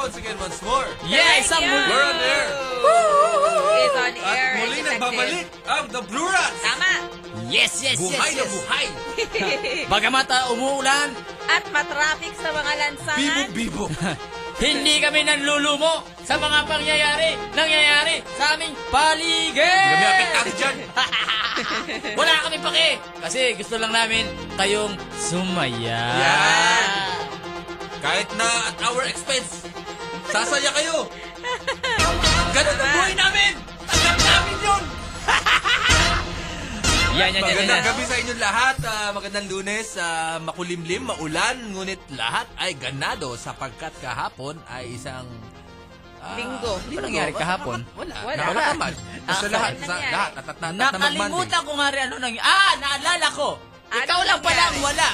once again once more. Yes, ang Yeah. We're on air. It's on At air. muli and nagbabalik ang The Blue Rats. Tama. Yes, yes, yes, Buhay na yes. buhay. Bagamat ah, umuulan, At matraffic sa mga lansangan. Bibo-bibo. hindi kami nanlulumo sa mga pangyayari, nangyayari sa aming paligid. Kami apektado dyan. Wala kami pake. Kasi gusto lang namin kayong sumaya. Yan. Ah. Kahit na at our expense, sasaya kayo. Ganun ang buhay namin. Tanggap namin yun. Yan, yan, yan, yan. Magandang yan. gabi sa inyong lahat. Ah, magandang lunes. Ah, makulimlim, maulan, ngunit lahat ay ganado sapagkat kahapon ay isang... ah, Linggo. Ano nangyari kahapon? Wala. Wala. Wala. Nakakamal. Sa Ah, lahat. wala Sa nangyari. lahat. At, eh. at, at, at, Nakalimutan ko nga rin ano nang... Ah, naalala ko. Ano Ikaw lang pala ang nangyari? wala.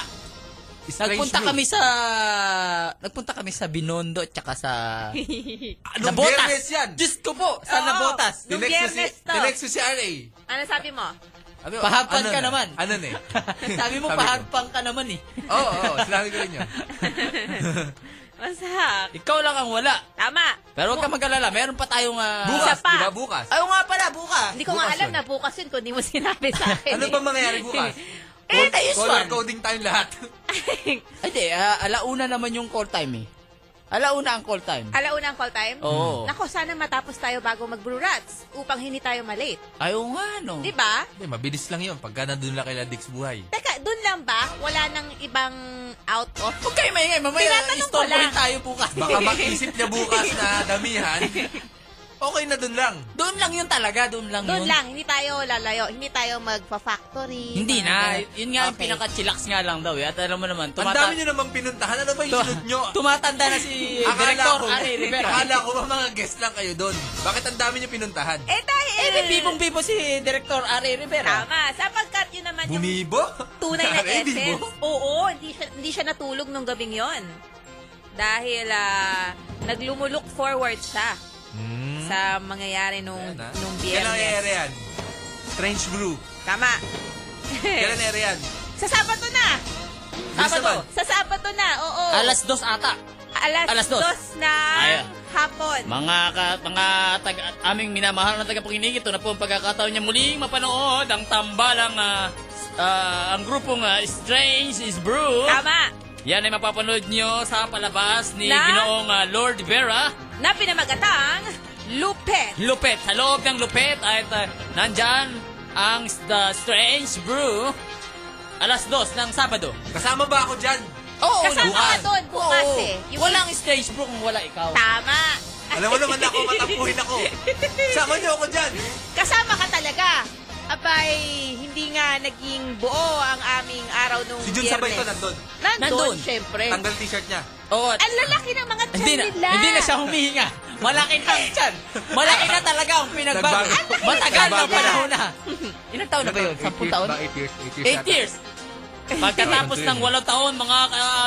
Nagpunta kami sa... Nagpunta kami sa Binondo at saka sa... Anong biyernes yan? Diyos ko po, sa Oo. Nabotas. Nung Tinext ko biyernes si- to. Tinext ko si RA. ano sabi mo? Sabi ko, Pahapan ano ka na? naman. Ano na eh? Sabi mo, ko, paharpang ka naman eh. Oo, oh, oo. sinabi ko rin yun. Masak. Ikaw lang ang wala. Tama. Pero huwag ka mag-alala, meron pa tayong... ah, Bukas, pa. di ba? Bukas. Ayaw nga pala, bukas. Hindi ko nga Bukas alam yun. na bukas yun kung di mo sinabi sa akin. Ano ba mangyayari bukas? Eh, Col- ayos Color man. coding tayong lahat. Ay, di. ah, alauna naman yung call time eh. Alauna ang call time. Alauna ang call time? Oo. Nako, sana matapos tayo bago mag-Blue Rats upang hindi tayo malate. Ayaw nga, no. Di ba? Hindi, mabilis lang yun. Pagka nandun lang kay Ladix Buhay. Teka, dun lang ba? Wala nang ibang out Oh, of? Huwag kayo maingay. Mamaya, Tinatanong store ko lang. rin tayo bukas. Baka mag-isip niya bukas na damihan. Okay na dun lang. doon lang yun talaga. Doon lang Doon yun. lang, hindi tayo lalayo. Hindi tayo magpa-factory. Hindi mga na. ganun. Yun nga yung Okay. pinaka-chillax nga lang daw eh. At alam mo naman, Ang tumata... dami niyo namang pinuntahan. Ano ba yung sunod nyo? Tumatanda na si Director Ari Rivera. akala ko ba mga guest lang kayo doon? Bakit ang dami niyo pinuntahan? Eh dahil... Eh, di bibong-bibo si Director Ari Rivera. Tama. Sapagkat yun naman yung Bumibo? tunay na Ari, di essence. mo? Oo, hindi siya, hindi siya natulog nung gabing yon. Dahil ah, naglumulok forward siya Hmm. sa mangyayari nung, Ayan, ah. nung Kailan nangyayari biyernes. yan? Strange Brew. Tama. Kailan nangyayari yan? sa Sabado na! Bilis naman. Sabado. Sa Sabado na, oo. Alas dos ata. alas, alas dos. dos na Ayan. hapon. Mga ka, mga tag, aming minamahal na tagapakinig, ito na po ang pagkakataon niya muling mapanood ang tambalang ah, s- ah, ang grupong ah, Strange is Brew. Tama. Yan ay mapapanood nyo sa palabas ni Na? Ginoong ah, Lord Vera Na pinamagatang Lupet. Lupet. Sa loob ng Lupet ay ah, nandyan ang s- The Strange Brew alas dos ng Sabado. Kasama ba ako dyan? Oo, Kasama ka doon bukas Oo. eh. Yung- Walang Strange Brew kung wala ikaw. Tama. Alam mo naman ako, matampuhin ako. Sama niyo ako dyan. Kasama ka talaga. Abay, hindi nga naging buo ang aming araw nung Si Jun Biyernes. sabay ko nandun. Nandun, Nandun. syempre. Eh. Tanggal t-shirt niya. Oo, Ang lalaki ng mga tiyan Hindi na, nila. hindi na siya humihinga. Malaki na ang tiyan. Malaki na talaga ang pinagbago. Nagbago. Matagal na Nagbago. panahon na. Ilang taon na Ano ba yun? Sampung taon? 8 years. 8 years. Pagkatapos Ganun ng yun. 8 taon, mga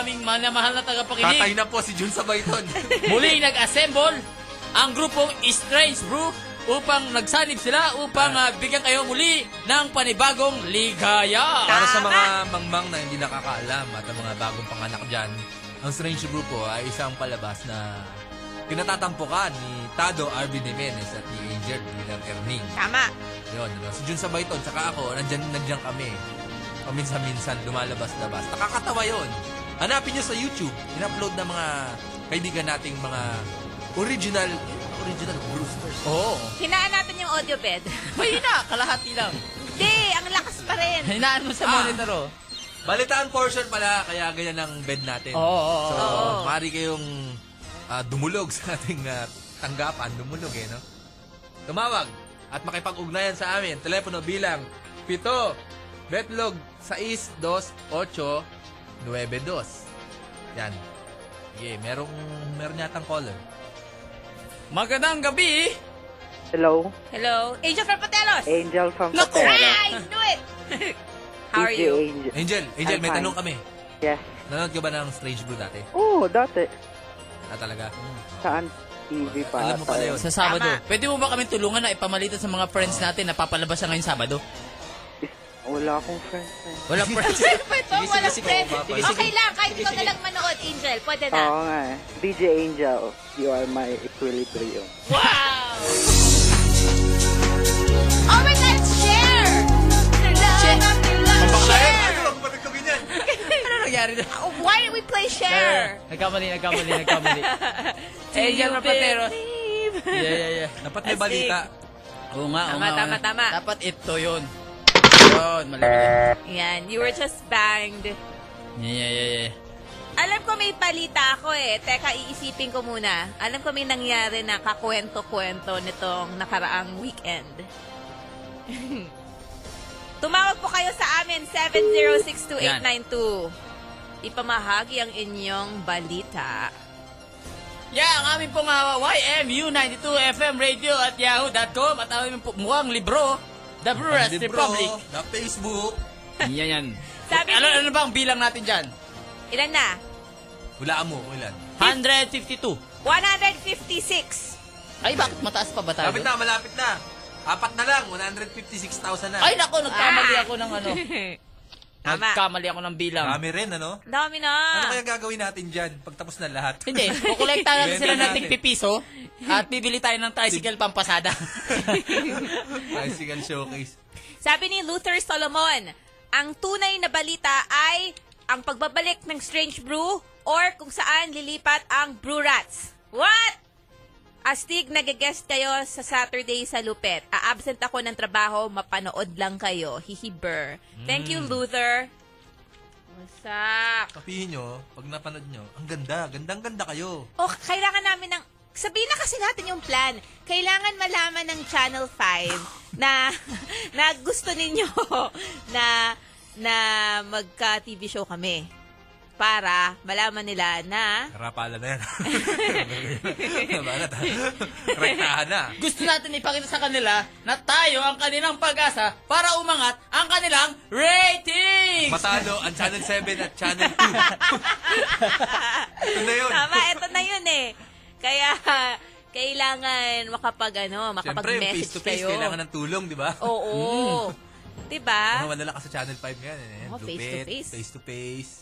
aming manamahal na Tatay tagapakinig, na po si Jun Sabayton. muling nag-assemble ang grupong Strange Brew upang nagsanib sila upang ah, bigyan kayo muli ng panibagong ligaya. Para sa mga mangmang na hindi nakakaalam at ang mga bagong panganak dyan, ang Strange Brew po ay isang palabas na kinatatampukan ni Tado Arvin Jimenez at ni Angel bilang Erning. Tama. Yun, ano. Si Jun Sabayton, tsaka ako, nandyan, nandyan kami. Paminsan-minsan, lumalabas-labas. Nakakatawa yun. Hanapin nyo sa YouTube. In-upload ng mga kaibigan nating mga original, eh, original Brewsters. Oo. Oh. Hinaan natin yung audio bed. Mahina, kalahati lang. Hindi, ang lakas pa rin. Hinaan mo sa Ah. monitor, oh. Balitaan portion pala, kaya ganyan ang bed natin. Oo, oo, so, oo. maaari Oh, kayong ah, dumulog sa ating ah, tanggapan. Dumulog eh, no? Tumawag at makipag-ugnayan sa amin. Telepono bilang 7 Betlog 62892. Yan. Yeah, merong meron yatang caller. Magandang gabi. Hello, Hello, Angel Frapotelos. Angel from Naku. Papel. I knew it. How are Is the you? Angel. Angel, Angel, I'm may fine. tanong kami. Yes. Nanonood ka ba ng Strange Brew dati? Oh, dati. Ah, talaga? Saan? TV pa. Alam mo pala yun. Sa Sabado. Tama. Pwede mo ba kami tulungan na ipamalitan sa mga friends natin na papalabas siya ngayong Sabado? Wala akong friends eh. na. Wala friends. Ano Ito, Sige, walang sige, friends. sige, Papa. Okay lang, kahit ikaw na lang manood, Angel. Pwede Ah, na. Oo nga eh. DJ Angel, you are my equilibrium. Wow! Oh my God, share! Share! Bakla yan? Share! Ano? Ba't kami niyan? Ano nangyari na? Oh, Why don't we play share? Nagkamali, nagkamali, nagkamali. Do Angel you Rapatero. believe? Yeah, yeah, yeah. Dapat may balita. Oo nga, oo Tama, nga, tama, oo. tama. Dapat ito yun. Yun, mali. mali. Yan, you were just banged. Yeah, yeah, yeah, yeah. Alam ko may palita ako eh. Teka, iisipin ko muna. Alam ko may nangyari na kakwento-kwento nitong nakaraang weekend. Tumawag po kayo sa amin, 7062892. Ipamahagi ang inyong balita. Yeah, ang aming pong ah, YMU 92 FM radio at yahoo.com at ang aming po, mukhang libro, The Brewers Libro, Republic. Sa Facebook. yan, yan. Sabi ano, ni- ano ba ang bilang natin dyan? Ilan na? Hulaan mo, ilan? 152. 156. Ay, bakit mataas pa ba tayo? Malapit na, malapit na. Apat na lang, 156,000 na. Ay, nako, nagkamali Ah! ako ng ano. Tama. Nagkamali ako ng bilang. Dami rin, ano? Dami na. Ano kaya gagawin natin dyan pagtapos na lahat? Hindi, kukulekta natin Ibenta sila ng natin. tigpipiso at bibili tayo ng tricycle pampasada. Tricycle showcase. Sabi ni Luther Solomon, ang tunay na balita ay ang pagbabalik ng Strange Brew or kung saan lilipat ang Brew Rats. What? Astig, nag-guest kayo sa Saturday sa Lupet. A-absent ako ng trabaho, mapanood lang kayo. Hihiber. Mm. Thank you, Luther. Wasak. Kapihin nyo, pag napanood nyo, ang ganda, gandang ganda kayo. O, Oh, kailangan namin ng... Sabihin na kasi natin yung plan. Kailangan malaman ng Channel 5 na, na gusto ninyo na, na magka-TV show kami para malaman nila na Karapala na yan. Bakit ha? Rektahan na. Gusto natin ipakita sa kanila na tayo ang kanilang pag-asa para umangat ang kanilang ratings! Matalo ang Channel 7 at Channel 2. Ito na yun. Tama, ito na yun eh. Kaya kailangan makapag Siyempre, ano, yung makapag-message face-to-face, kayo. kailangan ng tulong, di ba? Oo. Diba? 'Di Ano, ba? wala lang ka sa Channel 5 ngayon. Eh. Oo, Lupit, Ah? face-to-face. Face-to-face.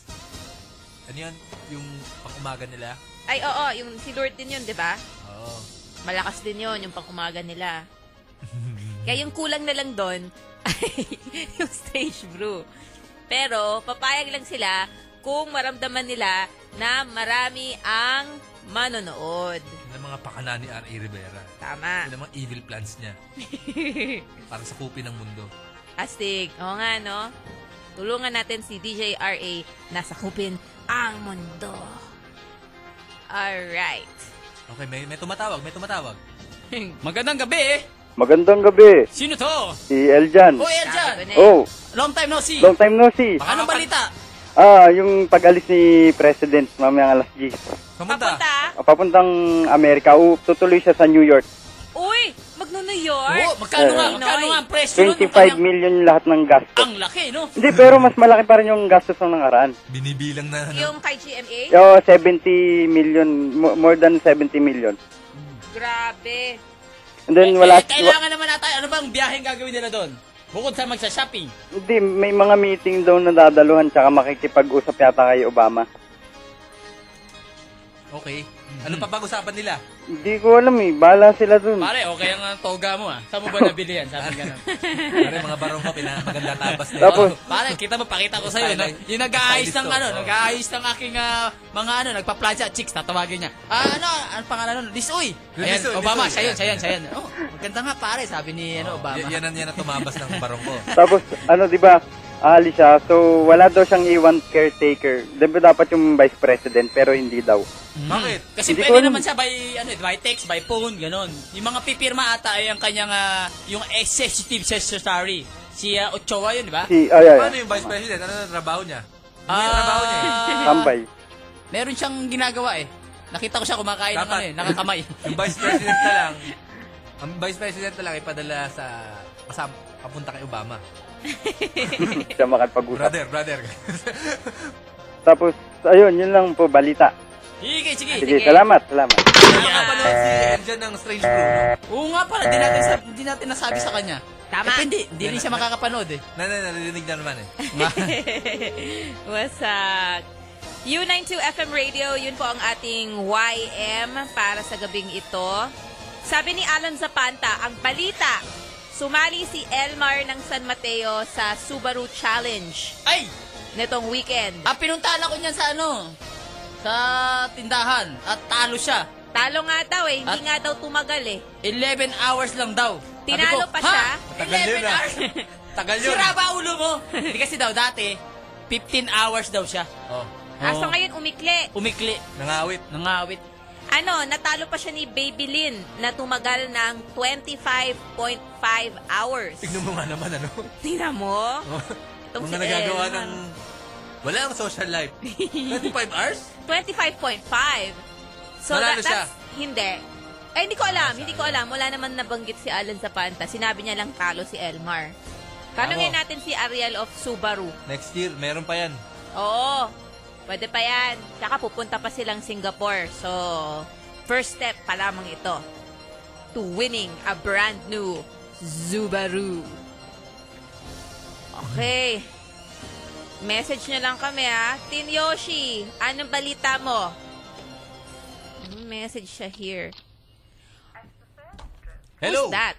Ano yan? Yung pang-umaga nila? Ay oo, yung si Lord din yun, diba? 'di ba? Oo. Malakas din yun, yung pang-umaga nila. Kaya yung kulang na lang doon ay yung stage brew. Pero papayag lang sila kung maramdaman nila na marami ang manonood. Yan ang mga pakana ni R.A. Rivera. Tama. Yan ang mga evil plans niya. Para sa kupi ng mundo. Astig. Oo nga, no? Tulungan natin si DJ RA na sakupin ang mundo. Alright. Okay, may, may tumatawag, may tumatawag. Magandang gabi eh! Magandang gabi, Sino to? si Eljan. Hoy, Eljan! Oh, Long time no see! long time no see. Anong balita? Ah, yung pag-alis ni President mamayang alas 10. Kamunta. Papunta? Papuntang Amerika, o tutuloy siya sa New York. Uy! Magno-New York? Oo, magkano nga, Pinoy. magkano nga ang presyo nun? 25 million lahat ng gastos. Ang laki, no? Hindi, pero mas malaki pa rin yung gastos ng nakaraan. Binibilang na, ano? Yung kay GMA? Yo, 70 million, mo- more than 70 million. Grabe. And Eh, then wala, eh, kailangan naman natin, ano bang biyaheng gagawin nila doon? Bukod sa magsa-shopping. hindi, may mga meeting daw na dadaluhan tsaka makikipag-usap yata kay Obama. Okay. Ano pa bang usapan nila? Hindi ko alam eh, bahala sila dun. Pare, okay ang ah, toga mo ah. Saan mo ba nabili yan? Sabi ganun. Pare, mga barong ka, pinamaganda tabas na Tapos, yun. Pare, kita mo, pakita ko sa'yo. No? Yung nag-aayos ng oh. ano, nag-aayos ng aking ah, mga ano, nagpa-plansya, chicks, tatawagin niya. Ah, ano, ang pangalan nun? Lisoy. Ayan, Lisoy, Obama, Lisoy. siya yun, siya yun, siya yun. Oh, maganda nga pare, sabi ni ano, Obama. Y- yan, ang- yan ang tumabas ng barong ko. Tapos, ano, di ba, aalis siya. So, wala daw siyang iwan caretaker. Di ba dapat yung vice president, pero hindi daw. Bakit? Mm. Kasi Hindi ko pwede alam. naman siya by, ano, eh, by text, by phone, ganun. Yung mga pipirma ata ay ang kanyang, ah, yung executive secretary. Si ah, Ochoa yun, di ba? Si, ay, ay, Paano yung vice president? Ano ang trabaho niya? Ano yung trabaho niya eh? Ah, tambay. Meron siyang ginagawa eh. Nakita ko siya kumakain ng Dapat. ano eh, nakakamay. Yung vice president na lang, ang vice president na lang ipadala sa kasama, papunta kay Obama. Hindi siya makapag-usap. Brother, brother. Tapos, ayun, yun lang po, balita. Sige, sige. Sige, Sige. salamat, salamat. Nakapanood si Eljan ng Strange Brew. no? Oo nga pala, di natin, sa, di natin nasabi sa kanya. Tama. Eh, hindi, hindi rin siya makakapanood eh. Na, na, narinig na naman eh. What's up? U92 FM Radio, yun po ang ating YM para sa gabing ito. Sabi ni Alan Zapanta, ang balita, sumali si Elmar ng San Mateo sa Subaru Challenge Ay! netong weekend. Ah, pinuntahan ako niyan sa ano? Sa tindahan. At talo siya. Talo nga daw eh, hindi At- nga daw tumagal eh. 11 hours lang daw. Sabi ko, Tinalo pa "Ha? siya?" Tagal yun 11 ah. hours? Tagal yun. Sira ba ulo mo? Hindi kasi daw dati, 15 hours daw siya. Oh, Ah, so Oo. ngayon umikli. Umikli. nangawit. Nangawit. Ano, natalo pa siya ni Baby Lynn na tumagal ng 25.5 hours. Tignan mo nga naman ano. Oh, Tingnan mo. Mga Itong si ah. nagagawa Elmar. ng... Wala ang social life. 25 hours? 25.5. So Nanalo that, siya? that's, hindi. Eh, hindi ko alam. Hindi ko alam. Wala naman nabanggit si Alan Zapanta. Sinabi niya lang talo si Elmar. Tanungin Ako. natin si Ariel of Subaru. Next year, meron pa yan. Oo. Pwede pa yan. Tsaka pupunta pa silang Singapore. So, first step pa lamang ito to winning a brand new Subaru. Okay. Message nyo lang kami ha. Tin Yoshi, anong balita mo? Anong Message siya here. Hello! Who's that?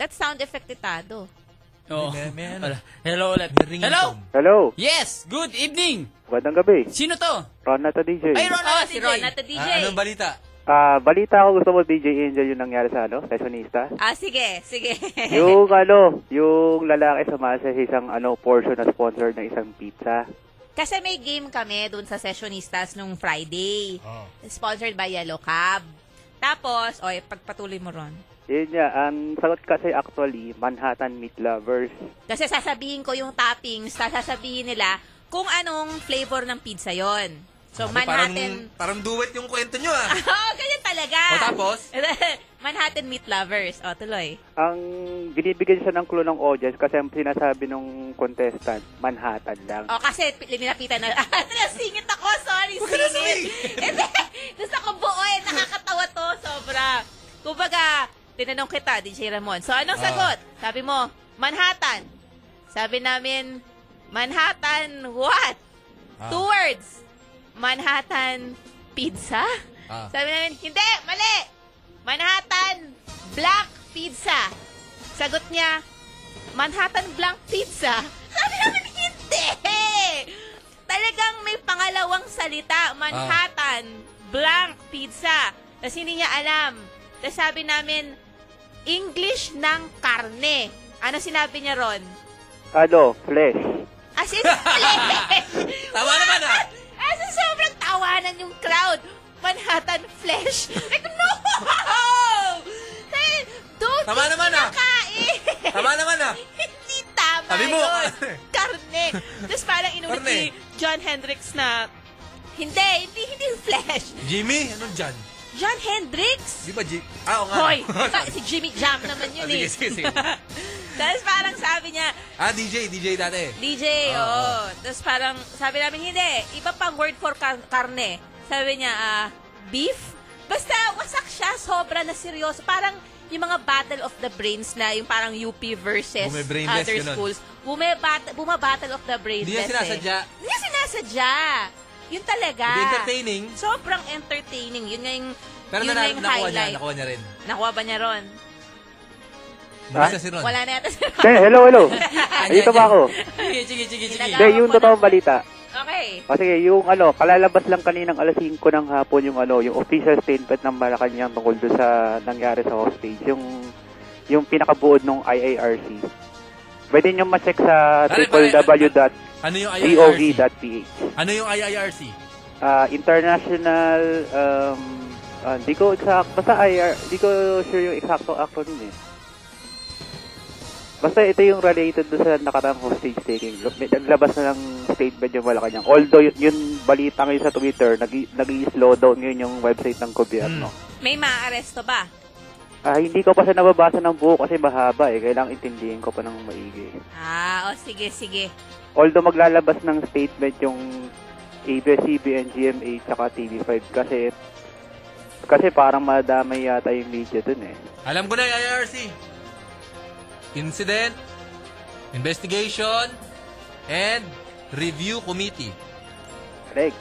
That sound effect itado. Oo. Oh. May- may ano. Wala. Hello ulit. May ringtone. Hello? Hello, Yes! Good evening! magandang gabi. Sino to? Ron na to, DJ. Ay, Ron Oh, na si Ron at the DJ. Ah, anong balita? Ah, balita ko gusto mo, DJ Angel, yung nangyari sa ano, sessionista. Ah, sige, sige. yung ano, yung lalaki sumasa sa isang ano, portion na sponsor ng isang pizza. Kasi may game kami dun sa sessionistas nung Friday. Oh. Sponsored by Yellow Cab. Tapos, oy, pagpatuloy mo ron. Yun niya, ang sagot kasi actually, Manhattan Meat Lovers. Kasi sasabihin ko yung toppings, tas sasabihin nila kung anong flavor ng pizza yon. So, Sabi, Manhattan... Parang, parang duet yung kwento nyo ah. Oh, ganyan talaga! O, tapos? Manhattan Meat Lovers. O, tuloy. Ang binibigyan siya ng clue ng audience kasi ang sinasabi ng contestant, Manhattan lang. O, Oh, kasi pi- nilapitan na... Nasingit ako! Sorry, Huwag ka na singit! Hindi! Gusto ko buo eh. Nakakatawa to. Sobra. Kumbaga, tinanong kita, DJ Ramon. So, anong Ah. sagot? Sabi mo, Manhattan. Sabi namin, Manhattan what? Ah. Two words. Manhattan pizza? Ah. Sabi namin, hindi, mali. Manhattan black pizza. Sagot niya, Manhattan Blanc Pizza. Sabi namin, hindi! Talagang may pangalawang Ah. salita, Manhattan Blanc Pizza. Tapos hindi niya alam. Tapos sabi namin, English ng karne. Ano sinabi niya ron? Ano, flesh. As in, flesh! Tama naman ah! As in, sobrang tawanan yung crowd. Manhattan flesh. Like, no! Eh, Don't Tama eat Oh! naman, ah. kinakain. Tama naman ah! Hindi tama Sabi mo, yun. Karne. Tapos parang inulit Karne. ni John Hendricks na, hindi, hindi, hindi yung flesh. Jimmy, anong dyan? John Hendricks? Di ba Jimmy? Ah, oo nga. Hoy, iba, si Jimmy Jam naman yun Ah, sige, eh. sige, sige. Tapos parang sabi niya, Ah, DJ, DJ dati. DJ, Ah, oo. Tapos parang sabi namin, hindi, iba pang word for kar- karne. Sabi niya, ah, beef? Basta wasak siya, sobra na seryoso. Parang yung mga battle of the brains na yung parang UP versus Bume-brainless, other ganun. schools. Bumabat- bumabattle of the brains. Hindi niya sinasadya. Eh. Hindi niya sinasadya. Yun talaga. Hindi entertaining. Sobrang entertaining. Yun nga yung, Pero na, yun nga yung nakuha niya, highlight. nakuha niya rin. Nakuha ba niya ron? Mabasa si Ron. Wala na yata si Ron. Hey, hello, hello. Dito ba ako? Sige, sige, sige, sige. Hindi, yung totoong balita. Okay. O sige, yung ano, kalalabas lang kaninang alas 5 ng hapon yung ano, yung official statement ng Malacanang tungkol doon sa nangyari sa hostage. Yung yung pinakabuod ng IARC. Pwede nyo ma-check sa Pare, pare, www.gov.ph. Ano yung IIRC? Ano yung IIRC? Ah, international, um, ah, hindi ko exact, basta IR, hindi ko sure yung exacto acronym eh. Basta ito yung related doon sa nakaraang hostage taking. Lo- may- Naglabas na ng statement yung Malacanang. Although yun, yun balita ngayon sa Twitter, nag i slow down ngayon yung website ng gobyerno. May maaaresto ba? Ah, hindi ko pa siya nababasa ng buo kasi mahaba eh. Kailangang intindihin ko pa ng maigi. Ah, o sige, sige. Although maglalabas ng statement yung ABS-CBN, GMA, tsaka TV5 kasi kasi parang madamay yata yung media dun eh. Alam ko na yung IIRC. Incident, Investigation, and Review Committee. Correct.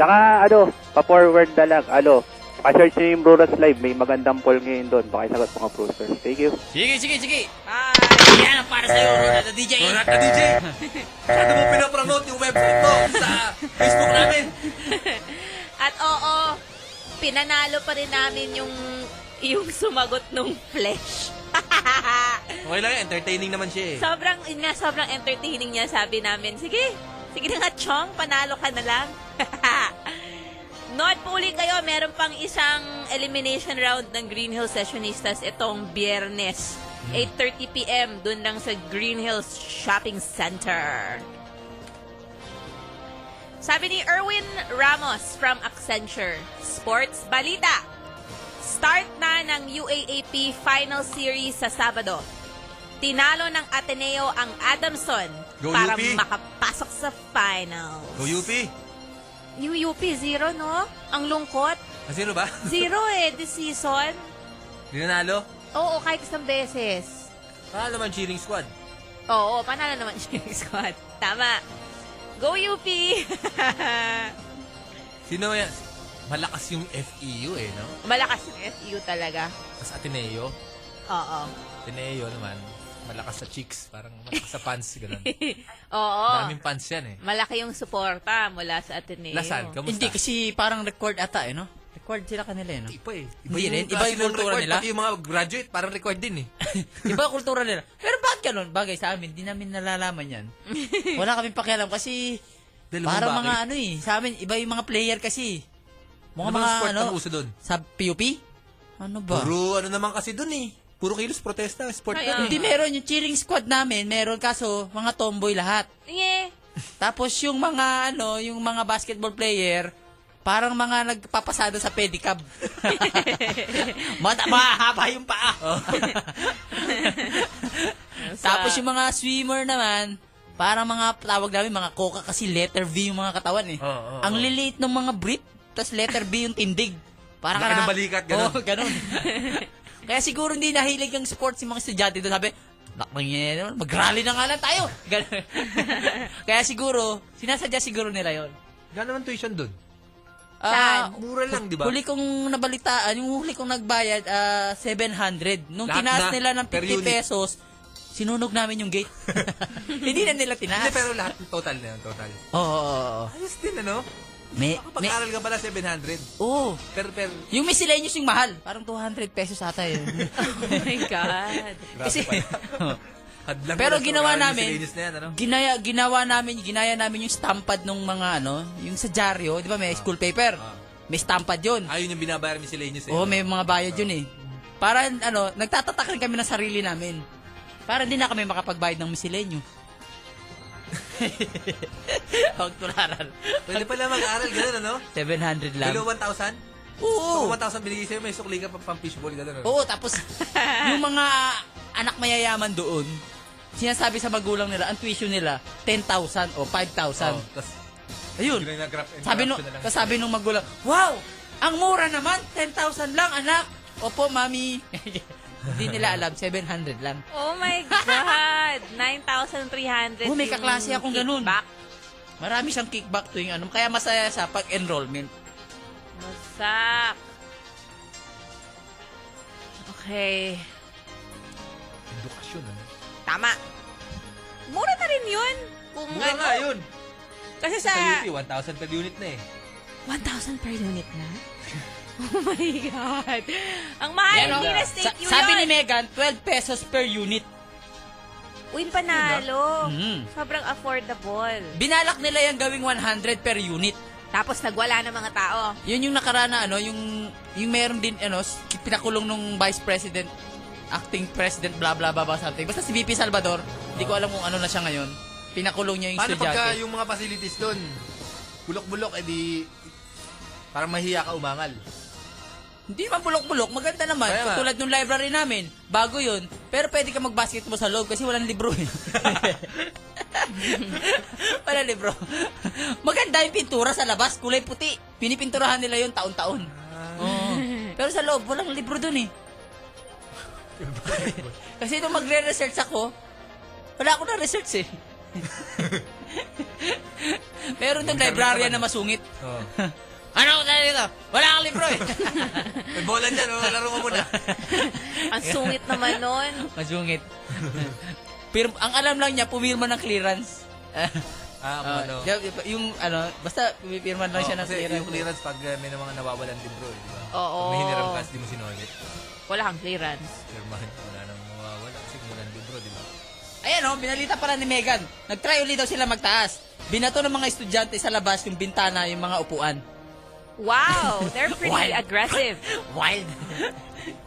Tsaka ano, pa-forward na lang, ano, pa-search nyo yung Brurats Live, may magandang poll ngayon doon, pakisagot mga brewsters. Thank you. Sige, sige, sige. Bye! Yan ang para sa'yo, Ronald the DJ. Ronald na DJ! Masyado Ano mo pinapromote yung website mo sa Facebook namin. At oo, pinanalo pa rin namin yung yung sumagot nung flesh. Okay lang, yan, entertaining naman siya eh. sobrang, yun nga, sobrang entertaining niya. Sabi namin, sige, sige na nga, Chong, panalo ka na lang. Not po ulit kayo, meron pang isang elimination round ng Green Hills Sessionistas itong biyernes. 8.30pm, dun lang sa Green Hills Shopping Center. Sabi ni Erwin Ramos from Accenture, Sports Balita. Start na ng UAAP Final Series sa Sabado. Tinalo ng Ateneo ang Adamson Go para UP! makapasok sa finals. Go UP! Yung UP, zero, no? Ang lungkot. Ah, sino ba? Zero eh, this season. Ninanalo? Oo, kahit isang beses. Ah, naman cheering squad. Oo, panalo naman siya yung squad. Tama. Go UP! Sino yan? Malakas yung FEU eh, no? Malakas yung FU talaga. Tapos Ateneo. Oo. Ateneo naman. Malakas sa cheeks. Parang malakas sa pants. Ganun. Oo. Daming pants yan eh. Malaki yung suporta mula sa Ateneo. Lasan, kamusta? Hindi, kasi parang record ata eh, no? Record sila kanila eh, no? Iba eh. Iba Hindi, yun. eh. yung Iba klase yung ng kultura record, nila. pati yung mga graduate, parang record din eh. Iba ang kultura nila. Pero bakit ganun? Bagay sa amin, di namin nalalaman yan. Wala kaming pakialam kasi Dahil para bakit? mga ano eh. Sa amin, iba yung mga player kasi. Mga Ano bang mga sport ano, ang uso dun? sa PUP? Ano ba? Puro ano naman kasi dun eh. Puro kilos protesta. Sport eh. Ay, na ah. Hindi, meron yung cheering squad namin. Meron kaso, mga tomboy lahat. Yeah. Tapos yung mga ano, yung mga basketball player, parang mga nagpapasada sa pedicab. Mata mahaba yung paa. Tapos yung mga swimmer naman, parang mga tawag namin mga coca kasi letter V yung mga katawan eh. Oo, oo, Ang oo. liliit ng mga brief, tapos letter B yung tindig. Para Laki ng balikat, ganun. Oo, ganun. Kaya siguro hindi nahilig yung sports yung mga estudyante doon. Sabi, nakmang yan naman, mag-rally na nga lang tayo. Ganun. Kaya siguro, sinasadya siguro nila yun. Gano'n naman tuition dun? Eh, Ah, Saan? Mura lang, di ba? Huli kong nabalitaan, yung huli kong nagbayad, ah, 700. Nung Lahat tinaas na, nila ng per 50 unit. pesos, sinunog namin yung gate. Hindi na nila tinaas. Hindi, pero lahat total na yun, total. Oo, oo, oo. Ayos din, ano? May, may, Kapag-aral ka pala, 700. oo. Per, per. Yung miscellaneous yung mahal. Parang 200 pesos ata yun. Oh my God. Kasi, Hadlang pala pero sa ginawa pag-aral ni namin, Silenus na yan, ano? ginaya, ginawa namin, ginaya namin yung stampad nung mga ano, yung sa dyaryo, di ba may school paper. Ah. May stampad yun. Ayun yung binabayar ni Silenius eh. Oo, may mga bayad yun eh. Para ano, nagtatatakan kami ng sarili namin. Para hindi na kami makapagbayad ng misilenyo. Huwag tularan. Pwede pala mag-aral, gano'n, ano? 700 lang. Below 1,000? Oo. Kung 1,000 binigay sa'yo, may sukli ka pa pang fishball, gano'n. ano? Oo, tapos yung mga anak mayayaman doon, sinasabi sa magulang nila, ang tuition nila, 10,000 o 5,000. Oo, tas, Ayun. yun na grab and Sabi nung, corruption na lang. tas sabi nung magulang, wow, ang mura naman, 10,000 lang anak. Opo, mami. Hindi nila alam, 700 lang. Oh my God. 9,300. Oh, may yung kaklase akong ganun. kickback. Marami siyang kickback tuwing ano, kaya masaya sa pag-enrollment. Masak. Okay. Edukasyon, ano? Tama. Mura na rin yun. Kung Mura ano. nga yun. Kasi sa... Sa UP, 1,000 per unit na eh. 1,000 per unit na? Oh my God. Ang mahal Yan, hindi oh. na state Sa- yun. sabi ni Megan, 12 pesos per unit. Uy, panalo. Mm. Sobrang affordable. Binalak nila yung gawing 100 per unit. Tapos nagwala ng mga tao. Yun yung nakaraan na ano, yung, yung meron din, ano, s- pinakulong nung vice president, acting president, blah, blah, blah, blah, something. Basta si VP Salvador, hindi ko alam kung ano na siya ngayon. Pinakulong niya yung Paano estudyante. pagka yung mga facilities doon, bulok-bulok, edi parang mahiya ka umangal. Hindi naman bulok-bulok, maganda naman. Kaya nga. Tulad nung library namin, bago yun. Pero pwede ka mag-basketball sa loob kasi walang libro eh. Wala libro. Maganda yung pintura sa labas, kulay puti. Ah. Pinipinturahan nila yun taon-taon. Oo. Pero sa loob, walang libro dun eh. Kasi nung magre-research ako, wala ako na research eh. Meron doon librarian na masungit. Oo. Ano ang tayo dito? Wala kang libro eh. May bola dyan, oh, laro mo muna. Ang sungit naman nun. masungit. Pero ang alam lang niya, pumirma ng clearance. Ah, Ah, ano. yung- yung ano, basta pumipirma lang siya Oo, ng kasi clearance. yung clearance pag uh, may mga nawawalan din bro, eh, di ba? Oo. Pag may hiniram ka, di mo sinulit. Wala kang clearance. Pirmahan, wala nang mawawala kasi kumulan din bro, di ba? Ayan oh, binalita pala ni Megan. Nag-try ulit daw sila magtaas. Binato ng mga estudyante sa labas yung bintana, yung mga upuan. Wow, they're pretty Wild. aggressive. Wild.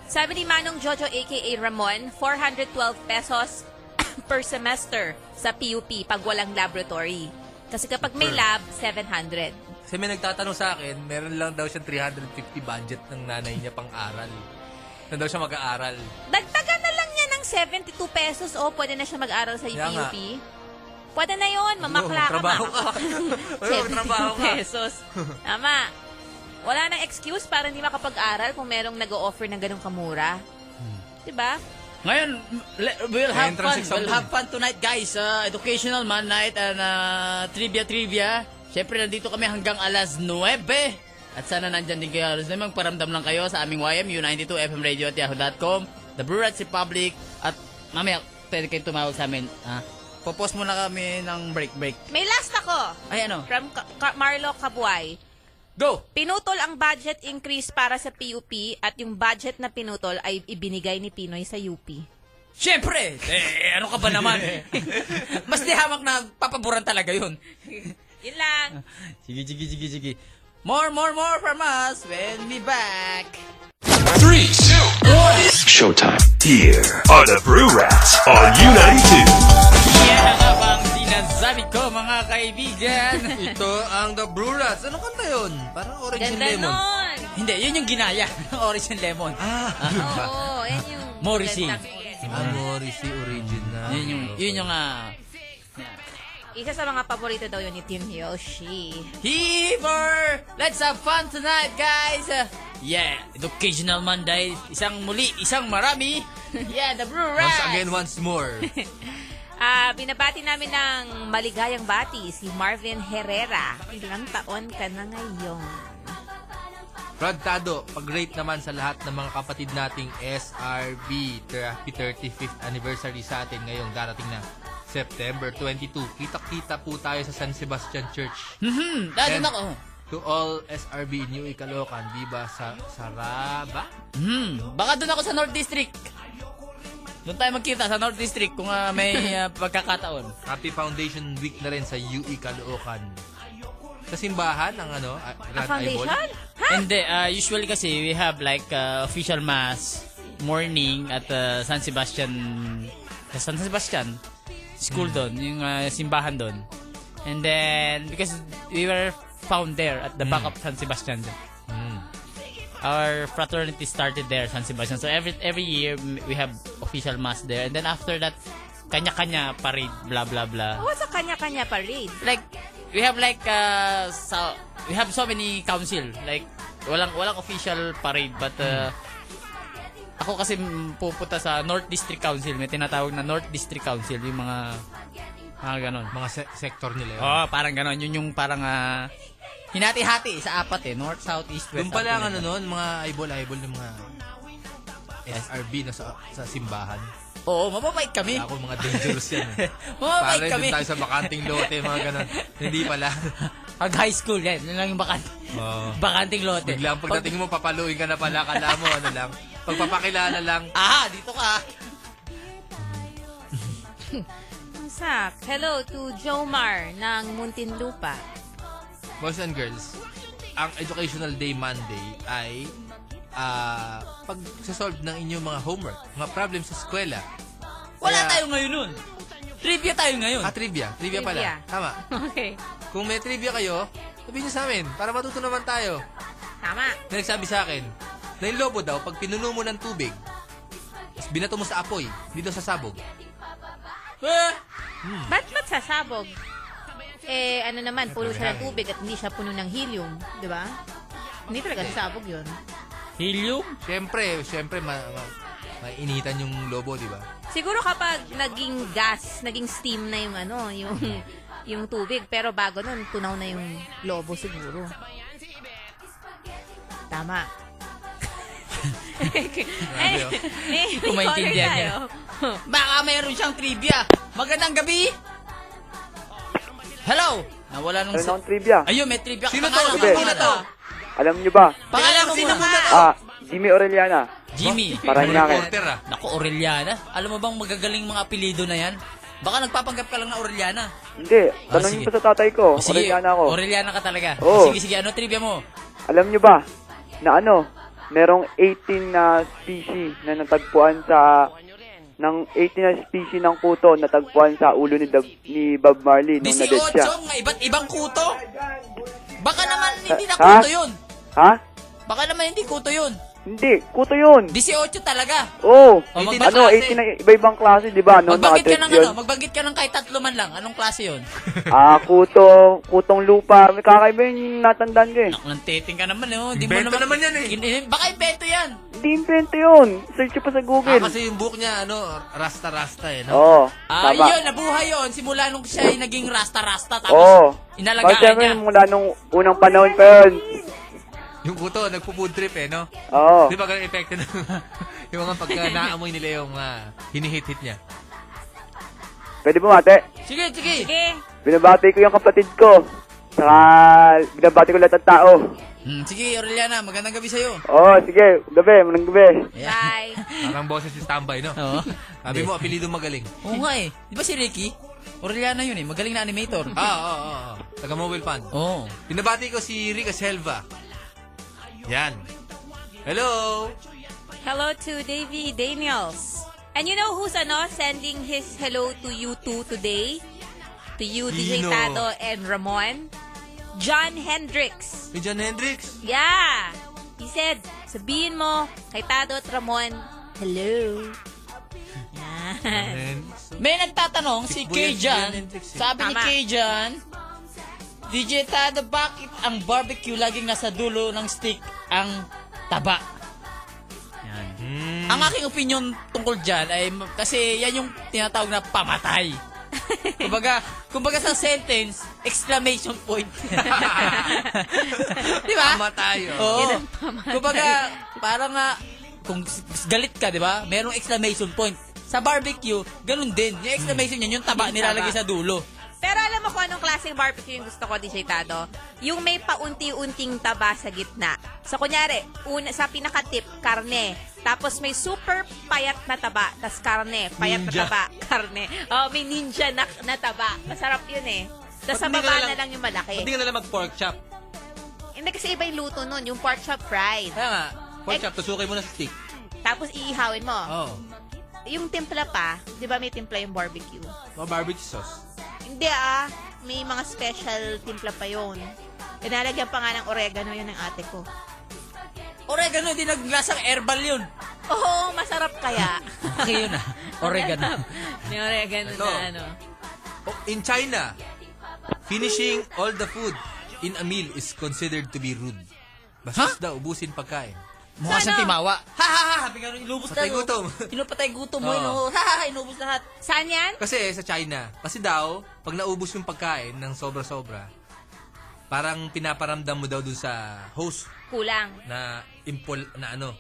Sabi ni Manong Jojo aka Ramon, 412 pesos per semester sa PUP pag walang laboratory. Kasi kapag may lab, 700. Kasi may nagtatanong sa akin, meron lang daw siyang 350 budget ng nanay niya pang aral. Na daw siya mag-aaral. Dagdaga na lang niya ng 72 pesos o pwede na siya mag-aral sa Kaya nga. PUP. Pwede na yon, mamakla ka magtrabaho ma. ka. Ano, magtrabaho ka. 72 pesos. Tama. Wala nang excuse para hindi makapag-aral kung merong nag-o-offer ng ganong kamura. Hmm. Diba? Ngayon, le- we'll have Entrance exam fun. eh. We'll dun have fun tonight, guys. Uh, educational man night and uh, trivia-trivia. Siyempre, nandito kami hanggang alas 9. At sana nandyan din kayo alas 9. Magparamdam lang kayo sa aming YMU 92 FM Radio at yahoo.com, The Brewers Republic, at mamaya pwede kayong tumawag sa amin. Ah, Popos muna kami ng break-break. May last ako Ay, ano? from Ka- Ka- Marlo Cabuay. Go! Pinutol ang budget increase para sa PUP at yung budget na pinutol ay ibinigay ni Pinoy sa UP. Siyempre! Eh, ano ka ba naman? Mas di hamak na papaboran talaga yun. Yun Ah, lang. Sige, sige, sige, sige. More, more, more from us when we back. Showtime. Here are the Brew Rats on U92. Yan ang abang sinasabi ko, mga kaibigan. Ito ang The Brew Rats. Anong kanta yun? Parang orange and Ganda lemon. nun. Hindi, yun yung ginaya. Orange and lemon. Oo, yan yung... Morrissey. ganda. Amorisi original. Yun yung, yun yung, ah... Isa sa mga paborito daw yun ni Tim Yoshi. Heaver! Let's have fun tonight, guys! ah, Yeah, Educational Monday. Isang muli, isang marami. Yeah, the Brew Rats! Once again, once more. Ah, binabati namin ng maligayang bati si Marvin Herrera. Ilang taon ka na ngayon? Rod Tado, pag-rate naman sa lahat ng mga kapatid nating SRB. Happy 35th anniversary sa atin ngayong darating na September 22. Kita-kita po tayo sa San Sebastian Church. Mhm, dadun And ako. To all SRB New Ikalokan, Viva sa Saraba. Hmm, baka doon ako sa North District. Doon tayo magkita sa North District kung ah, may ah, pagkakataon. Happy Foundation Week na rin sa UE Caloocan. Sa simbahan ng ano, ah, A Grand Eyeball. foundation? And then, uh, usually kasi we have like uh, official mass morning at uh, San Sebastian sa San Sebastian school doon, yung uh, simbahan doon. And then because we were found there at the back of San Sebastian. Mm. Our fraternity started there San Sebastian. So every every year m- we have official mass there. And then after that kanya-kanya parade blah blah blah. Oo, sa kanya-kanya parade. like we have like uh so we have so many council like walang walang official parade but uh, ako kasi mm, pupunta sa North District Council may tinatawag na North District Council yung mga mga ganon Mga se- sector nila yun. oh parang ganon yun yung parang ah, hinati-hati sa apat eh north south east west Doon pala ang ano south, ganun. noon, mga eyeball-eyeball ng mga SRB na sa, sa simbahan. oo mababait kami Ako mga dangerous yan. eh. mababait Pare, kami doon tayo sa bakanting lote, mga ganun. Hindi pala. pag high school yan yun lang yung bakante Oo. Ah. bakanting lote Biglang pagdating mo, papaluin ka na pala. Kala mo, ano lang. Pagpapakilala lang. ah dito ka Sak, hello to Jomar ng Muntinlupa. Boys and girls, ang Educational Day Monday ay ah pag-solve ng inyong mga homework, mga problem sa eskwela. wala Kaya- tayo ngayon nun trivia tayo ngayon Ah, trivia. Trivia Trivia. pala. Tama. Okay. Kung may trivia kayo, sabihin niyo sa amin para matuto naman tayo. Tama. Na nagsabi sa akin, na yung lobo daw, pag pinuno mo ng tubig, tapos binato mo sa apoy, hindi daw sasabog. Eh, Ba't magsasabog? Eh, ano naman, puno siya ng tubig at hindi siya puno ng helium, di ba? Hindi talaga sabog yun. Helium? Siyempre, siyempre, ma- ma- Mainitan yung lobo, di ba? Siguro kapag naging gas, naging steam na yung ano, yung yung tubig. Pero bago nun, tunaw na yung lobo siguro. Tama. Eh, Ay, oh. may, may color Kumaintindihan niya. eh, tayo. Baka mayroon siyang trivia. Magandang gabi! Hello! Nawala nung... Ano na Sa- ang trivia? Ayun, may trivia. Sino to? Pangalan, Sino pangalan. to? Alam nyo ba? Teka Pangalan lang, mo sino muna. Ah, Jimmy Orellana. Jimmy. Parang Yung yun akin. reporter, ah. Naku, Aureliana. Alam mo bang magagaling mga apelido na yan? Baka nagpapanggap ka lang na Aureliana. Hindi, Ah, sige. tanongin mo sa tatay ko. Orellana Oh, ako. Oh. Aureliana ka talaga. Oo. Sige, sige. Ano trivia mo? Alam nyo ba na ano, merong 18 na species na natagpuan sa ng 18 na species ng kuto natagpuan sa ulo ni, Dab- ni Bob Marley nung na-dead siya. 18 nga iba't ibang kuto. Baka naman hindi na Ha? kuto yun. Ha? Baka naman hindi kuto yun. Hindi, kuto yun. 18 talaga. Oo. Oh, magba't ano, klase? 18 na iba-ibang klase, di ba? Ano, Magbanggit ka nakatrip ng yun. ano, magbanggit ka ng kahit tatlo man lang. Anong klase yun? Ah, kuto, kutong lupa. May kakaiba yung natandaan ko eh. Naku, nang titing ka naman eh. oh. Hindi mo Invento naman, naman yan, eh. Gin- Baka invento yan. Hindi invento yun. Search ko pa sa Ah, Google. kasi yung book niya, ano, rasta-rasta eh, Oh. no? Oo, Ah, tama. yun, nabuhay yun. Simula nung siya ay naging rasta-rasta. Tapos Oo. inalagaan Kasi niya. mula nung unang panahon pa yun. Yung kuto, nagpo-food trip eh, no? Oh. Oo. Di ba ganun epekto ng yung mga pagka naamoy nila yung uh, hinihit-hit niya. Pwede ba, mate? Sige, sige. Sige. Binabati ko yung kapatid ko. Saka binabati ko lahat ng tao. Hmm, sige, Aureliana, magandang gabi sa'yo. Oo, sige. Gabi, manang gabi. Ayan. Bye. Parang boses si Tambay, no? Oh. Oo. Sabi mo, apelido magaling. Oo nga eh. Di ba si Ricky? Aureliana yun eh. Magaling na animator. Ah, oo, oo, oo. Taga mobile fan. Oo. Oh. Binabati ko si Rick Selva. Yan. Hello! Hello to Davy Daniels. And you know who's ano sending his hello to you two today? To you, DJ Sino? Tato and Ramon? John Hendricks. Si John Hendricks. Yeah! He said, sabihin mo kay Tato at Ramon, hello. Yan. And, May nagtatanong si Si Kay Kuya Jan Jan. and Trixie. Sabi ni Tama. Kay Jan, DJ Tado, bakit ang barbecue laging nasa dulo ng stick ang taba? Yan. hmm, Ang aking opinion tungkol dyan ay m- kasi yan yung tinatawag na pamatay. kumbaga, kumbaga sa sentence, exclamation point. di ba? Tama tayo. Oo. Kumbaga, parang nga, kung s- s- galit ka, di ba? Merong exclamation point. Sa barbecue, ganun din. Yung exclamation yun, yung taba nilalagay sa dulo. Pero alam mo kung anong klaseng barbecue yung gusto ko, DJ Tado? Yung may paunti-unting taba sa gitna. So, kunyari, una, sa pinaka-tip, karne. Tapos may super payat na taba, tas karne. Payat Ninja. na taba, karne. Oh, may ninja na, na taba. Masarap yun eh. Ba't Tapos sa hindi baba ka na nalang- lang yung malaki. Hindi ka nalang mag-pork chop. Hindi kasi iba yung luto nun, yung pork chop fried. Kaya nga, pork Eh, chop, tusukay mo na sa stick. Tapos iihawin mo. Oo. Oh. Yung timpla pa, di ba may timpla yung barbecue? Mga barbecue sauce. Hindi ah, may mga special timpla pa yun. Inalagyan pa nga ng oregano yun ng ate ko. Oregano, hindi naglasang herbal yun. Oo, Oh, masarap kaya. Okay yun ah. Oregano. May oregano Ito. na ano. Oh, in China, finishing all the food in a meal is considered to be rude. Bastos daw, ubusin pagkain. Mukha siyang Sana- timawa. Ha ha ha, habi ka rin, inubos Patay gutom. Inupatay gutom mo, Oo. inubos. Ha ha ha, inubos lahat. Saan yan? Kasi sa China, kasi daw, pag naubos yung pagkain ng sobra-sobra, parang pinaparamdam mo daw dun sa host Kulang. na impol na ano.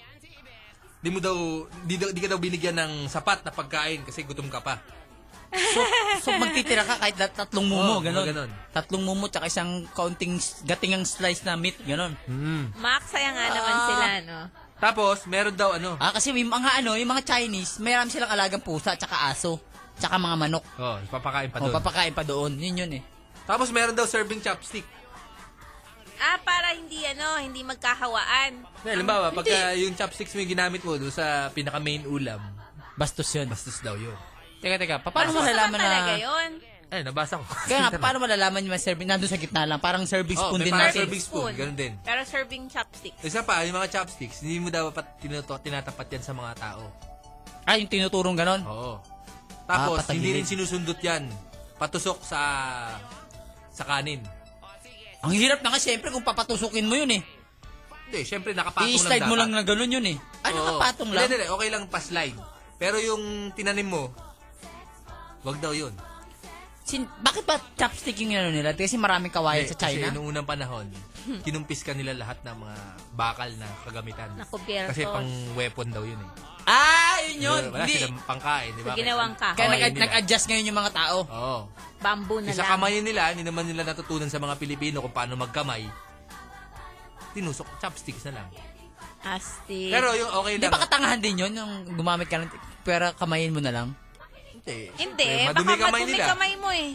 Di mo daw, di, daw- di ka daw binigyan ng sapat na pagkain kasi gutom ka pa. So magtitira ka kahit dat- tatlong Oo, mumo, ganon. mga ganon. Tatlong mumo tsaka isang kaunting s- gatingang slice na meat, ganon. Max, saya nga naman sila, no? Tapos, meron daw ano. Ah, kasi yung mga ano, yung mga Chinese, mayroon silang alagang pusa tsaka aso, tsaka mga manok. Oh, papakain pa O, doon. papakain pa doon. Yun yun eh. Tapos, meron daw serving chopstick. Ah, para hindi ano, hindi magkahawaan. Na, Eh, halimbawa, pagka yung chopsticks mo yung ginamit mo doon sa pinaka-main ulam, Bastos yun. bastos daw yun. Teka, teka. Pa- Paano Masama malalaman na... talaga yun. Eh, nabasa ko. Kaya nga, paano malalaman yung mga serving? Nandun sa gitna lang. Parang serving Oh, spoon may din parang natin. serving spoon, ganun din. Pero serving chopsticks. Isa pa, yung mga chopsticks, hindi mo dapat tinuto, tinatapat yan sa mga tao. Ah, yung tinuturong ganon. Oo. Tapos, Ah, patagilid. hindi rin sinusundot yan. Patusok sa sa kanin. Ang hirap na nga, syempre, kung papatusukin mo yun eh. Hindi, syempre nakapatong lang I-slide mo dapat. lang na ganun yun eh. Ay, Oo. nakapatong lang. Hindi, hindi, okay lang pa-slide. Pero yung tinanim mo, wag daw yun. Sin- bakit ba chopstick yung ano nila? Kasi maraming kawayan Hindi, sa China. Kasi noong unang panahon, kinumpis ka nila lahat ng mga bakal na kagamitan. Naku, Bertos. Kasi pang weapon daw yun eh. Ah, yun yun. Wala Hindi. silang pangkain, di ba? So, ginawang ka. Kaya Oo, nag- yun nila. Oh. nag-adjust ngayon yung mga tao. Oo. Bamboo na Isa lang. kamay nila, hindi naman nila natutunan sa mga Pilipino kung paano magkamay. Tinusok, chopsticks na lang. Astig. Pero yung okay Hindi lang. ba katangahan din yun yung gumamit ka ng pera kamayin mo na lang? Hindi. Hindi, Siyempre, baka Eh, madumi kamay madumi nila. kamay mo eh.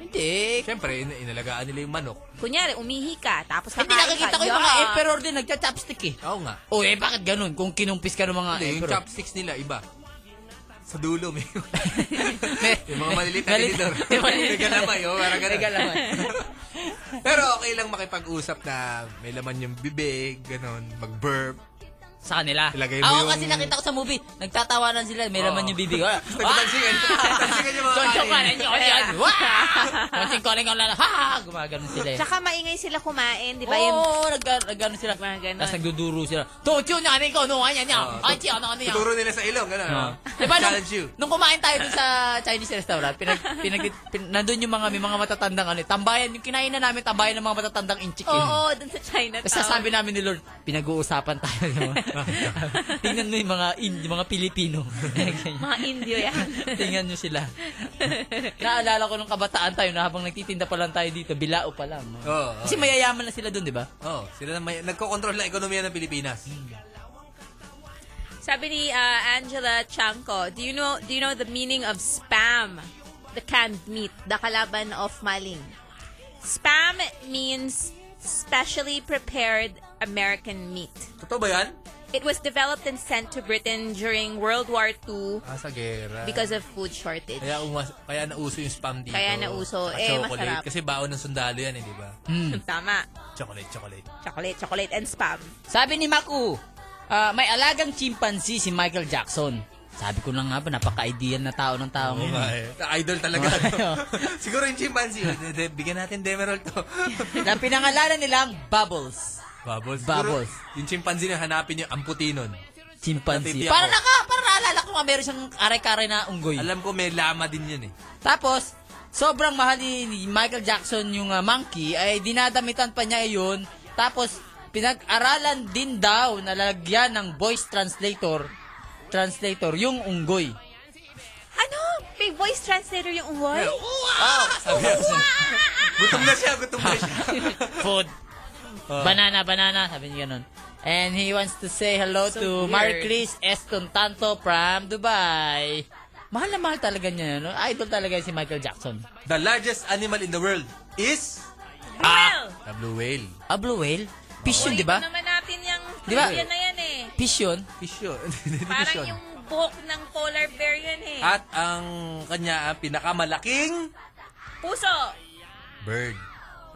Hindi. Siyempre, in- inalagaan nila yung manok. Kunyari, umihi ka, tapos Hindi kakain ka. nakikita ko yung mga eh, Yuck. emperor din nagcha-chopstick eh. Oo nga. O eh, bakit ganun? Kung kinumpis ka ng mga Hindi, yung emperor. Ah, eh, chopsticks nila, iba. Sa dulo, may... May- yung mga maliliit na Malit- tinidor. Yung maliliit. Nagalamay, oh, parang ganun. May galamay. Pero okay lang makipag-usap na may laman yung bibig, ganun, mag-burp. Sa kanila. Ilagay mo Ako yung- kasi nakita ko sa movie, nagtatawanan sila, may Oo. laman yung bibig. Ah! Tapos nagtatansingan. Tansingan yung mga Tuntukan kain. niyo yan. Wah! Konting calling ang lala. Ha! Gumagano sila eh. Tsaka maingay sila kumain, di ba? Oo, Yung oh, nag- nagano sila. Mga ganun. Tapos nagduduro sila. Tocho niya, ano ikaw, no, ayan niya. Oo. Ay, tiyo, ano, ano Ah, yan. Tuturo nila sa ilong, ganun. Oo. oh. Diba, nung, Challenge you. nung kumain tayo dun sa Chinese restaurant, pinag, pinag, pin, nandun yung mga, may mga matatandang ano, eh, tambayan, yung kinain na namin, tambayan ng mga matatandang inchik. yun. Oo, dun sa Chinatown. Tapos sasabi namin ni Lord, pinag-uusapan tayo. no? Tingnan mo yung mga, in, yung mga Pilipino. Mga Indio yan. Tingnan nyo sila. Naalala ko nung kabataan tayo na habang nagtitinda pa lang tayo dito, bilao pa lang. no? Oo, Kasi oo. mayayaman na sila dun, di ba? Oh, sila na may nagko-control na ekonomiya ng Pilipinas. sabi ni ah, Angela Chanco, do you know do you know the meaning of spam? The canned meat, the kalaban of maling. Spam means specially prepared American meat. Totoo ba 'yan? It was developed and sent to Britain during World War II Ah, sa gera. because of food shortage. kaya umas, kaya nauso yung spam dito. Kaya nauso. At Eh, chocolate. masarap. Kasi baon ng sundalo 'yan, eh, di ba? Tama. Chocolate, chocolate. Chocolate, chocolate, and spam. Sabi ni Maku, ah, may alagang chimpanzee si Michael Jackson. Sabi ko na nga ba, napaka-ideal na tao ng tao Oo nga ngayon. eh. oh. eh. Idol talaga. Oo. Siguro yung chimpanzee. oh, de- de- Bigyan natin Demerol to. Na pinangalanan nilang Bubbles. Bubbles. Bubbles. Siguro, yung chimpanzee na hanapin yung amputi nun. Chimpanzee. Natitiyak ko. Para naka, para naalala ko nga meron siyang aray-karay na unggoy. Alam ko may lama din yun eh. Tapos, sobrang mahal ni ni Michael Jackson yung ah, monkey, ay dinadamitan pa niya yun. Tapos, pinag-aralan din daw na lagyan ng voice translator translator yung unggoy. Ano? May voice translator yung uwoy? Oh, sabi ako sa- Gutom na siya, gutom na siya. Food. Banana, banana. Sabi niya ganun. Oh. And he wants to say hello to weird. Marclis Eston Tanto from Dubai. Mahal na mahal talaga niya. No? Idol talaga si Michael Jackson. The largest animal in the world is Well, the blue whale. A blue whale? Fish yun, di Dito ba? naman natin yung Di ba? trivia na yan eh. Fish yun. Fish yun. Hindi Parang fish yun. yung buhok ng polar bear yun eh. Ah. At ang kanya ang pinakamalaking Puso, bird.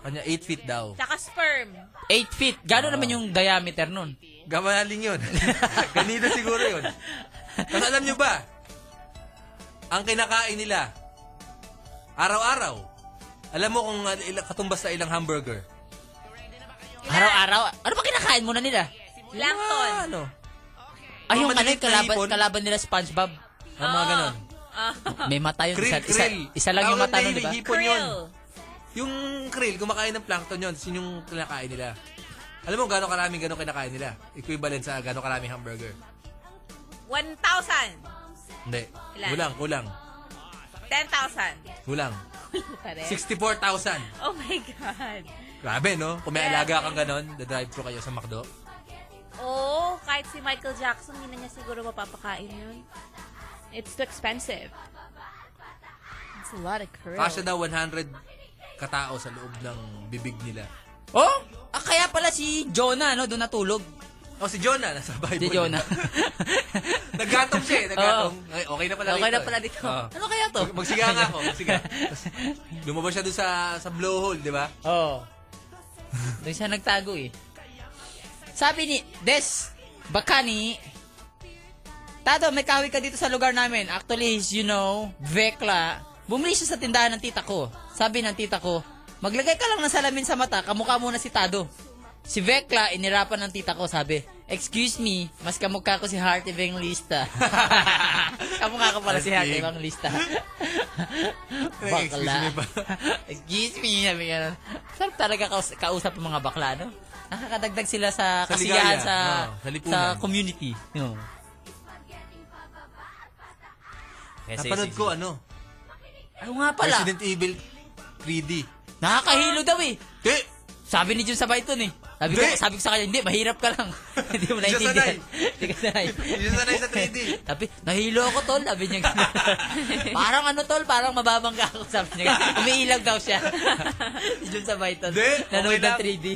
Kanya 8 feet daw. tsaka sperm. 8 feet. Gano'n naman Ah. yung diameter nun? Gamaling yun. Ganito siguro yun. Tapos alam nyo ba, ang kinakain nila, araw-araw, alam mo kung uh, ilang- katumbas na ilang hamburger? Araw-araw. Ano ba kinakain muna nila? Plankton. Ah, ano? Ay, yung Mga ano, maliliit na kalaban, hipon. kalaban nila SpongeBob. Ang Ah, mga ganon. May mata yun. Krill, Isa, isa, krill. isa lang yung Tawag mata nila nun, diba? di ba? hipon yun. Krill. Yung krill, kumakain ng plankton yun. Yun yung kinakain nila. Alam mo gano'ng karaming gano'ng kinakain nila? Equivalent sa gano'ng karaming hamburger. 1,000. Hindi. Ilan? Kulang, kulang. 10,000. Kulang. Pare. 64,000. Oh my God. Grabe, no? Kung may alaga kang ganon, dadrive-thru kayo sa McDo. Oo, oh, kahit si Michael Jackson, hindi na niya siguro mapapakain yun. It's too expensive. It's a lot of krill. Kasya daw 100 katao sa loob ng bibig nila. Oh! Ah, kaya pala si Jonah, no? Doon natulog. O, Oh, si Jonah, nasa Bible. Si Jonah. naggatong siya eh, naggatong. Ay, okay na pala Okay dito. na pala eh. dito. Oo. Ano kaya to? Mag- magsiga nga ako, magsiga. Tapos, lumabas siya doon sa, sa blowhole, di ba? Oo. Doon siya nagtago eh. Sabi ni Des Bakani, Tato, may kahoy ka dito sa lugar namin. Actually, is, you know, Vekla. Bumili siya sa tindahan ng tita ko. Sabi ng tita ko, maglagay ka lang ng salamin sa mata, kamukha mo na si Tado. Si Vekla, inirapan ng tita ko, sabi, Excuse me, mas kamukha ko si Heart Evangelista. kamukha ko pala si Heart Astig. Evangelista. Excuse bakla. me pa. Excuse me, sabi ganun. Sarap talaga kaus- kausap ng mga bakla, no? Nakakadagdag sila sa, Sa kasiyahan ligaya. sa, Oo, sa lipunan. sa community. No. Yes, Napanood yes, yes. ko, ano? Ano nga Eh, pala? Resident Evil 3D. Nakakahilo daw eh. Di! Sabi ni Jun sa Python eh. Sabi ko, Hindi. sabi ko sa kanya, hindi, mahirap ka lang. Hindi mo Hindi siya sanay. naiintindihan. Hindi ka sanay. Hindi siya sanay sa 3D. Sabi, nahilo ako tol. Sabi niya, ganun. parang ano tol, parang mababangga ako. Sabi niya, ganun. umiilag daw siya. si Jun sa Python. Hindi, okay Nanood ng lang. 3D.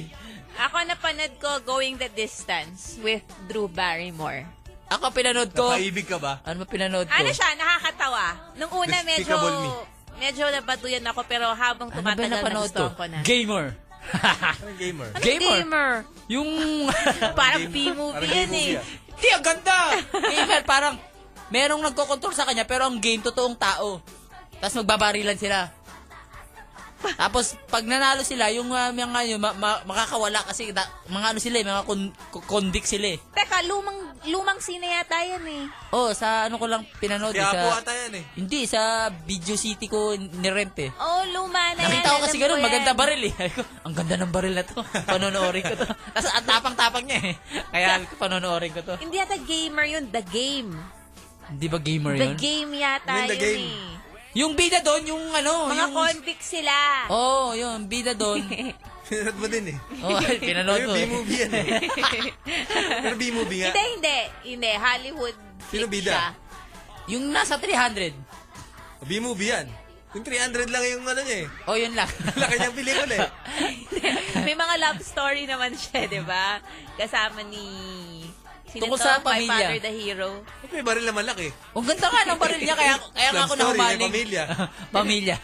Ako napanood ko Going the Distance with Drew Barrymore. Ako pinanood ko. Napaibig ka ba? Ano ba pinanood ko? Ano siya, nakakatawa. Nung una medyo Despicable me. medyo nabatuyan ako pero habang Ano ba tumatagal na napanood gusto ko na. Gamer. Parang gamer. Ano, Gamer. gamer. Yung... Parang Gamer. B-movie Parang yan B-movie eh. ah. Hindi, ang ganda! Gamer, parang merong nagkokontrol sa kanya pero ang game totoong tao. Tapos magbabarilan sila. Tapos pag nanalo sila, yung uh, mga yun, ma- ma- makakawala kasi da- mga ano sila, eh, mga con- co- convict sila eh. Teka, lumang, lumang sine yata yan eh. Oh, sa ano ko lang pinanood eh, Kaya po sa ata yan eh. Hindi sa Video City ko nirent eh. Oh, luma na yan. Nakita ko kasi alam ganun, yan. maganda baril eh. Sabi ko, ang ganda ng baril na to. Panonoodin ko to. Tapos ang tapang-tapang niya eh. Kaya sabi ko, panonoodin ko to. Hindi yata gamer yun, the game. Hindi ba gamer The yun? game yata Yun, yun, the game. Oh, eh. Yung bida doon, yung ano, Mga yung... convict sila. Oo, oh, yun, bida doon. Pinanood mo din eh. oh, pinanood Pero ko eh. B-movie yan eh. Pero B-movie nga. Hindi, hindi. Hindi, Hollywood Sino flick bida? siya. Yung nasa 300. B-movie yan. Yung 300 lang yung ano niya eh. Oh, yun lang. Laki niyang pelikula eh. May mga love story naman siya, di ba? Kasama ni... Sino Tungkol to? sa My pamilya. Father the Hero. Ba't May baril na malaki. Ang ganda nga ng baril niya, kaya, kaya nga Love ako story, nahumaling. may pamilya. pamilya.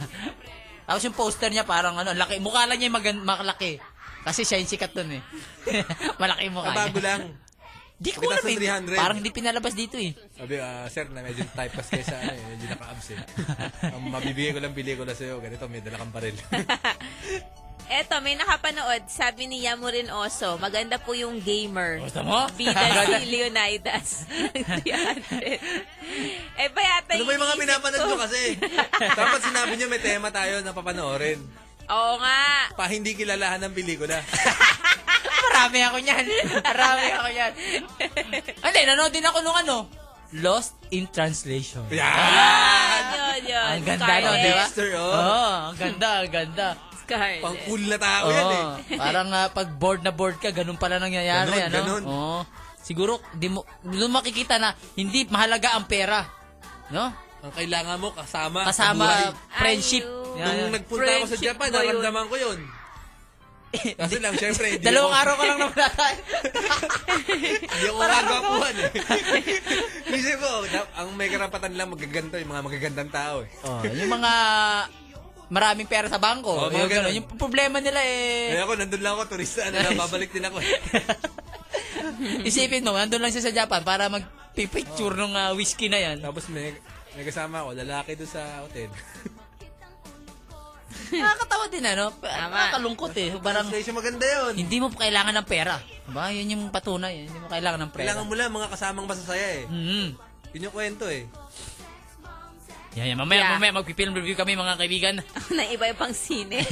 Tapos yung poster niya parang ano, laki. Mukha lang niya yung magan- malaki. Kasi siya yung sikat doon eh. malaki yung mukha Kabago niya. lang. Di ko Bitas alam ng eh. 300. Parang hindi pinalabas dito eh. Sabi, ah, sir, na medyo typecast kayo sa ano eh. Medyo naka-abs eh. Ang mabibigay ko lang pelikula sa'yo, ganito, may dala kang baril. Eto, may nakapanood. Sabi ni Yamurin Oso, maganda po yung gamer. Oh, Gusto mo? Bida si Leonidas. eh, ba yata ano ba yung mga iniisip pinapanood ko? nyo kasi? eh? Dapat sinabi nyo may tema tayo na papanoorin. Oo nga. Pa hindi kilalahan ng pelikula. Marami ako niyan. Marami ako niyan. Hindi, nanood din ako nung ano. Lost in Translation. Yan! Ah, yun, yun. Ang ganda no, di ba? Dexter, oh. Oo, ang ganda, ang ganda. Scarlet. Pang cool na tao yan eh. Oo, parang ah, pag bored na bored ka, ganun pala nangyayari. Ganun, ano? ganun. Oo. Siguro, di mo, doon makikita na hindi mahalaga ang pera. No? Ang kailangan mo kasama. sa buhay. Kasama friendship. Ayun. Yan, Nung yan. nagpunta ako sa Friendship Japan, mo yun. naramdaman ko yun. Kasi lang, syempre, hindi Dalawang ako- araw ka lang naman Hindi ako magagapuan eh. Isip ko, na- ang may karapatan lang magaganto, yung mga magagandang tao eh. oh, yung mga maraming pera sa bangko. Oo, Oh, mga yung, ganun. ganun. yung problema nila eh, Kaya ako, nandun lang ako, turista, ano lang, babalik din ako eh. Mm-hmm. isipin mo, nandun lang siya sa Japan para magpipicture nung ah, whiskey na yan. Tapos may, may kasama ako, lalaki doon sa hotel. Nakakatawa din ano, nakakalungkot eh. Parang, Kaya siya maganda yun. Hindi mo kailangan ng pera. Diba? Yun yung patunay. eh. Hindi mo kailangan ng pera. Kailangan mo lang mga kasamang masasaya eh. Mm. Yun yung kwento eh. Yan, yan. Mamaya, Yeah. mamaya, magpipilm review kami mga kaibigan. na iba yung pang sine.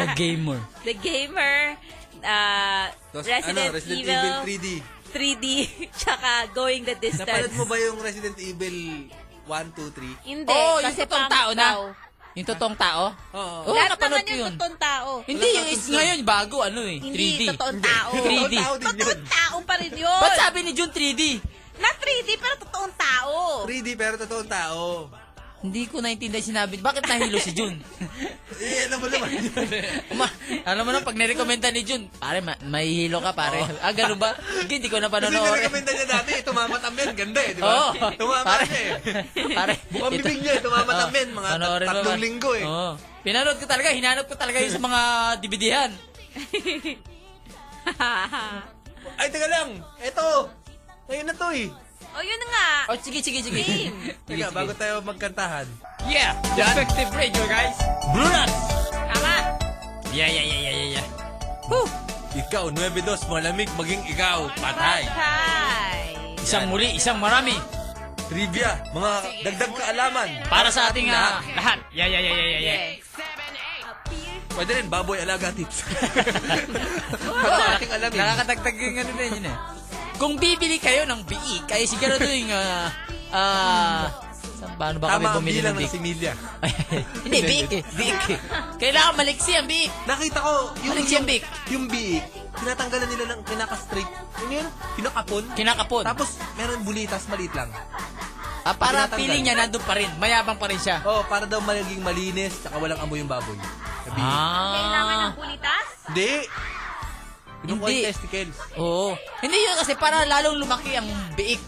The Gamer. The Gamer, uh, Tapos, Resident, ano, Resident Evil, Evil 3D. 3D, tsaka Going the Distance. Napanood mo ba yung Resident Evil 1, 2, 3? Hindi, oh, yung kasi totoong pangit tao na. daw. Yung totoong tao? Oo. Oo, Lahat napanood naman ko yung yun. totoong tao. Hindi, yung is ngayon, bago, ano eh, Hindi, 3D. totoong tao. 3D. Tao din yun. Totoong tao pa rin yun. Ba't sabi ni Jun 3D? Na 3D, pero totoong tao. 3D pero totoong tao. Hindi ko naintindihan sinabi. Bakit nahilo si Jun? Eh, alam mo naman yun. Ma, alam mo na, pag nirekomenda ni Jun, pare, ma- mahihilo ka, pare. Ah, ganun ba? Hindi, hindi ko na Kasi panonood. nirekomenda niya dati, tumamatam yan. Ganda eh, di ba? Oo. Tumama Pare- siya eh. Pare, Bukang ito- bibig niya eh, tumamatam Oo. yan. Mga tat- Panoorin mo tatlong ba? linggo eh. Oo. Pinanood ko talaga, hinanap ko talaga yun sa mga DVD-han. Ay, teka lang. Eto. Ngayon na to eh. oh, yun na nga. Oh, sige, sige, sige. sige, sige. Teka, bago tayo magkantahan. Yeah! Defective Radio, guys! Brunas! Tama. Yeah, yeah, yeah, yeah, yeah, yeah. Ikaw, 9-2, malamig, maging ikaw, patay. Patay. Isang muli, isang marami. Trivia, mga dagdag kaalaman. Para sa ating ah, lahat. Yeah, yeah, yeah, yeah, yeah, yeah. Yes. Pwede rin, baboy alaga tips. Para sa ating alamin. Nakakatagtag yung ano na yun eh. Kung bibili kayo ng biik, ay siguro ito yung, ah, ah, saan, paano ba kami Tama ang bumili ng bilang ng biik? similya. Hindi, biik eh. Biik eh. Kailangan maliksi ang biik. Nakita ko, yung, Anong siyang biik? yung biik, tinatanggalan nila ng pinaka-straight. Ano yun? Pinakapon. Kinakapon. Tapos, meron bulitas, maliit lang. Ah, para Tinatanggal. feeling niya nandun pa rin. Mayabang pa rin siya. Oh, para daw maging malinis, tsaka walang amoy yung baboy. Sabi, Kailangan ng Ah. bulitas? hindi. Kinukuha Hindi. yung testicles. Oo. Hindi yun kasi para lalong lumaki ang biik.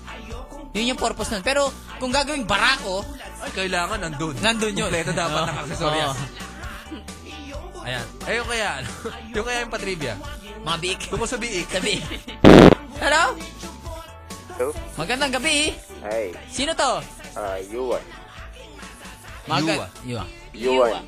Yun yung purpose nun. Pero kung gagawing barako, Ay, kailangan nandun. nandun yun. Kompleto dapat ang Oo. accessories. Oo. Ayan. Ayun kaya, ano? yung kaya yung patrivia. Mga biik. Tungo sa biik. Sa biik. Hello? Hello? Magandang gabi. Hi. Sino to? Uh, Yuan. Maga- Yuwa. Yuan.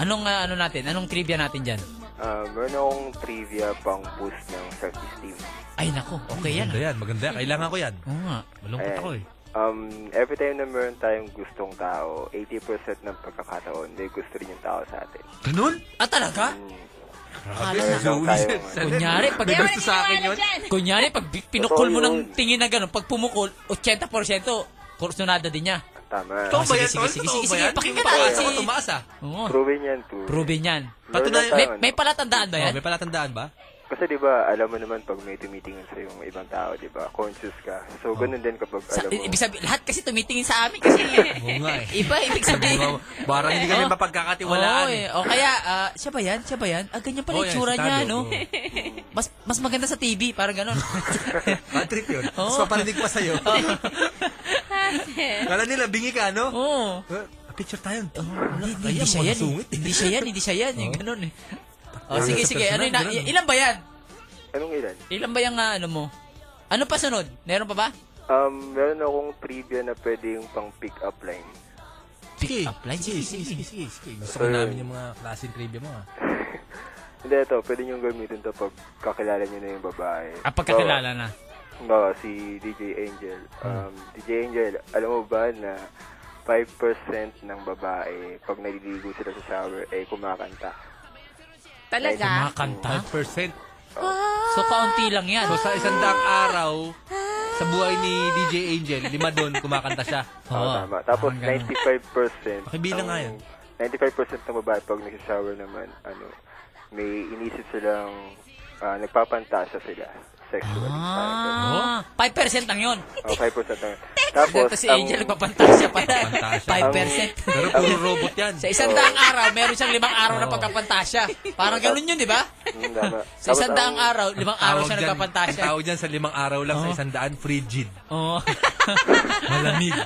Anong ah, ano natin? Anong trivia natin dyan? Uh, meron akong trivia pang boost ng self-esteem. Ay nako, okay yan. Maganda ah. yan, maganda yan. Kailangan ko yan. Oo nga. Malungkot ako eh. Um, every time na meron tayong gustong tao, 80% ng pagkakataon, may gusto rin yung tao sa atin. Ganun? Ah, talaga? Grabe, Akala so weird. ko tayo, man. Saan- Kunyari, pag May Kaya gusto sa akin yun. naniniwala dyan. Kunyari, pag bi- pinukul mo Totoo ng yun. tingin na gano'n, pag pumukul, 80% kursunada din niya. Tama. Totoo ba sige, yan, sige, tol? sige, Totoo sige, ba sige, yan? pakinggan Tumaas natin ako, si- Tumaas ah. Oo. Proven yan, too. Proven yan. Patunayan- May, may palatandaan ba Oh, yan? may palatandaan ba? Kasi 'di ba, alam mo naman pag may tumitingin sa yung ibang tao, 'di ba? Conscious ka. So ganun din kapag Oh. Sa, alam mo. ibig sabi, lahat kasi tumitingin sa amin kasi Oo nga eh. iba, ibig sabihin. Parang hindi kami Oo. mapagkakatiwalaan Oo, eh. eh. O kaya, ah, siya ba yan? Siya ba yan? Ah, ganyan pala Oo, yung yan, tsura si niya, Tado. no? Oo. Mas mas maganda sa TV, parang gano'n. Bad trip yun. Oo. Tapos paparinig pa sa'yo. Kala nila, bingi ka, no? Oo. Eh, Picture tayo. Hindi, hindi siya yan. eh. Hindi siya yan, hindi siya yan. Yung ganun eh. Oh, Wala sige, sa sige. personal, Ano yung, na- ganun. ilan ba yan? Anong ilan? Ilan ba yung ah, ano mo? Ano pa sunod? Meron pa ba? Um, meron akong trivia na pwedeng pang pick up line. Sige, Pick up line. sige, sige, sige, sige, sige. Gusto ko Sir. namin yung mga klaseng trivia mo, ah. Hindi ito, pwede niyo gamitin to pag kakilala niyo na yung babae. Ah, Ah, na. Bawa, bawa, si DJ Angel. Hmm. Um, DJ Angel, alam mo ba na 5% ng babae pag naliligo sila sa shower eh kumakanta. Talaga? Ah, Kumakanta? 5%. So, kaunti lang yan. So, sa isang daang araw, sa buhay ni DJ Angel, lima doon, kumakanta siya. Oo, Ah, tama. Tapos 95% Pakibilang nga yan. 95% ng babae pag nagsashower naman, ano, may inisip silang ah, nagpapantasa sila sexually. Oh. Ah, 5% lang yun. Oh, 5% lang. Tapos, Tapos si ang- Angel, nagpapantasya pala. Pantasya. 5%. Pero puro robot yan. Sa isang daang araw, meron siyang limang araw na pagkapantasya. Parang ganun yun, di ba? Mm, tama. Sa Tapos isang daang ang- araw, limang araw siya Oh. dyan- nagpapantasya. ang Tawag dyan sa limang araw lang, sa isang daan, frigid. Oo. Malamig.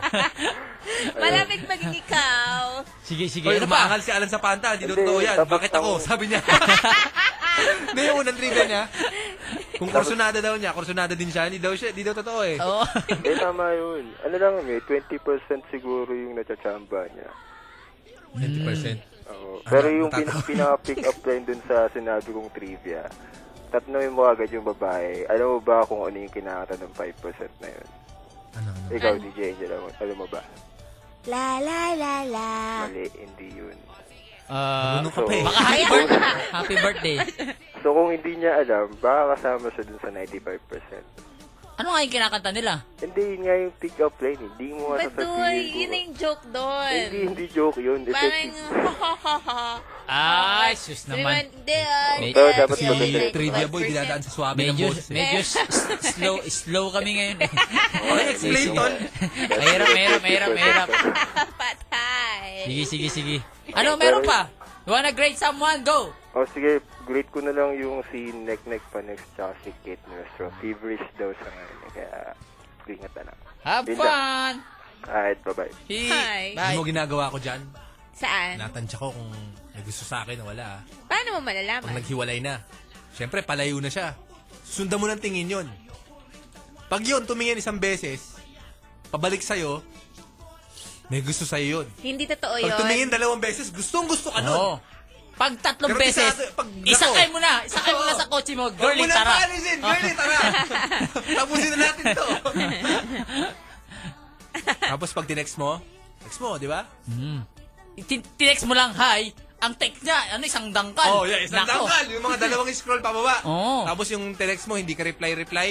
Malamig maging ikaw. Sige, sige. Oy, Ano pa? umaangal si Alan sa panta, hindi Hindi, totoo yan. tapos Bakit ako? ang- Sabi niya. Hindi, yung unang trivia niya. Kung kursunada daw niya, kursunada din siya, hindi daw siya, hindi daw totoo eh. Oo. Eh, tama yun. Ano lang, may 20% siguro yung natsachamba niya. 20%. Oo. Pero Ah, yung pin natatawa. pinaka-pick up line dun sa sinabi kong trivia, tatnawin mo agad yung babae. Alam mo ba kung ano yung kinakata ng 5% na yun? Ano, ano? Ikaw, DJ Angel, alam mo- alam mo ba? La la la la. Mali, hindi yun. Ah, Ano ka pa eh. baka happy birthday. Happy birthday. So, kung hindi niya alam, baka kasama siya dun sa 95%. Ano nga yung kinakanta nila? Hindi, yun nga yung pick-up line. eh. Hindi mo nga Ba't doon? sasabihin. Yun kung- yung joke Hindi, doon. hindi joke yun. Parang, Effective. ha ha ha Ay, sus naman. Hindi, ah, May- Pero dapat yeah, Si maganda like, trivia like boy, percent. dinadaan sa swabe ng Medyo, boss. Eh. medyo s- s- slow, slow kami ngayon. eh. Okay, Ano explain, Tol. mahirap, mahirap, mahirap, mahirap. Patay. Sige, sige, sige. Ano, meron pa? You wanna grade someone? Go! O Oh, sige, grade ko na lang yung si Nek Nek pa next tsaka si Kate Nuestro. Feverish daw sa ngayon. eh, Kaya, ingat na lang. Have Linda. fun! Alright, bye-bye. Hi. Hi. Bye. Ano mo ginagawa ko dyan? Saan? Natansya ko kung may gusto sa akin o wala. ah. Paano mo Pag malalaman? naghiwalay na. Siyempre, palayo na siya. Sundan mo ng tingin yon. Pag yon tumingin isang beses, pabalik sa'yo, may gusto sa'yo yun. Hindi totoo yun. Oh. Pag tumingin dalawang beses, gustong gusto ka nun. Oo. Pag tatlong Pero isa- beses, pag- isakay nako. mo na. Isakay mo na sa kotse mo. Huwag Girlie, mo tara. na paalisin, girlie, tara. Tapusin na natin to. Tapos pag tinext mo, text mo, di ba? Tin- Tinext mo lang, hi. Ang text niya, ano, isang dangkal. Oh, yeah, isang Nako. Oh. dangal. Yung mga dalawang scroll pababa. Oo. Tapos yung text mo, hindi ka reply-reply.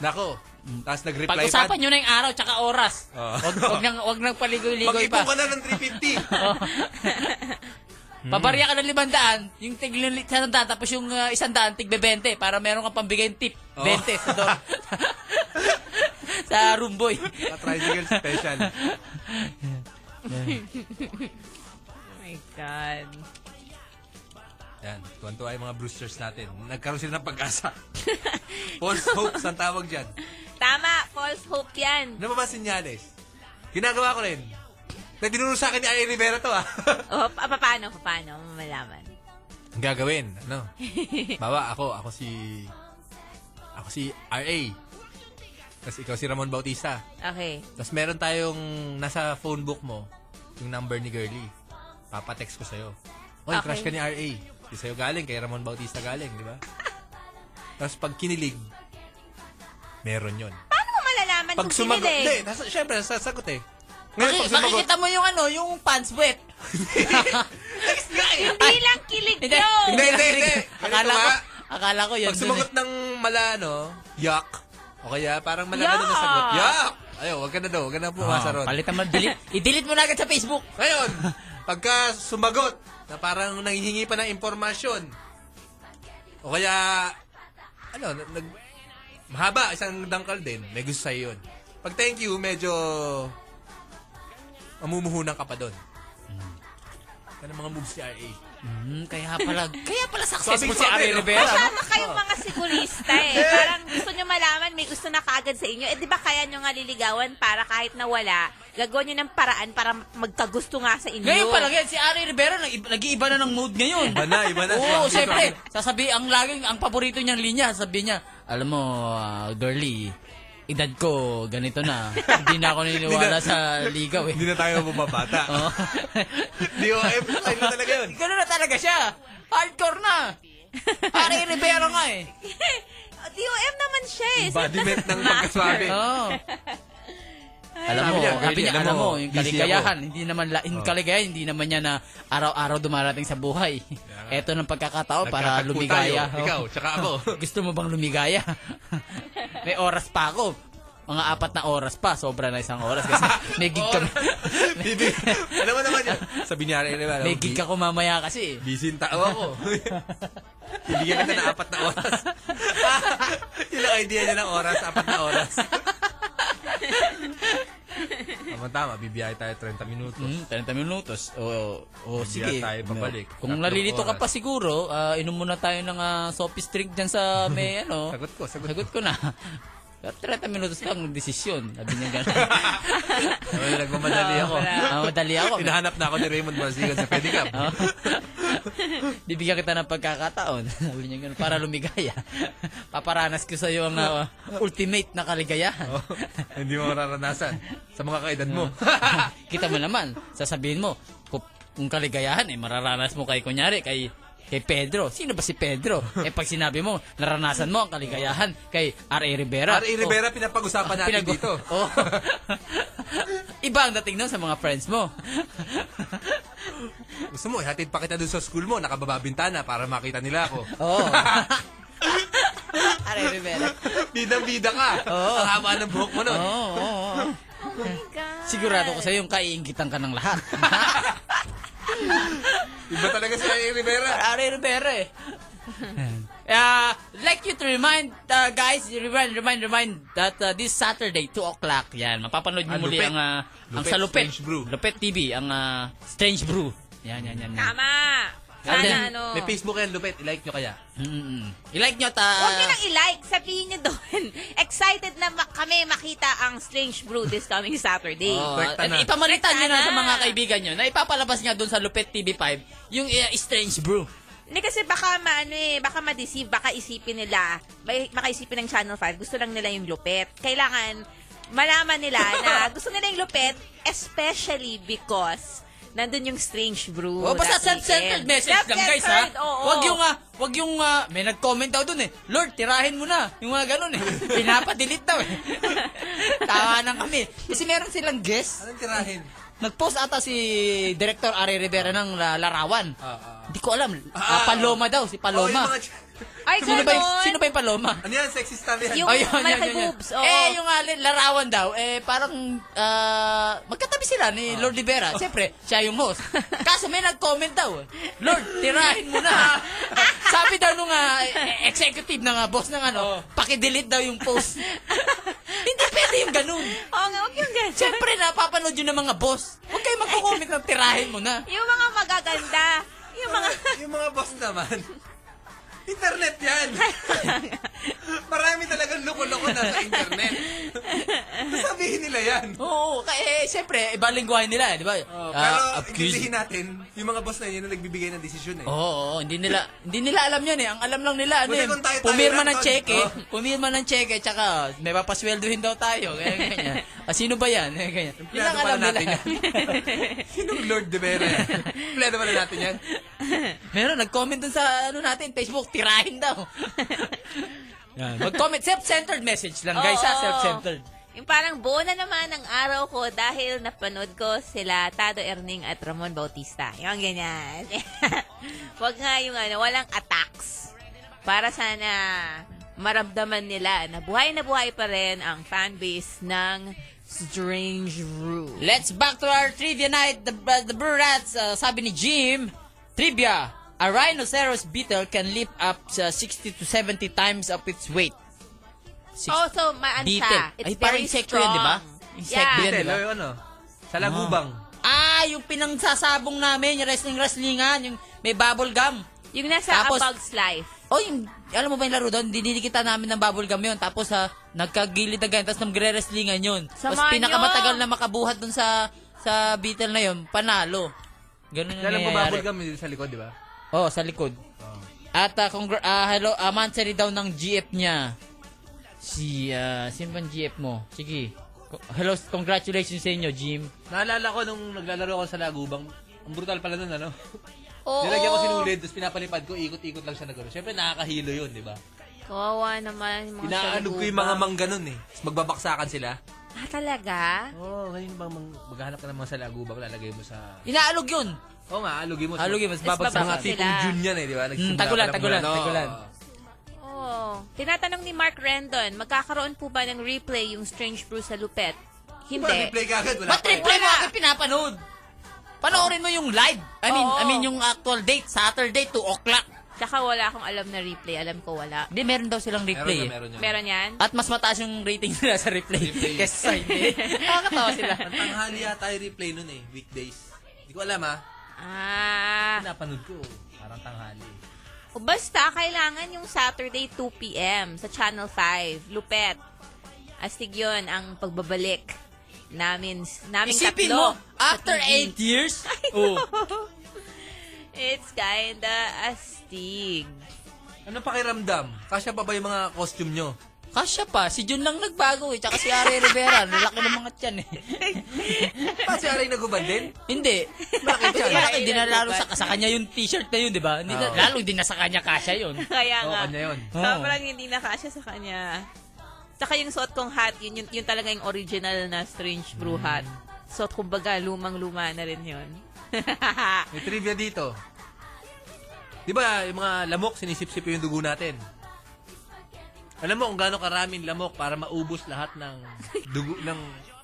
Nako. Tapos nag-reply Mm. Pag-usapan nyo na yung araw tsaka oras. Oo. Wag, wag nang, wag nang Oh. paligoy-ligoy Mag-ipon pa. ka na ng 350. Pabarya ka Hmm. ng limandaan, yung tiglin sanandaan, tapos yung uh, isandaan, tigbe 20, para meron kang pambigay ng tip. Oo. 20 sa door. sa room boy. Tricycle special. Oh my God. Yan, tuwan-tuwa yung mga Brewsters natin. Nagkaroon sila ng pag-asa. False hope, ang tawag dyan. Tama, false hope yan. Ano ba ba sinyales? Ginagawa ko rin. Na tinuro sa akin ni Ari Rivera to ah. O, pa- paano, paano, malalaman. Ang gagawin, ano? Bawa ako, ako si... Ako si RA. Tapos ikaw si Ramon Bautista. Okay. Tapos meron tayong nasa phone book mo, yung number ni Girlie. Papatext ko sa'yo. Oy, Okay. crush ka ni RA. Di sa'yo galing, kay Ramon Bautista galing, di ba? Tapos pag kinilig, meron yon. Paano mo malalaman Pag kung sumagot, hindi, kinilig? tas, syempre, sasagot eh. Ngayon, Maki, pag sumagot, makikita mo yung ano, yung pants wet. Hindi lang kilig Hindi, yun. Hindi, hindi, hindi. Akala Ganito ko, nga. akala ko yun. pag sumagot ng mala, no, yak. O kaya, parang mala na Yak! sagot. Yak! Ayaw, wag ka na daw, wag ka na pumasa ron. Ah, Palitan mo, delete. I-delete mo na agad sa Facebook. Ngayon, pagka sumagot na parang nanghihingi pa ng impormasyon, o kaya, ano, nag, nag- mahaba, isang dangkal din, may gusto sa'yo yun. Pag thank you, medyo mamumuhunan ka pa doon. Yan ang mga moves ni RA. Hmm, kaya pala, kaya pala Sabi ko successful si sa akin, Ari oh. Rivera. no? Kasama kayong mga sigurista eh. Parang gusto nyo malaman, may gusto na kaagad sa inyo. Eh di ba kaya nyo nga liligawan para kahit na wala, gagawin nyo ng paraan para magkagusto nga sa inyo. Ngayon pa lang yan, si Ari Rivera nag- nag-iiba na ng mood ngayon. Iba na, iba na. Oo, Sabi ko, siyempre. Sasabi, ang laging, ang paborito niyang linya, sabi niya, alam mo, ah, girly, edad ko, ganito na. Hindi na ako Hindi na- naniniwala sa ligaw eh. Hindi na tayo bumabata. Oo. DOF, ayun na talaga yun. Ganun na talaga siya. Hardcore na. Ari Rivera nga eh. DOM naman siya Diba? eh. So, Embodiment ng Ma- pagkaswabe. Oo. Sabi Alam mo, niya, sabi girly, niya, alam alam mo, mo, busy yung ako. Oh. kaligayahan, hindi naman, la, yung kaligayahan, hindi naman niya na araw-araw dumarating sa buhay. Ito ng Oh, pagkakataon para Nagkatagpo lumigaya. oh. tayo. Ikaw, tsaka ako. Gusto mo bang lumigaya? may oras pa ako. Mga apat na oras pa. Sobra na isang oras kasi may gig kami. Hindi. Alam mo naman yun. Sabi niya rin naman. may gig ako mamaya kasi. Busy yung tao ako. oh, Bibigyan kita ng apat na oras. Yun ang idea niya ng oras, apat na oras. Tama tama, bibiyahe tayo 30 minutos. Hmm, 30 minutos. O, o sige. tayo pabalik. Kung Tatlong nalilito ka oras. pa siguro, ah, inom muna tayo ng ah, soft drink dyan sa may ano. Sagot ko, sagot Sagot ko na. 30 minutos lang ng desisyon. Sabi niya gano'n. Ay, nagmamadali ako. Ah, madali ako. Hinahanap na ako ni Raymond Marzigan sa pedicab. Oh. Bibigyan kita ng pagkakataon. Sabi niya ganun, para lumigaya. Paparanas ko sa'yo ang uh, ultimate na kaligayahan. Oh, hindi mo mararanasan sa mga kaedad mo. Kita mo naman, sasabihin mo, kung, kung kaligayahan, eh, mararanas mo kay kunyari, kay kay Pedro. Sino ba si Pedro? Eh pag sinabi mo, naranasan mo ang kaligayahan kay R.A. Rivera. R.A. Rivera, pinapag-usapan natin Pinag- dito. Oh. Iba ang dating nun sa mga friends mo. Gusto mo, ihatid pa kita dun sa school mo, nakababa bintana para makita nila ako. Oo. R.A. Rivera. Bidang-bida ka. Oo. Ang haba ng buhok mo nun. Oo, oo, oo. Oh my God. Sigurado ko sa'yo yung kaiingitan ka ng lahat. Iba talaga si R.A. Rivera. Ari Rivera eh. Uh, like you to remind uh, guys, remind, remind, remind that uh, this Saturday, 2 o'clock, yan, mapapanood niyo Ah, muli Lupet. ang, uh, ang Lupet, sa Lupet, Strange Brew. Lupet TV, ang uh, Strange Brew. Yan, yan, yan. yan. Tama. Ano Sana yan? ano. May Facebook yan, Lupet. I-like nyo kaya. Mm-mm. I-like uh, nyo ta... Huwag nyo nang i-like. Sabihin nyo doon. Excited na ma- kami makita ang Strange Brew this coming Saturday. Oo, Rekta Oh, at na. ipamalitan nyo na Rekta sa na. mga kaibigan nyo na ipapalabas nga doon sa Lupet TV5 yung uh, Strange Brew. Hindi kasi baka maano eh, baka ma-deceive, baka isipin nila, may- baka isipin ng Channel 5, gusto lang nila yung lupet. Kailangan malaman nila na gusto nila yung lupet, especially because nandun yung strange brew. Oh, basta that send send weekend. message Love lang and guys ha. pride, oo. Wag yung ah, wag yung ah, may nag-comment daw dun eh. Lord, tirahin mo na. Yung mga ganun eh. Pinapa-delete daw eh. Tawa nang kami. Kasi meron silang guest. Anong tirahin? Nag-post ata si Director Ari Rivera ng la- larawan. Ah, ah. Hindi ko alam. Ah, Ah, Paloma daw, Oh, si yung Paloma. mga- Ay, Sino ba yung, ganun. sino ba yung Paloma? Ano yan? Sexy star yan. Yung- malaki boobs, oo. Eh, yung nga, larawan daw, eh, parang, ah, magkatabi sila ni Lord Rivera. Siyempre, siya yung host. Kaso may nag-comment daw, eh, Lord, tirahin mo na. Sabi daw nung ah, eh, executive na nga, boss ng ano, pakidelete daw yung post. Hindi pwede yung ganun. Oo nga, wag yung ganun. Siyempre, napapanood yun ng mga boss. Huwag kayo magko-comment ng tirahin mo na. Yung mga magaganda. Yung mga... yung mga boss naman. Internet yan. Marami talagang loko-loko na sa internet. Sabihin nila yan. Oo, kaya, eh, siyempre, iba lingwahe nila, eh, di ba? Oh, pero Ah, accused. intindihin natin, yung mga boss na yun yung nagbibigay ng desisyon eh. Oo, oo, hindi nila hindi nila alam 'yan eh. Ang alam lang nila ano Buti eh, kung tayo- tayo pumirma lang, ng Tol. cheque, eh. Oo. pumirma ng cheque tsaka oh, may papasweldohin daw tayo. Kaya ganyan. Ah, sino ba 'yan? Eh, ganyan. Yun Plano ang pala alam nila. natin yan. Sinong Lord de Vera yan? Plano pala natin yan. Meron nag-comment dun sa ano natin, Facebook, tirahin daw. Yan. Mag-comment self-centered message lang ah, guys, ha? Oo. self-centered. Yung parang buo na naman ang araw ko dahil napanood ko sila Tado Erning at Ramon Bautista. Yung ganyan. Wag nga yung ano, walang attacks. Para sana maramdaman nila na buhay na buhay pa rin ang fanbase ng Strange Rule. Let's back to our trivia night. The, the Brew Rats, uh, sabi ni Jim, trivia, a rhinoceros beetle can lift up sa 60 to 70 times of its weight. Six- Oh, so maan siya. Beetle. It's Ay, parang very insekto strong. yun, di ba? Insekto Yeah. yun. Hello, yung ano? Sa Lagubang. Ah, yung pinangsasabong namin, yung wrestling-wrestlingan, yung may bubble gum. Yung nasa Tapos- A Bug's Life. Oh, yung, alam mo ba yung laro doon? Dinidikitan namin ng bubble gum yun. Tapos, ha, nagkagilid na ganyan. Tapos, nagre-wrestlingan yun. Tapos, Samahan pinakamatagal nyo! na makabuhat doon sa sa beetle na yun, panalo. Ganun yung Alam ko nangyayari. bubble gum yun sa likod, di ba? Oh, sa likod. At ah, congra- ah, hello, ah, monthsary daw ng GF niya. Si, ah, sino bang GF mo? Sige. Co- Hello, congratulations sa inyo, Jim. Naalala ko nung naglalaro ako sa Lagubang, ang brutal pala nun, ano? Oo. Nilagyan ko sinulid, tapos pinapalipad ko, ikot-ikot lang siya nagkaroon. Siyempre, nakakahilo yun, di ba? Kawawa naman yung mga Inaanog ko yung mga mangganon eh. Tapos magbabaksakan sila. Ah, talaga? Oo, oh, ngayon bang mang, maghanap ka ng mga sa Lagubang, lalagay mo sa... Inaalog yun. Oo nga, alugin mo. Alugin mo, mas babagsak Mga sila. tipong June yan eh, di ba? Nagsimula Mm, tagulan, pa lang tagulan, mula, no? tagulan. Oo. Oh. Tinatanong ni Mark Rendon, magkakaroon po ba ng replay yung Strange Brew sa Lupet? Wala, Hindi. replay ka agad, wala Ba't pa eh. replay mo agad pinapanood? Panoorin mo yung live. I mean, Oo. I mean yung actual date, Saturday, 2 o'clock. Tsaka wala akong alam na replay. Alam ko wala. Hindi, meron daw silang Meron replay. yun, eh. meron yun. Meron yan? At mas mataas yung rating nila sa replay, Replay. kesa sa hindi. Nakakatawa sila. Ang tanghali yata yung replay nun eh, weekdays. Hindi ko alam ha. Ah. Napanood ko, parang tanghali. O basta, kailangan yung Saturday 2 p.m. sa Channel 5, Lupet. Astig yun ang pagbabalik namin, namin Isipin tatlo. mo, after 8 years, oh, It's kinda astig. Ano pakiramdam? Kasya pa ba yung mga costume nyo? Kasya pa, si Jun lang nagbago eh, tsaka si Ari Rivera, lalaki ng mga tiyan eh. Pati Ah, aray nagubad din? Hindi. Bakit yan? Malaki din na lalo sa, sa kanya yung t-shirt na yun, di ba? Hindi na- Oo. Lalo din na sa kanya kasya yun. Oo, Kaya nga. kanya yun. Oo. Sobrang hindi nakasya sa kanya. Tsaka yung suot kong hat, yun, yun, yun talaga yung original na Strange Brew Mm. hat. Suot kumbaga, lumang-luma na rin yun. May trivia dito. Di ba, yung mga lamok, sinisip-sip yung dugo natin. Alam mo kung gaano karaming lamok para maubos lahat ng dugo, ng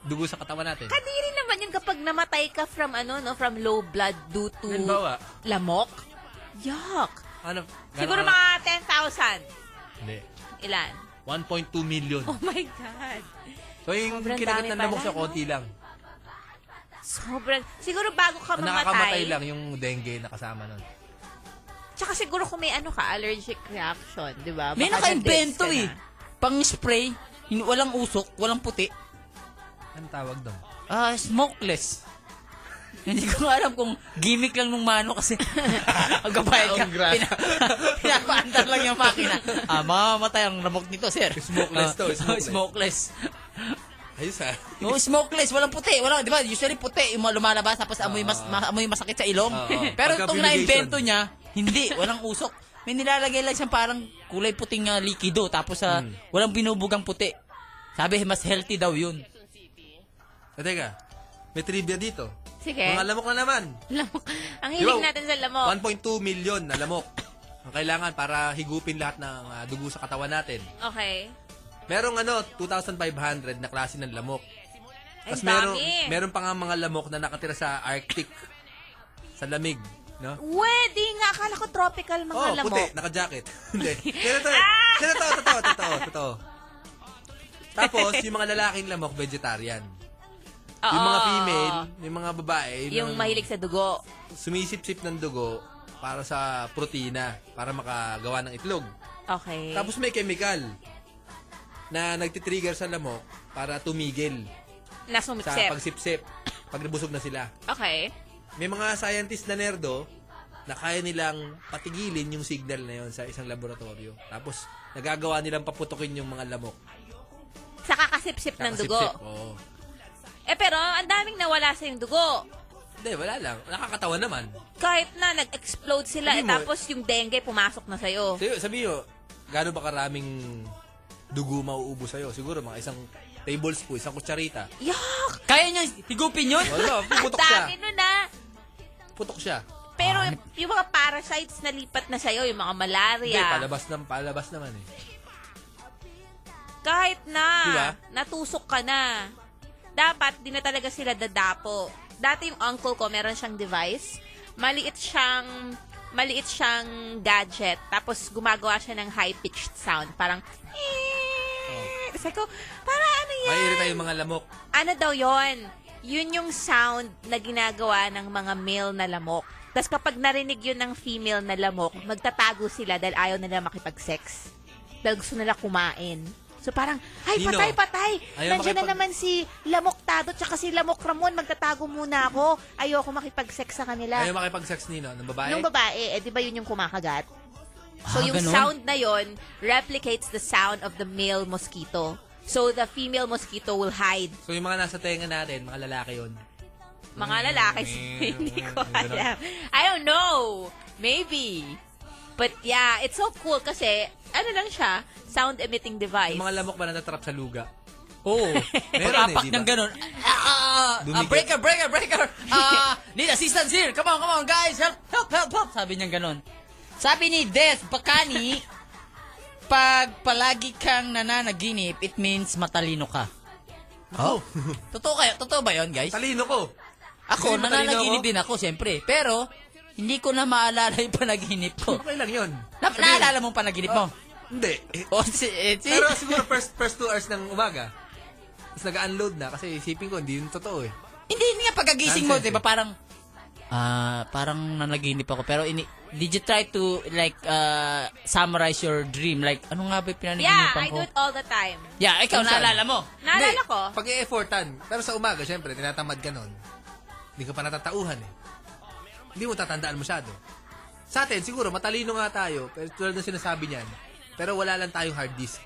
dugo sa katawan natin? Kadiri naman yun kapag namatay ka from ano, no, from low blood due to Halimbawa? lamok. Yuck. Ano? Siguro gaano mga 10,000. kara- Hindi. Ilan? 1.2 million. Oh my God. So yung Sobrang kinagat dami ng lamok pala, siya, no? konti lang. Sobrang, siguro bago ka Ang mamatay. nakakamatay lang yung dengue na kasama nun. Tsaka siguro kung may ano ka, allergic reaction, di ba? May Baka naka-invento na-test eh. ka na. Pang spray, hin- walang usok, walang puti. Anong tawag doon? Ah, smokeless. Hindi ko nga alam kung gimmick lang nung mano kasi gabay ka. Pina, pinapaandar lang yung makina. Ah, mamamatay ang lamok nito, sir. Smokeless to, smokeless. Ah, smokeless. Ayos ha. Oo, smokeless, walang puti. Walang, di ba, usually puti yung mga lumalabas tapos amoy, mas, ma- amoy masakit sa ilong. Ah. Oo. Pero Pagka itong fumigation. na-invento niya, hindi, walang usok. May nilalagay lang siyang parang kulay puting ah, likido tapos sa Hmm. walang binubugang puti. Sabi, mas healthy daw yun. Eh, teka, may trivia dito. Sige. Mga lamok na naman. Lamok. Ang Di ba, hiling natin sa lamok. 1.2 million na lamok. Ang kailangan para higupin lahat ng ah, dugo sa katawan natin. Okay. Merong ano, 2,500 na klase ng lamok. Ang Tapos meron, dami. meron pa nga mga lamok na nakatira sa Arctic. Sa lamig. No? Pwede nga. Akala ko tropical mga oh, lamok. Ah! puti, naka-jacket. Hindi. Pero to, pero to, totoo, totoo, totoo. Tapos, yung mga lalaking lamok, vegetarian. Oo. Yung mga female, yung mga babae, Yung mahilig sa dugo. sumisip-sip ng dugo para sa protina, para makagawa ng itlog. Okay. Tapos may chemical na nagtitrigger sa lamok para tumigil na sa sumipsip. pagsipsip, pag nabusog na sila. Okay. May mga scientist na nerdo na kaya nilang patigilin yung signal na yon sa isang laboratorio. Tapos, nagagawa nilang paputukin yung mga lamok. Sa kakasipsip ng dugo. Kakasipsip, oh. Oo. Eh pero, ang daming nawala sa yung dugo. Hindi, wala lang. Nakakatawa naman. Kahit na nag-explode sila, eh, Sabi mo, tapos yung dengue pumasok na sa'yo. Sabi, sabi nyo, gaano ba karaming dugo mauubo sa'yo? Siguro mga isang tablespoon, isang kutsarita. Yuck! Kaya niya higupin yun? Wala, Ang puputok siya. dami nun ah. Putok siya. Pero Ah. yung mga parasites na lipat na sa'yo, yung mga Hindi, malaria, palabas, na, palabas naman eh. kahit na Di ba? natusok ka na, dapat di na talaga sila dadapo. Dati yung uncle ko, meron siyang device. Maliit siyang maliit siyang gadget. Tapos gumagawa siya ng high-pitched sound. Parang, Oh. eh. Sabi ko, para ano yan? Maiirita yung mga lamok. ano daw yon? Yun yung sound na ginagawa ng mga male na lamok. Tapos kapag narinig yun ng female na lamok, magtatago sila dahil ayaw nila makipag-sex. Dahil gusto nila kumain. So parang, ay, Nino, patay, patay. ayaw Nandiyan na makipag- naman si Lamok Tado tsaka si Lamok Ramon. Magtatago muna ako. Ayoko makipag-sex sa kanila. Ayaw makipag-sex nino, ng babae. Nung babae, eh, di ba yun yung kumakagat? Ah, So, yung ganun? sound na yun replicates the sound of the male mosquito. So, the female mosquito will hide So yung mga nasa tenga natin, mga lalaki yun. mga lalaki. Hindi ko alam. I don't know. Maybe. But yeah, it's so cool kasi ano lang siya, sound emitting device. Yung mga lamok ba natatrap sa luga? Oo. Meron eh, Pag-apak di ng ba? ganun. Ah, ah, ah, ah, Dumikit. breaker, breaker, breaker. Ah, need assistance here. Come on, come on, guys. Help, help, help, help. Sabi niya ganun. Sabi ni Death Bakani, pag palagi kang nananaginip, it means matalino ka. Oo. Oh. Totoo kayo? Totoo ba yon guys? Talino ko. Ako, Hindi, matalino nananaginip ako. din ako, siyempre. Pero, hindi ko na maalala yung panaginip ko. Okay Ano lang yun. Na, Oh. naalala mo yung panaginip mo? Hindi. Oh, si, eh, si, Pero siguro first first two hours ng umaga. Tapos nag-unload na kasi isipin ko, hindi yun totoo eh. Hindi, hindi nga pagkagising mo, Nonsense di ba? Parang, ah, parang nanaginip ako. Pero, ini, did you try to, like, uh, summarize your dream? Like, ano nga ba yung yeah, pinanaginipan I ko? do it all the time. Yeah, ikaw, Minsan. naalala mo. Naalala Hindi, ko. Pag i-effortan. Pero sa umaga, syempre, tinatamad ka nun. Hindi ka pa natatauhan eh. Hindi mo tatandaan masyado. Sa atin, siguro, matalino nga tayo. Pero tulad ng sinasabi niyan. Pero wala lang tayong hard disk.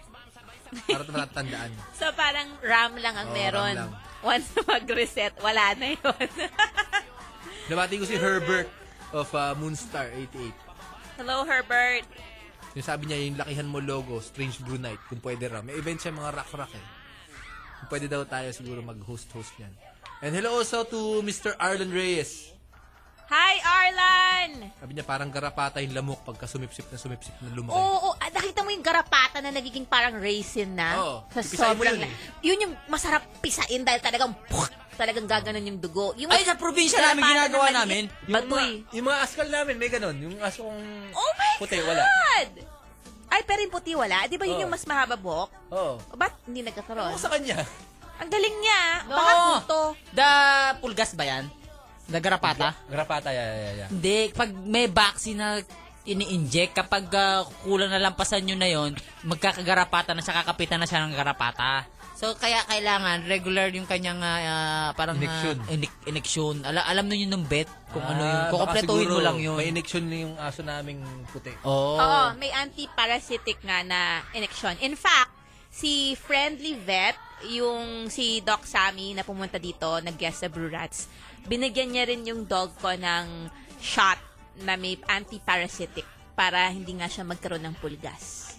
Para matatandaan. So parang RAM lang ang Oo, meron. RAM lang. Once mag-reset, wala na yun. Nabati ko si Herbert of uh, Moonstar 88. Hello, Herbert. Sinasabi niya yung lakihan mo logo, Strange Brew Night, kung pwede raw. May event siya mga rock-rock eh. Kung pwede daw tayo siguro mag-host-host niyan. And hello also to Mr. Arlen Reyes. Hi, Arlan! Sabi niya parang garapata yung lamok pagka sumipsip na sumipsip na lumaki. Oo, oo. Ah, nakita mo yung garapata na nagiging parang raisin na. Oo. Sa Ipisahin mo sobrang yun la- eh. yun yung masarap pisain dahil talagang talagang gaganon yung dugo. Yung Ay, sa probinsya namin garapata ginagawa na maliit, namin. Yung Batoy. mga, yung mga askal namin, may ganon. Yung asong Oh my puti, God! wala. Ay, pero yung puti wala. Di ba yun Oo. yung mas mahaba buhok? Oo. Ba't hindi nagkakaroon? Ako sa kanya. Ang galing niya. No. Baka kuto. The pulgas ba yan? The garapata? Garapata, ya, ya, ya. Hindi, pag may vaccine na ini-inject, kapag ah, kulang na lampasan nyo na yon, magkakagarapata na siya, kakapitan na siya ng garapata. So, kaya kailangan regular yung kanyang ah, ah, parang... ah, Injection. inik- injection. Ala- alam nun yun ng bet kung ano yun. Kukompletuhin mo lang yun. Ah, Oh, May injection na yung aso naming puti. Oo. Oo, may anti-parasitic nga na injection. In fact, si Friendly Vet, yung si Doc Sammy na pumunta dito, nag-guest sa Brew Rats, binigyan niya rin yung dog ko ng shot na may anti-parasitic para hindi nga siya magkaroon ng pulgas.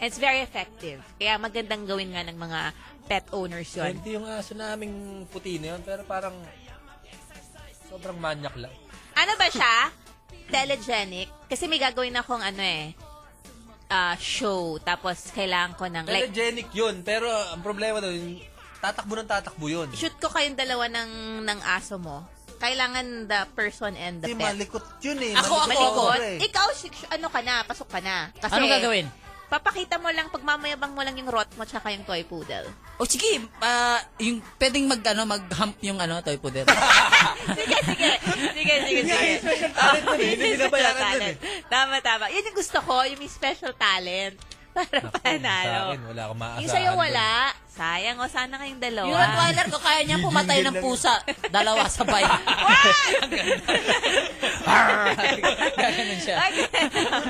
And it's very effective. Kaya magandang gawin nga ng mga pet owners yun. Hindi yung aso naming puti na yun, pero parang sobrang manyak lang. Ano ba siya? Telegenic. Kasi may gagawin akong ano eh, ah, show. Tapos kailangan ko ng, like, Telegenic yun, pero ang problema doon, tatakbo ng tatakbo yun. shoot ko kayong dalawa ng, ng aso mo. Kailangan the person and the Hindi, pet. malikot yun eh. Ako, ako, Malikot ako. eh. Ikaw, six- ano ka na, pasok ka na. Kasi, Anong gagawin? Papakita mo lang, pagmamayabang mo lang yung rot mo tsaka yung toy poodle. O sige, ah, yung pwedeng mag, ano, mag-hump yung ano, toy poodle. sige, sige. Sige, sige, Yun nga, sige. yung special talent nun eh. Hindi Yung special binabayaran eh. nun talent. Tama, tama. Yan yung gusto ko, yung may special talent. Para Sa panalo. akin, wala akong maaasahan. Yung sa'yo doon. wala. Sayang, o sana kayong dalawa. Yung Rottweiler ko, kaya niya pumatay ng pusa. Dalawa sabay. Ang ganda. Gaganon siya. Ay, ganon.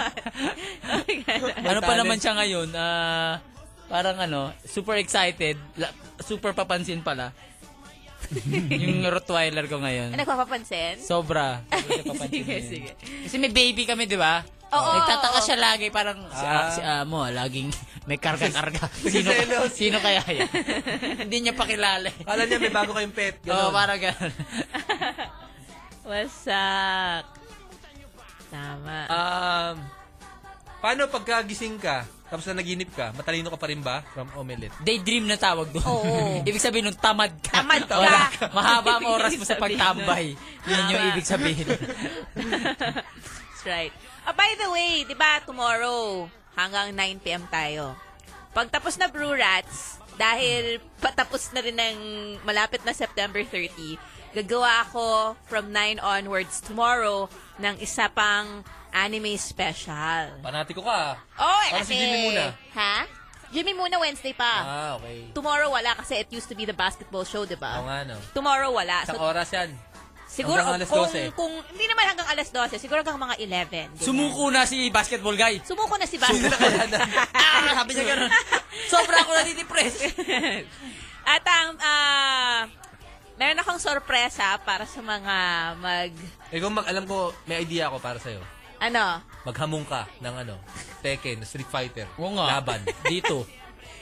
Ay, ganon. Ano pa naman siya ngayon? Ah, parang ano, super excited. la- super papansin pala. yung Rottweiler ko Ano, ngayon. Nagpapapansin? Sobra. sige, sige. Kasi may baby kami, di ba? Oo, Nagtataka oo. siya lagi, parang si, ah, si amo, laging may karga-karga. sino, Selos. sino kaya yan? Hindi niya pakilala. eh. Kala niya may bago kayong pet. ganun. Oo, parang ganun. Wasak. Tama. Um, paano pagka gising ka, tapos na naginip ka, matalino ka pa rin ba from omelet? Daydream na tawag doon. Oo. ibig sabihin nung tamad ka. Tamad ka. Wala Mahaba ang Ibig oras mo sa sabihin pagtambay. nun. Yun yung Tama. ibig sabihin. That's right. Ah, by the way, di ba tomorrow, hanggang 9pm tayo. Pag tapos na Brew Rats, dahil patapos na rin ng malapit na September 30, gagawa ako from 9 onwards tomorrow ng isa pang anime special. Panati ko ka. Oh, eh, Para si kasi... Jimmy muna. Ha? Jimmy muna Wednesday pa. Ah, okay. Tomorrow wala kasi it used to be the basketball show, di ba? Oo nga, no. Tomorrow wala. Isang Ah, So, oras yan. Siguro Hanggang alas 12. kung, kung hindi naman hanggang alas 12, siguro hanggang mga 11. ganyan. Sumuko na si basketball guy. Sumuko na si Basti. ah, sabi niya ganun. Sobra ako nadidepress. At ang ah, meron akong sorpresa para sa mga mag Eh, kung mag, alam ko, may idea ako para sa'yo. ano, Maghamong ka ng ano, Tekken, Street Fighter, Oo nga. laban. Dito.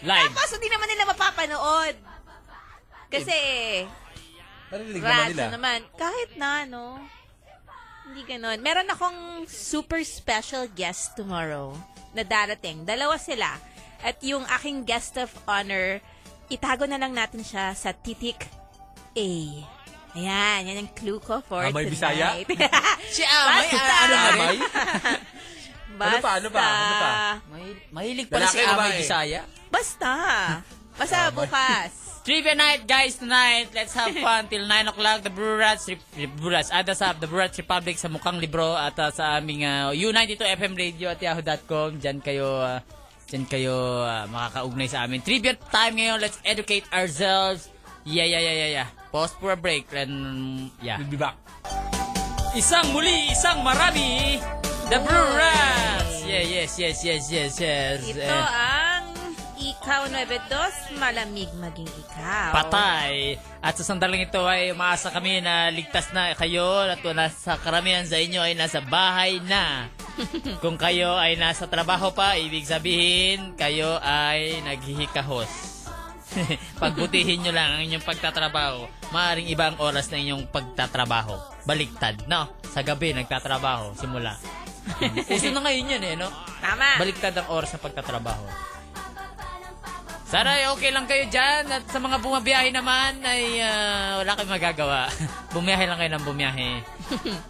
Live. kaso di naman nila mapapanood. Kasi, Narinig naman rats nila. na ano naman. Kahit na, no? Hindi ganun. Meron akong super special guest tomorrow na darating. Dalawa sila. At yung aking guest of honor, itago na lang natin siya sa titik A. Ayan, yan ang clue ko for Amay Bisaya? tonight. Si Amay. Basta. ah, ano, ano, Amay? Ano pa, ano pa, ano pa? May, mahilig pala Lalaki, si Amay babae. Bisaya. Basta. Basta bukas. Trivia night, guys, tonight. Let's have fun till 9 o'clock. The Brew Rats, Re- Re- Brew Rats, adas up, The Brew Rats Republic sa mukhang libro at uh, sa aming uh, U92 FM Radio at yahoo.com. Diyan kayo, uh, diyan kayo uh, makakaugnay sa amin. Trivia time ngayon. Let's educate ourselves. Yeah, yeah, yeah, yeah, yeah. Pause for a break. And, yeah. We'll be back. Isang muli, isang marami. The Brew Rats. Yeah, yes, yes, yes, yes, yes. Ito Eh, ang Ikaw 92, malamig maging ikaw. patay. At sa sandaling ito ay umaasa kami na ligtas na kayo at wala sa karamihan sa inyo ay nasa bahay na. Kung kayo ay nasa trabaho pa, ibig sabihin kayo ay naghihikahos. Pagbutihin nyo lang ang inyong pagtatrabaho. Maaring iba ang oras ng inyong pagtatrabaho. Baliktad, no? Sa gabi, nagtatrabaho. Simula. Uso na ngayon yun eh, no? Tama. Baliktad ang oras ng pagtatrabaho. Sana ay okay lang kayo dyan at sa mga bumabiyahe naman ay ah, wala kayong magagawa. bumiyahe lang kayo ng bumiyahe.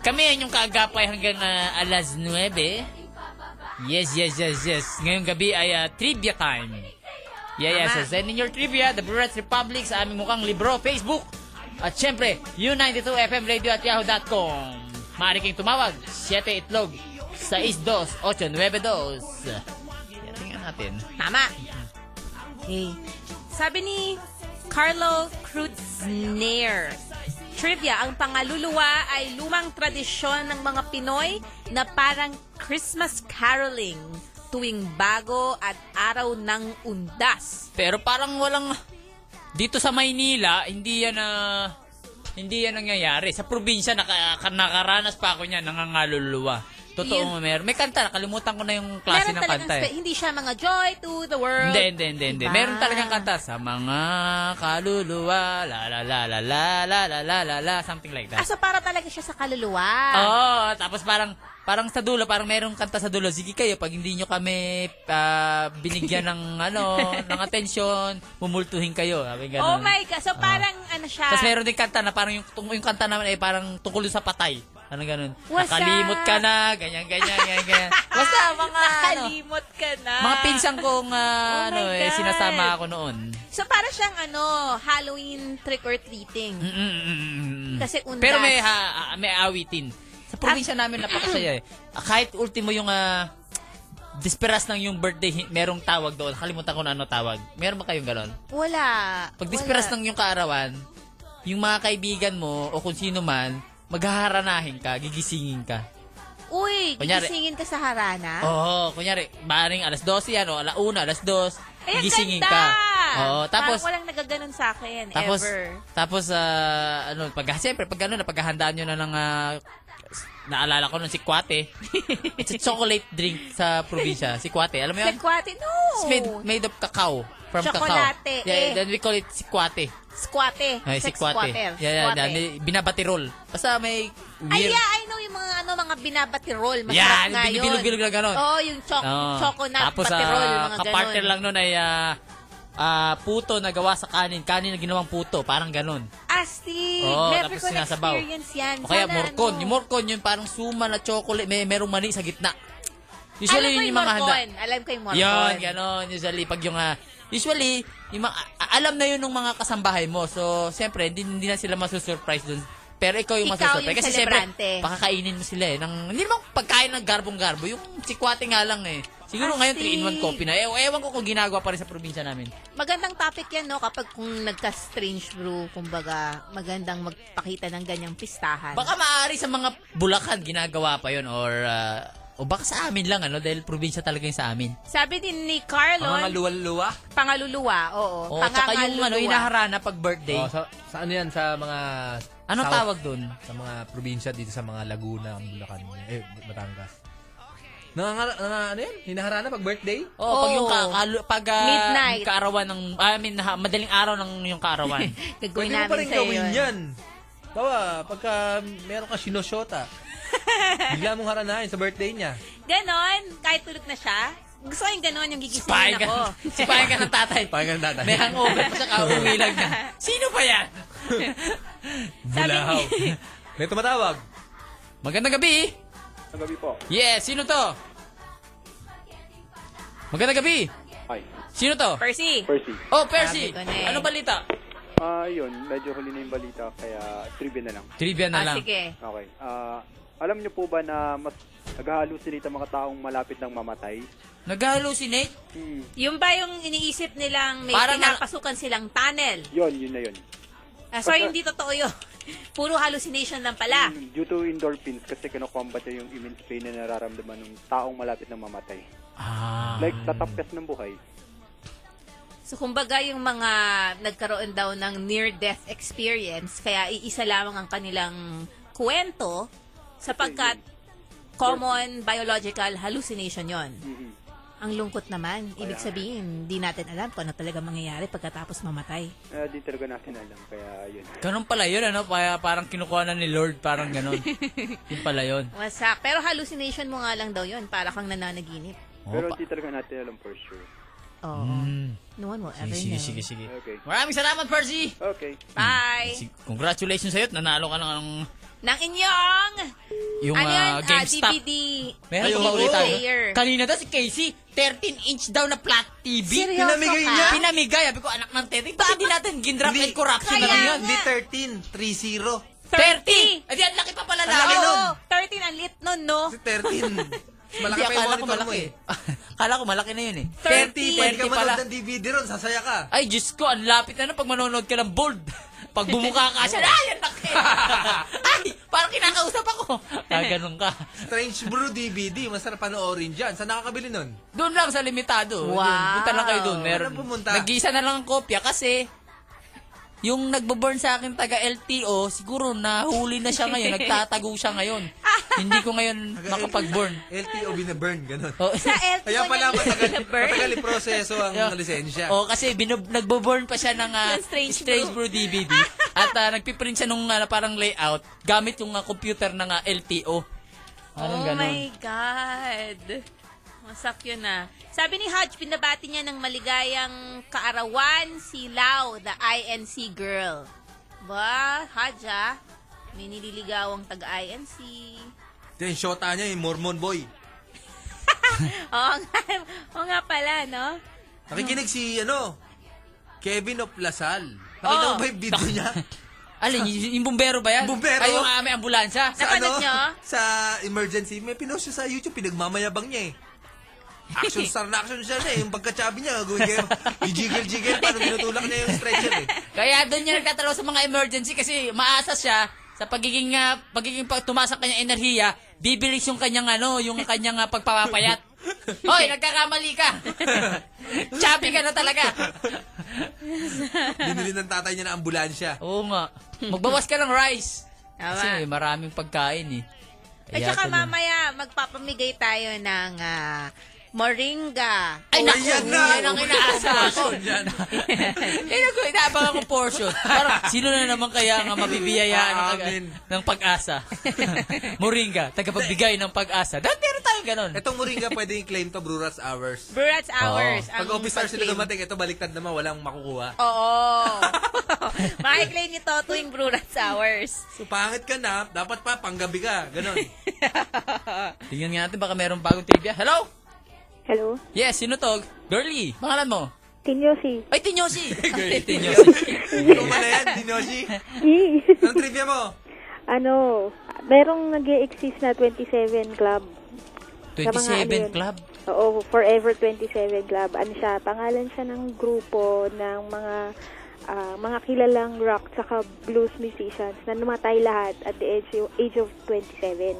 Kami yan yung kaagapay hanggang ah, alas 9. Yes, yes, yes, yes. Ngayong gabi ay ah, trivia time. Yeah, yeah. So Tama. send in your trivia, The Brunette Republic sa aming mukhang libro, Facebook. At syempre, U92FM Radio at yahoo.com. Maaari kayong tumawag, 7 itlog, 62892. Yeah, tingnan natin. Tama. Okay. Sabi ni Carlo Kreutzner, Trivia, ang pangaluluwa ay lumang tradisyon ng mga Pinoy na parang Christmas caroling tuwing bago at araw ng undas. Pero parang walang Dito sa Maynila, hindi yan na hindi yan nangyayari. Sa probinsya naka, ka- nakaranas pa ako niyan nangangaluluwa. Totoo mo meron. May kanta, nakalimutan ko na yung klase Meron ng talagang kanta. eh. spe- Hindi siya mga joy to the world. Hindi, hindi, hindi, hindi. Diba? Meron talagang kanta sa mga kaluluwa, la la la la la la la la la la, something like Ah, that. so para talaga siya sa kaluluwa. Oo, tapos parang parang sa dulo, parang merong kanta sa dulo, sige kayo pag hindi nyo kami ah, binigyan ng ano, ng atensyon, mumultuhin kayo. Sabi ganun. Oh my God. So Oo. parang ano siya. Tapos meron din kanta na parang yung, tung- yung kanta naman ay parang tungkol sa patay. Ano ganun. Wasa. Nakalimot ka na, ganyan, ganyan, ganyan, ganyan. Basta mga ano, Nakalimot ka na. mga pinsan kong ah, Oh my ano eh, God. sinasama ako noon. So para siyang ano, Halloween Hmm. trick-or-treating. Mm-mm-mm-mm. Kasi undas. Ah. Pero may, ha, ah, may awitin. Sa probinsya namin napakasaya eh. Ah, Kahit ultimo yung ah, disperas ng yung birthday, hi- merong tawag doon. Kalimutan ko na ano tawag. Meron ba kayong ganon? Wala. Pag disperas Wala. ng yung kaarawan, yung mga kaibigan mo o kung sino man, maghaharanahin ka, gigisingin ka. Uy, Kunyari- Oh, gisingin ka sa harana? Oo, kunyari, baring alas 12 yan o alauna, alas 2, Ay, ang gisingin ganda! ka. Oo, tapos, Parang walang nagaganon sa akin, Tapos, ever. tapos, ah, ano, pag, siyempre, pag ano, napaghahandaan nyo na ng, ah, naalala ko nun si Kwate. It's a chocolate drink sa probinsya. Si Kwate, alam mo yun? Sekwate, no! It's made, made of cacao. From Chocolate, cacao. Yeah, eh. then we call it si Kwate. Squate. Ay, si Sex Kwate. squatter. Yeah, yeah, Squate. yeah. May Binabatirol. Basta may Ay, weird. yeah, I know yung mga ano mga binabatirol. Masarap Yeah, yung nga yun. binibilog-bilog na ganon. Oo, yung choc- Oo. choconut Tapos, batirol, ah, mga kapartner ganon. lang nun ay, ah, ah, puto na gawa sa kanin. Kanin na ginawang puto. Parang ganon. Asti! Oo, Oh, tapos Never ko sinasabaw. experience yan. O kaya Sana, morcon. ano. Yung morcon, yung parang suma na chocolate, may merong mani sa gitna. Alam Usually, ko yun yung yung mga handa. morcon. Alam ko yung morcon. Yun, ganon. Usually, pag yung, ah, usually, yung mga, a- alam na yun ng mga kasambahay mo. So, siyempre, hindi, hindi na sila masusurprise dun. Pero ikaw yung Ikaw masusurprise. yung Kasi celebrante. siyempre, pakakainin mo sila eh. Ng, hindi naman pagkain ng garbong-garbo. Yung sikwate nga lang eh. Siguro ngayon, Asti. 3-in-1 coffee na. Ew- Ewan ko kung ginagawa pa rin sa probinsya namin. Magandang topic yan, no? Kapag kung nagka-strange brew, kumbaga, magandang magpakita ng ganyang pistahan. Baka maaari sa mga Bulacan ginagawa pa yon or ah, o baka sa amin lang ano dahil probinsya talaga yung sa amin. Sabi din ni Mga Carlon, luwa-luwa. pangaluluwa, O oo. tsaka yung ano inaharana pag birthday. Oh, sa, sa ano yan? Sa mga... Anong south- tawag doon? Sa mga probinsya dito sa mga Laguna, Bulacan, eh, Batangas. Nangangara, nang, ano yan? Hinaharana pag birthday? Oh, pag yung ka, kalu- pag ah, Midnight. kaarawan ng I mean ha- madaling araw ng yung kaarawan. Gagawin Pwede mo pa namin rin sa'yo gawin yun. yan. Bawa, pagka meron ka sinushota, bigla mong haranahin sa birthday niya. Ganon, kahit tulog na siya, gusto ko yung ganon, yung Sipahin gigisingin ka. ako. Sipahin ka ng tatay. Sipahin ka ng tatay. May hangover pa siya kauwi lang niya. Sino ba yan? Sabi ni- Bulahaw. May tumatawag. Magandang gabi. Ang gabi po. Yes, sino to? Magandang gabi. Ay, Sino to? Percy, Percy. Oh, Percy. Sabi ko na eh. Ano balita? Ah, yun. Medyo huli na yung balita, kaya trivia na lang. Trivia na ah, lang. sige. Okay. Ah, alam niyo po ba na mas nag-hallucinate ang mga taong malapit ng mamatay? Nag-hallucinate? Hmm, Yung ba yung iniisip nilang may Parang na- pinapasukan silang tunnel? yun, yun na yun. Ah, so, hindi totoo yun. Puro hallucination lang pala. Hmm, due to endorphins, kasi kinukombat niya yung immense pain na nararamdaman ng taong malapit ng mamatay. Ah. Like, tatapyas ng buhay. So, kumbaga yung mga nagkaroon daw ng near-death experience, kaya iisa lamang ang kanilang kwento sapagkat common biological hallucination yon. Mhm. Ang lungkot naman. Ibig sabihin, di natin alam kung ano talaga mangyayari pagkatapos mamatay. Ah, di talaga natin alam, kaya yun. Ganun pala yun, ano? Kaya parang kinukuha na ni Lord, parang ganun. yun pala yun. Wasak. Pero hallucination mo nga lang daw yun. Para kang nananaginip. Pero Opa. di talaga natin alam for sure. Oo. Mm. No one will ever Sige, know. sige, sige. Okay. Maraming salamat, Percy! Okay. Bye! Sig- Congratulations sa'yo. at Nanalo ka ng, ng Nang inyong yung ano yun, ah, ah, GameStop. DVD. Meron DVD pa ulit tayo. player. Kanina daw si Casey, 13-inch daw na flat TV. Seryoso Pinamigay ka? niya? Pinamigay. Sabi ko, anak ng tete. Hindi natin gindrap and corruption na Kaya lang yun. nga. 13, 3-0. 30! Ay, di, ang laki pa pala Ang laki lalo. nun. Oo, 13 ang lit nun, no? Kasi 13. Mas Malaki Hindi, pa yung akala ko monitor mo malaki. eh. akala ko malaki na yun eh. 30, 30, 30 pala. ng DVD ron, sasaya ka. Ay, Diyos ko, ang lapit na nun pag manonood ka ng bold. Pag bumuka ka siya, ay, ang laki! ay, parang kinakausap ako. Ah, ganun ka. Strange Brew DVD, masarap panoorin dyan. Saan nakakabili nun? Doon lang sa limitado. Wow. Doon, punta lang kayo doon. Meron. Walang pumunta. Nag-iisa na lang ang kopya kasi Yung nagbo-burn sa akin taga LTO, siguro nahuli na siya ngayon, nagtatago siya ngayon. Hindi ko ngayon makapag-burn. LTO binaburn, ganun. Oh. Sa LTO Kaya pala niya matagal, binaburn. matagal proseso ang Yeah. lisensya. Oo, Oh. kasi binub- nagbo-burn pa siya ng ah, Ng Strange Strange Brew DVD. At ah, nagpiprint siya nung ah, parang layout gamit yung ah, computer ng ah, LTO. Parang oh ganun. my God. Masak yun ah. Sabi ni Hodge, pinabati niya ng maligayang kaarawan si Lau, the INC girl. Ba, Hodge ah. May nililigawang taga-INC. Ito yung shota niya, yung Mormon boy. Oo nga, oo nga pala, no? Nakikinig si, ano, Kevin of Lasal. Nakita mo Oh. ba yung video niya? Alin, y- yung bumbero ba yan? Bumbero? Ay, yung aming ambulansya. Sa ano? Napanood niyo? Sa emergency. May pinost siya sa YouTube, pinagmamayabang niya eh. Action star na action siya na eh. Yung pagkatsabi niya, gawin kayo, jigil-jigil, paano tinutulak niya yung stretcher eh. Kaya doon niya nagtatrabaho sa mga emergency kasi maasa siya sa pagiging ah, pagiging pag tumaas ang kanyang enerhiya, bibilis yung kanyang ano, yung kanyang ah, pagpapapayat. Hoy, nagkakamali ka. Chubby ka na talaga. Binili ng tatay niya na ambulansya. Oo nga. Magbawas ka ng rice. Tama. Kasi may maraming pagkain eh. At Kaya saka tuloy. mamaya, magpapamigay tayo ng ah, moringa. Ay, Oh, naku, yan yan, na. ang inaasa ko. Yan. Yan ako, inaabangan ko portion. Para, sino na naman kaya nga mabibiyayaan ng, Aamin. ng pag-asa? Moringa, tagapagbigay ng pag-asa. Dahil meron tayong ganun. Itong Moringa pwede yung claim to Brewers Hours. Brats Ah. hours. ang Pag office hours sila pag-claim. dumating, ito baliktad naman, walang makukuha. Oo. Makiklaim nito tuwing Brats hours. So, pangit ka na, dapat pa, panggabi ka, ganun. Tingnan nga natin, baka meron bagong trivia. Hello? Hello? Yes, sino to? Girlie, pangalan mo? Tinyosi. Ay, Tinyosi! Ay, Tinyosi. Tuma na yan, Dinoshi. Yee! Anong trivia mo? ano, merong nag exist na 27 club. Sa mga ano 27 yun. Club. Oo, Forever 27 Club. Ano siya, pangalan siya ng grupo ng mga ah, mga kilalang rock tsaka blues musicians na numatay lahat at the age, age of 27.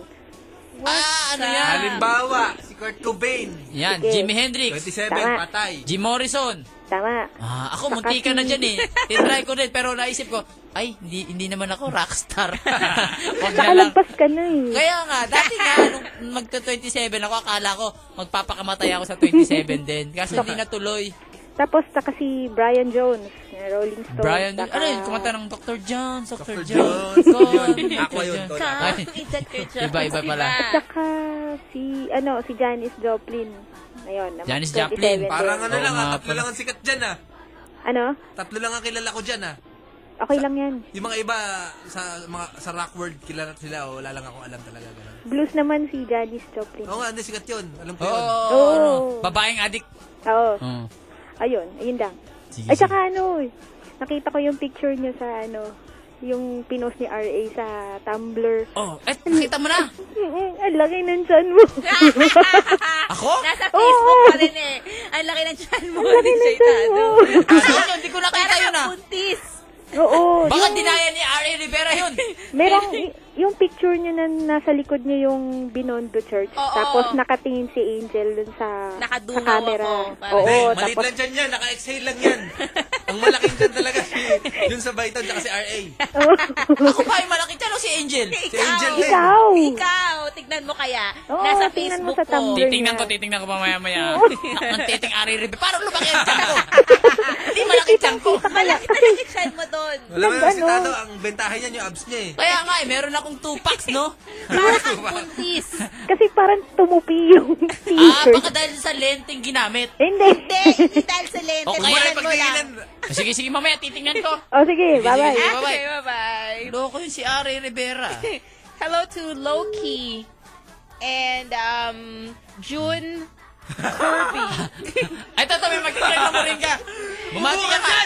Ah, ano yan? Halimbawa, si Kurt Cobain. Yan, Sige. Jimi Hendrix. 27, Tama. patay. Jim Morrison. Tama. Ah, ako munti ka na dyan eh. Tinry ko rin, pero naisip ko, ay, hindi, hindi naman ako rockstar. Huwag na lang. Nakalagpas ka na eh. Kaya nga, dati nga, nung magta-27 ako, akala ko, magpapakamatay ako sa 27 din. Kasi hindi natuloy. Tapos saka si Brian Jones, na Rolling Stones. Brian, tsaka- ano yun, kumanta ng Dr. John, Dr. Dr. John. Jones. Con, Yun, ako Dr. yun, John. Con. Ay, Kang interpretation. Iba, iba pala. Ah. Tsaka si, ano, si Janis Joplin. Ayun. ang Janis 27 Joplin, din. Parang ano Oo lang, nga ah, tatlo pala. lang ang sikat dyan ah. Ano? Tatlo lang ang kilala ko dyan ah. Okay lang yan. Yung mga iba sa mga sa rock world kilala sila o wala lang ako alam talaga ganun. Blues naman si Janis Joplin. Oo nga, hindi sikat 'yun. Alam ko Oo, 'yun. Oh. ano, babaeng adik. Oo. Hmm. Oh. Ayun. Ayun lang. Sige, At saka ano, eh, nakita ko yung picture niya sa ano, yung pinost ni RA sa Tumblr. Oh, eh, nakita mo na. Mm-mm, Ang laki ng chan mo. Ako? Nasa Facebook pa rin eh. Ang laki ng chan mo. Ang laki ng chan mo. Saan yun? Ah, Hindi ko nakita Parang yun ah. kapuntis. Oo. Baka yung- dinaya ni R.A. Rivera yun. Merong, y- yung picture niya na nasa likod niya yung Binondo Church. Oo. Tapos nakatingin si Angel dun sa, sa Nakadungaw camera. ako, parang- Oo. Hindi, maliit tapos, lang dyan yan. Naka-exhale lang yan. Ang malaking dyan talaga si, dun sa Baitan tsaka si RA. Ako pa yung malaki dyan o si Angel? Si Angel din. ikaw. Ikaw, tignan mo kaya. Oo, nasa tingnan mo Facebook sa ko. Tumblr. Titingnan ko, niya. titingnan ko mamaya-maya. Ang titing Ari Ribe. Parang lumaki ang tiyan ko. Hindi malaki tiyan ko. Malaki talaga yung chan mo doon. Wala mo Ang lang si ano? Tato. Ang bentahan niya yung abs niya eh. Kaya nga eh, meron akong two packs, no? Parang kapuntis. Kasi parang tumupi yung Ah, t-shirt. baka dahil sa lenteng ginamit. Hindi. Hindi, hindi dahil sa lente. Okay, Wala Tingnan yung mo lang. pagtinginan. Ah, Sige, sige, mamaya titingnan ko. O Oh, sige, bye-bye. sige. Okay, bye-bye. Loko yun si Ari Rivera. Hello to Loki and um June Kirby. Ay, tata, may magtitingnan mo rin ka. Bumati ka ka.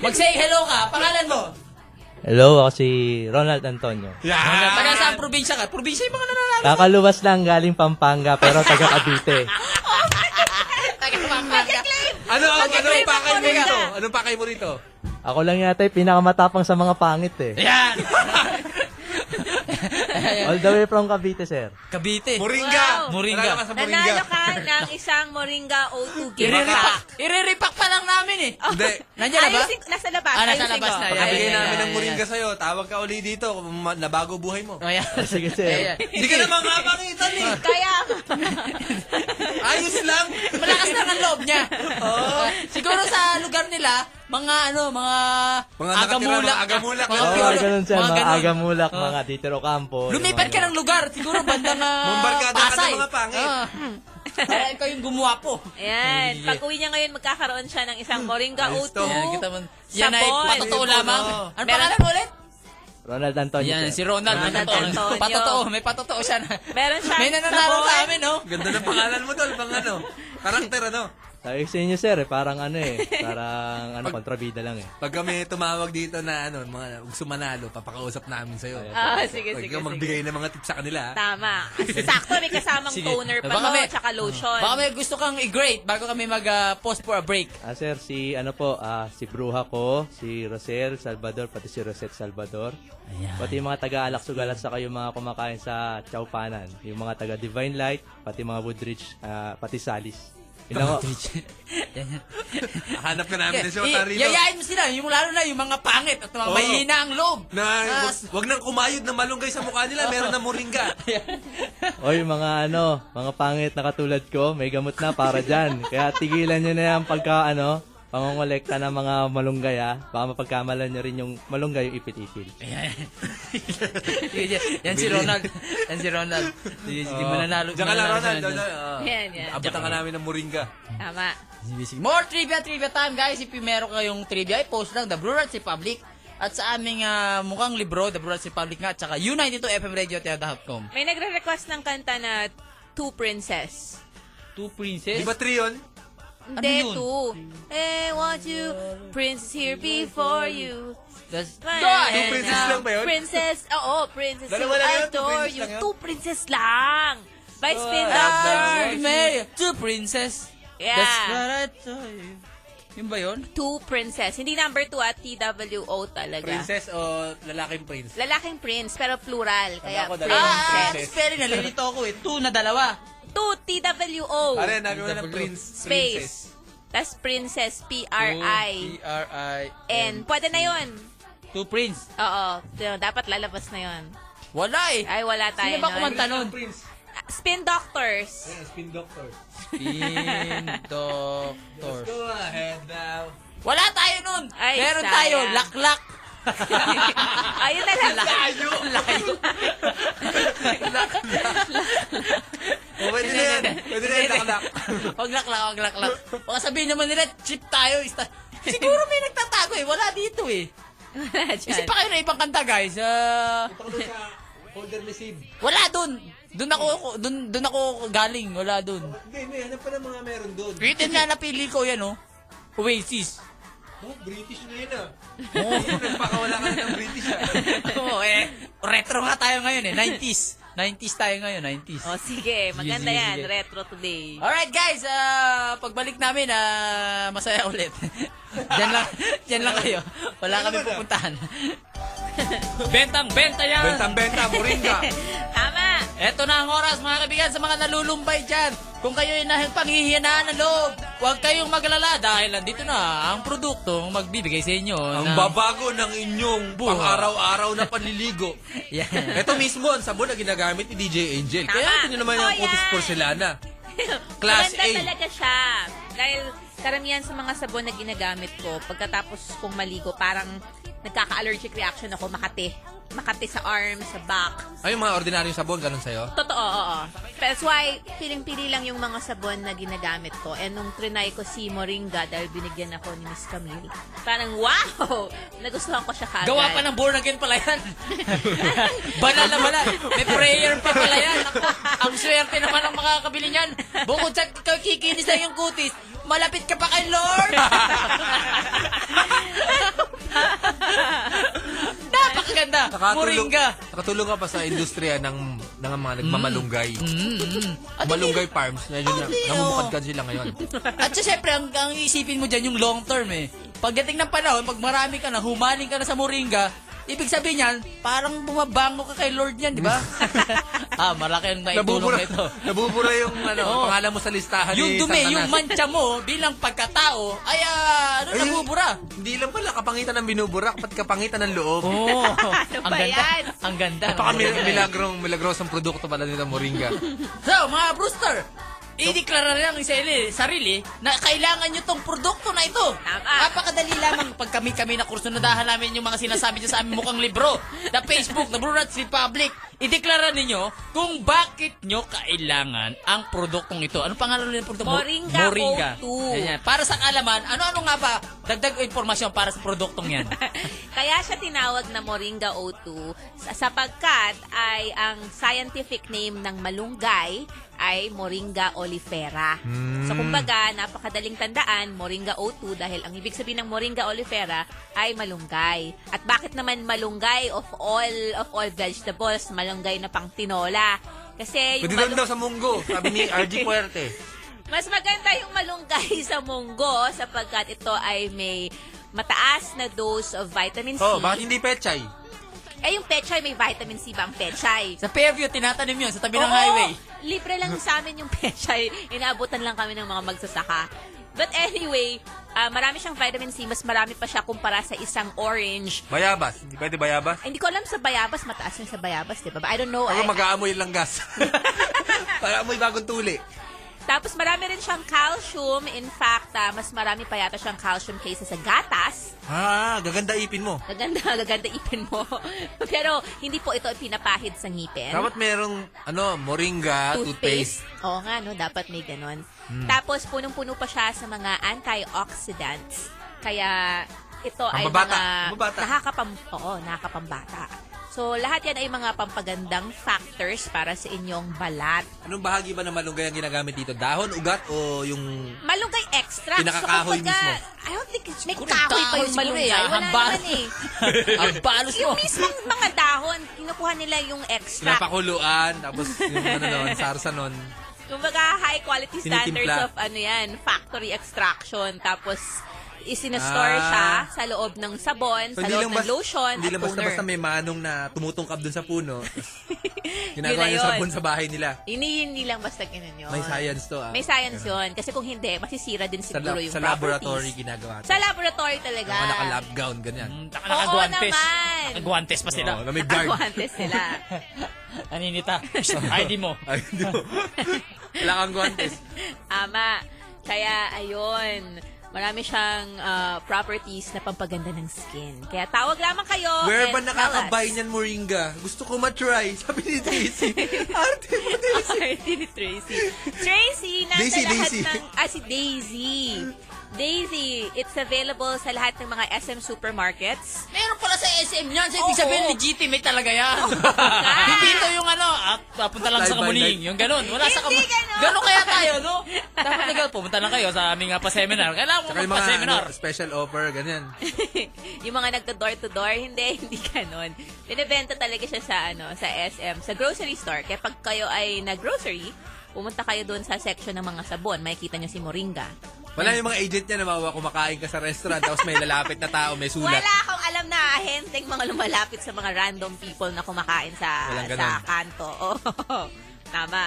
Mag-say hello ka. Pangalan mo. Hello, ako si Ronald Antonio. ah, Ah. Taga saan probinsya ka? Probinsya yung mga nananalo. Kakaluwas lang galing Pampanga pero taga Cavite. Taga Pampanga. Ano ang ano pakay Mag-exhale ako mo rin rito? ka. Anong pakay mo rito? Ako lang yata yung pinakamatapang sa mga pangit eh. Yan. All the way from Cavite, sir. Cavite. Moringa. Wow. Moringa. Talaga ka sa Moringa. Nanalo ka ng isang Moringa O2 gift Ireripak. pack. Ireripak pa lang namin eh. Hindi. Nandiyan na ba? Ayusin ko. Nasa labas. Ah, nasa Ayusin labas ko. na. Yeah, Pagkabigay yeah, namin yeah, ng yeah. moringa sa'yo, tawag ka uli dito kung ma- nabago buhay mo. Oh, yeah. Ah, Sige, sir. Yeah, yeah. Hindi ka naman kapangitan eh. Kaya, Ayos lang. Malakas lang ang loob niya. Oo. Siguro sa lugar nila, mga ano, mga, Mga nakatira, agamulak. mga agamulak. Mga Oo, pure. ganun sir. Mga ganun. agamulak, Oo. mga titero campo. Lumipat ka ng lugar. Siguro bandang uh, Mumbarkada ka ng Pasay. mga pangit. Oo. Para ikaw yung gumawa po. ayan. Pag uwi niya ngayon, magkakaroon siya ng isang Moringa Ayos O2. to. Yan, kita mo. Yan ay Sabon. patotoo Sabon, lamang. oo. Ano Meron- pangalan mo ulit? Ronald Antonio. Yan, si sir. Ronald. Ronald patotoo. Antonio. Patotoo. May patotoo siya na. Meron siyang May nananalo sabon. sa amin, oh. no? Ganda ng pangalan mo, tol. Pang ano? Karakter, ano? Sabi ko sa inyo sir, eh, parang ano eh. Parang ano, kontrabida lang eh. Pag kami tumawag dito na ano, mga gusto manalo, papakausap namin sa'yo. Ah, sige, Huwag sige, kang sige. magbigay ng mga tips sa kanila. ah. Tama. Kasi Sakto, may kasamang Sige. toner pa Baka no, may- tsaka lotion. Baka may gusto kang i-grade bago kami mag-post for a break. Ah, sir, si ano po, ah, si Bruha ko, si Rosel Salvador, pati si Rosette Salvador. Pati yung mga taga Alaksugalas saka yung mga kumakain sa Chowpanan. Yung mga taga Divine Light, pati mga Woodridge, ah, pati Salis. Yun lang ho. Hanap ka namin ng shota I- rito. Yayain mo sila, yung lalo na yung mga pangit at mga Oo. mahina ang loob. Na, wag, Nas- wag nang kumayod na malunggay sa mukha nila, meron na moringa. Ah, O yung mga ano, mga pangit na katulad ko, may gamot na para dyan. Kaya tigilan nyo na yan pagka ano, pangongolekta ng mga malunggay ah. Baka mapagkamalan nyo rin yung malunggay yung ipit-ipil. Ayan. Sige, yan. yan si Ronald. Yan si Ronald. Sige, sige, Oo. mananalo. Oh. Diyan ka lang, mananalo Ronald. siya Ronald, dyan. oo. Yan, yan. Abutan ka namin ng moringa. Tama. Sige, sige. More trivia, trivia time, guys. If you meron kayong trivia, i-post lang The Blue Rats Republic at sa aming ah, mukhang libro, The Blue Rats Republic nga, at saka u92fmradio.com. May nagre-request ng kanta na Two Princess. Two Di princes. ba three yun? Ano Hindi, yun? two. Hey, want you, princess here before you. That's, Two princess lang ba yun? Princess, oo, princess. Dalawa you, lang yun? Two adore princess you. lang yun? Two princess lang. By Spin Doctor. Ah, may two princess. Yeah. That's what I told you. Yun ba yun? Two princess. Hindi number two at TWO talaga. Princess o lalaking prince? Lalaking prince, pero plural. Kaya Ako dalawa. Ah, ah, princess. Princess. spelling nalilito ako eh. Two na dalawa. Two, TWO. Are, nabi Oh. mo na prince. Princess. Space. That's princess, P-R-I. P-R-I-N. N. Pwede na yun. Two prince. Oo. Dapat lalabas na yun. Wala eh. Ay, wala tayo Sino ba nun. kumanta nun? Prince. Ah, Spin Doctors. Ayan, spin doctor. Spin Doctor. Go ahead now. Wala tayo nun. Ay, Meron sayang. tayo. Laklak. Ayun na lang. Layo. Layo. O, Oh, pwede na yan. Pwede na yan, laklak. Huwag laklak, huwag laklak. Baka sabihin naman nila, cheap tayo. Ista- Siguro may nagtatago eh. Wala dito eh. Wala dyan. Isip pa kayo na ibang kanta, guys. Ah, Holder receive. wala dun. Dun ako, dun, dun ako galing. Wala dun. Hindi, hindi. Hanap pa ng mga meron doon. Ito na napili ko yan, oh. Oasis. Bakit British na yun ah? Oo. Nagpakawala ka na ng British ah. Oo, eh. Retro nga tayo ngayon, eh. 90s. 90s tayo ngayon, 90s. O Oh, sige, maganda Sige, sige, yan. sige. Retro today. Alright, guys. ah, pagbalik namin, ah, masaya ulit. Diyan lang, diyan lang kayo. Wala kami pupuntahan. Bentang, benta yan! Bentang-benta, moringa. Tama. Eto na ang oras mga kaibigan sa mga nalulumbay dyan. Kung kayo ay nahing panghihinaan ng loob, huwag kayong maglala dahil nandito na ang produktong magbibigay sa inyo. Ang ng- babago ng inyong Buha. pang-araw-araw na panliligo. Yan. Ito mismo ang sabon na ginagamit ni DJ Angel. Tama. Kaya ito naman yung Oh, Otis yan. Porcelana. Class Maganda A. talaga siya. Dahil karamihan sa mga sabon na ginagamit ko, pagkatapos kong maligo, parang nagkaka-allergic reaction ako, makati. Makati sa arm, sa back. Ay, yung mga ordinaryong sabon, ganun sa'yo? Totoo, oo. That's why, piling-pili lang yung mga sabon na ginagamit ko. And nung trinay ko si Moringa, dahil binigyan ako ni Miss Camille, parang wow! Nagustuhan ko siya kagad. Gawa pa ng born again pala yan. banal na banal. May prayer pa pala yan. Ako, ang swerte naman ang makakabili niyan. Bukod sa k- kikinis na yung kutis, malapit ka pa kay Lord. Napakaganda. Moringa. Mm. nakatulong ka pa sa industriya ng, ng mga nagmamalunggay. Malunggay farms. Medyo na, Ate, namumukadkad sila ngayon. At siya, syempre, ang, ang isipin mo dyan yung long term eh. Pagdating ng panahon, pag marami ka na, humaling ka na sa moringa, ibig sabihin yan, parang bumabango ka kay Lord niyan, di ba? Ah, malaki ang naitulong Nabubura- nito. nabubura yung ano, Oo. pangalan mo sa listahan Yung ni dumi, Satanas. yung mancha mo bilang pagkatao, ay ah, ano, Ay, nabubura. Hindi lang pala kapangitan ng binubura, kapat kapangitan ng loob. Oo. Oh. ang ba ganda. yan? Ang ganda. Napaka Ang ganda. milagrong, milagrosang produkto pala nila Moringa. So, mga Brewster, ideklara lang ang sarili, sarili na kailangan nyo tong produkto na ito. Tama. Napakadali lamang pag kami-kami na kursunadahan namin yung mga sinasabi nyo sa aming mukhang libro. Na Facebook, na Blue Rats Republic. Ideklara ninyo kung bakit nyo kailangan ang produktong ito. Ano pangalan ng produkto? Mo- Moringa O2. Yan, yan. Para sa kalaman, ano-ano nga ba dagdag informasyon para sa produktong yan? Kaya siya tinawag na Moringa O2 sa- sapagkat ay ang scientific name ng malunggay ay Moringa olifera. Hmm. So kumbaga, napakadaling tandaan, Moringa O2 dahil ang ibig sabihin ng Moringa olifera ay malunggay. At bakit naman malunggay of all of all vegetables, malunggay na pang tinola? Kasi yung Pwede lang malung- daw sa munggo, sabi ni RG Puerte. mas maganda yung malunggay sa munggo sapagkat ito ay may mataas na dose of vitamin C. Oh, bakit hindi pechay? Eh, yung pechay, may vitamin C ba ang pechay? sa Fairview, tinatanim yun sa tabi ng Oo, highway. Libre lang sa amin yung pechay. Inaabutan lang kami ng mga magsasaka. But anyway, ah, marami siyang vitamin C. Mas marami pa siya kumpara sa isang orange. Bayabas. Hindi pwede bayabas? Ay, Hindi ko alam sa bayabas. Mataas yun sa bayabas, di ba? But I don't know. Ako I- mag-aamoy lang gas. Para amoy bagong tuli. Tapos marami rin siyang calcium. In fact, ah, mas marami pa yata siyang calcium kaysa sa gatas. Ah, gaganda ipin mo. Gaganda, gaganda ipin mo. Pero hindi po ito pinapahid sa ngipin. Dapat merong, ano, moringa, toothpaste. Hmm. Oo nga, no? Dapat may ganon. Tapos, punong-puno pa siya sa mga antioxidants. Kaya, ito ay Pambabata. mga Pambabata. nakakapam, oo, nakakapambata. So, lahat yan ay mga pampagandang factors para sa inyong balat. Anong bahagi ba ng malunggay ang ginagamit dito? Dahon, ugat, o yung... Malunggay extra. Pinakakahoy mismo. I don't think it's, may Siguro, kahoy pa kahoy yung siguro eh, malunggay. ah, Wala hambal. naman eh. ang balos mo. Yung mismong mga dahon, kinukuha nila yung extract. Pinapakuluan, tapos yung ano nun, sarsa nun. Kumbaga, high quality Tinitimpla. standards of ano yan, factory extraction. Tapos, isinastore Ah. siya sa loob ng sabon, So, sa hindi loob lang ng bas- lotion, Hindi at lang basta, toner. basta may manong na tumutungkab dun sa puno. tapos Ginagawa Yun na niya yun. sabon sa bahay nila. Hindi, hindi lang basta ganun yun. May science to, ah. May science yun. Kasi kung hindi, masisira din sa, siguro lab- yung sa properties. laboratory ginagawa. Sa laboratory talaga. Mga naka-lab gown, ganyan. Mm, Taka Oo nakagwantes. naman. Nakagwantes pa sila. Oo, na may guard. Nakaguantes sila. Naninita. ID mo. Ay, hindi mo. Kailangan guantes. Ama. Kaya, ayun. Marami siyang ah, properties na pampaganda ng skin. Kaya tawag lamang kayo. Where and ba tell us. nakakabay niyan moringa? Gusto ko matry. Sabi ni Daisy. Arte mo, Daisy. Party ni Tracy. Tracy, nasa Daisy, lahat Daisy. ng... Ah, si Daisy. Daisy, it's available sa lahat ng mga SM supermarkets. Meron pala sa SM yan. So, ibig Oo. sabihin, legitimate talaga yan. nga. Hindi ito yung ano, at papunta lang Fly sa by kamuning. night. Yung ganun. Wala sa Hindi kamuning. ganun. Ganun kaya tayo, no? Dapat legal, pumunta lang kayo sa aming uh, pa-seminar. Kailangan mo Tsaka yung mga ano, magpa-seminar. special offer, ganyan. yung mga nagda-door-to-door, hindi, hindi ganun. Binibenta talaga siya sa, ano, sa SM, sa grocery store. Kaya pag kayo ay nag-grocery, pumunta kayo doon sa section ng mga sabon. Makikita nyo si Moringa. Wala yung mga agent niya na mawa kumakain ka sa restaurant tapos may lalapit na tao, may sulat. Wala akong alam na ahenteng mga lumalapit sa mga random people na kumakain sa Walang ganun. sa kanto. Oo. Tama.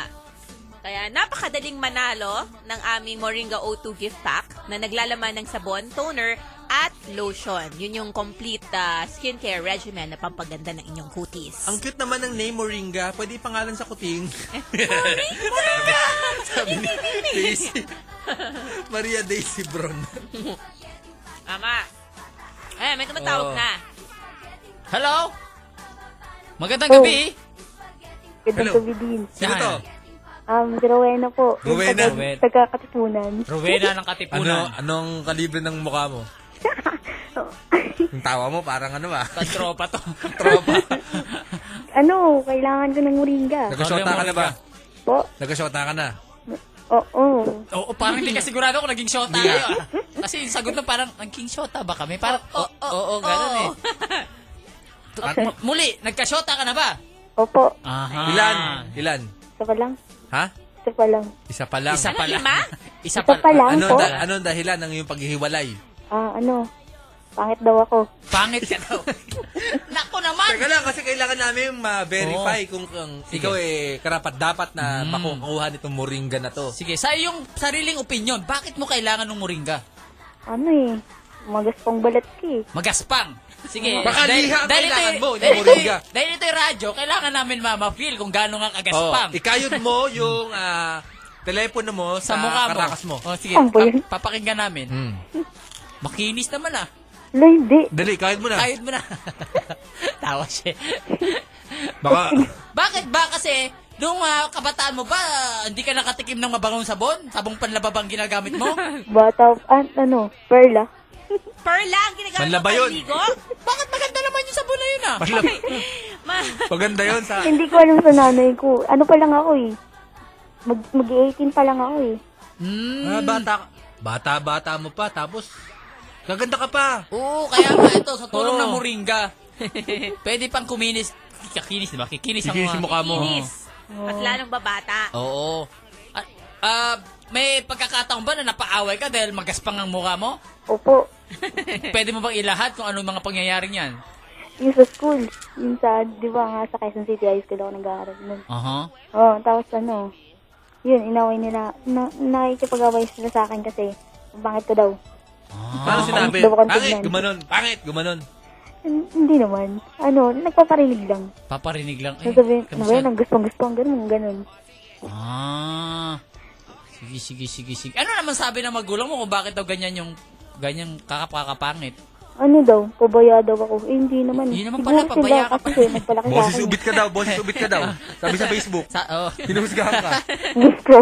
Kaya napakadaling manalo ng aming Moringa O2 gift pack na naglalaman ng sabon, toner, at lotion. Yun yung complete ah, skincare regimen na pampaganda ng inyong kutis. Ang cute naman ng name Moringa. Pwede pangalan sa kuting. Moringa! Sabi ni Daisy. Maria Daisy Bron. Tama. Eh, may tumatawag Oo. na. Hello? Magandang gabi. Gandang Hello. gabi din. Sino to? Um, si Rowena po. yung Rowena. taga- Taga-katipunan. Rowena ng Ano, Katipunan. anong kalibre ng mukha mo? Yung tawa mo, parang ano ba? Katropa to. Tropa. ano, kailangan ko ng moringa. Nagkasyota ka na ba? Po? Nagkasyota ka na? Oo. Oo, parang hindi ka sigurado kung naging shota Hindi. kayo. ah. Kasi yung sagot na parang, naging shota ba kami? Parang, oo, oo, ganun eh. At mu- muli, nagka-shota ka na ba? Opo. Aha. Ilan? Ilan? Isa pa lang. Ha? Isa pa lang. Isa pa lang. Isa pa lang. lima? Isa Isa pa lang Anong, po? da- anong dahilan ng iyong paghihiwalay? Ah, ano? Pangit daw ako. Pangit ka daw. Nako naman! Teka lang, kasi kailangan namin ma-verify kung, kung Sige. ikaw eh karapat-dapat na makukuha nitong moringa na to. Sige, sa iyong sariling opinion, bakit mo kailangan ng moringa? Ano eh, magaspang balat ka eh. Magaspang! Sige. Baka dahil- liha ang dahil kailangan ito'y- mo, hindi dahil ito'y- moringa. Dahil ito'y radyo, kailangan namin ma- ma-feel kung gaano nga Oh, kagaspang. ikayod mo yung ah, telepono mo sa, sa mukha mo. karakas mo. Oh, sige. Ano ba yun? Pa- papakinggan namin. Mm. Makinis naman ah. Ala, hindi. Dali, kayod mo na. Kahit mo na. Tawa siya. Baka, Bakit ba kasi nung ah, kabataan mo ba, ah, hindi ka nakatikim ng mabangong sabon? Sabong panlaba bang ginagamit mo? Bata, an, ano, perla. Perla ang ginagamit Panlaba mo yun. panligo? Bakit maganda naman yung sabon na yun ah? Paglap. Ma, Paganda yun sa... Hindi ko alam sa nanay ko. Ano pa lang ako eh. Mag, mag-18 pa lang ako eh. Hmm. Ah, bata, bata-bata mo pa, tapos gaganda ka pa. Oo, kaya nga ito, sa tulong Oo. ng moringa. Pwede pang kuminis. Kikinis, diba? Kikinis ang Kikinis yung mukha mo. Oo. inis. At lalong babata. Oo. Ah, ah, may pagkakataon ba na napaaway ka dahil magaspang ang mukha mo? Opo. Pwede mo bang ilahat kung anong mga pangyayari niyan? Yung sa school. Yung sa, di ba nga, sa Quezon City High School ako nag-aaral nun. Aha. Oo, tapos ano, yun, inaway nila. Na, nakikipag-away sila sa akin kasi bangit ko daw. Paano sinabi? Hindi mo konti Pangit, yan. gumanon. Pangit, gumanon. Hin- Hindi naman. Ano, nagpaparinig lang. Paparinig lang. Eh, Nasabi, ano ba kamusta? yun, ang gustong-gustong, ganun, ganun. Ah. Sige, sige, sige, sige. Ano naman sabi ng magulang mo kung bakit daw ganyan yung ganyan kakapakapangit? Ano daw, pabaya daw ako. Eh, hindi naman. Hindi naman Siguro pala, pabaya sila ka Kasi pala. nagpalaki sa Boses akin. ubit ka daw, boses ubit ka daw. Sabi sa Facebook, Sa, oh. hinuhusgahan ka. Gusto.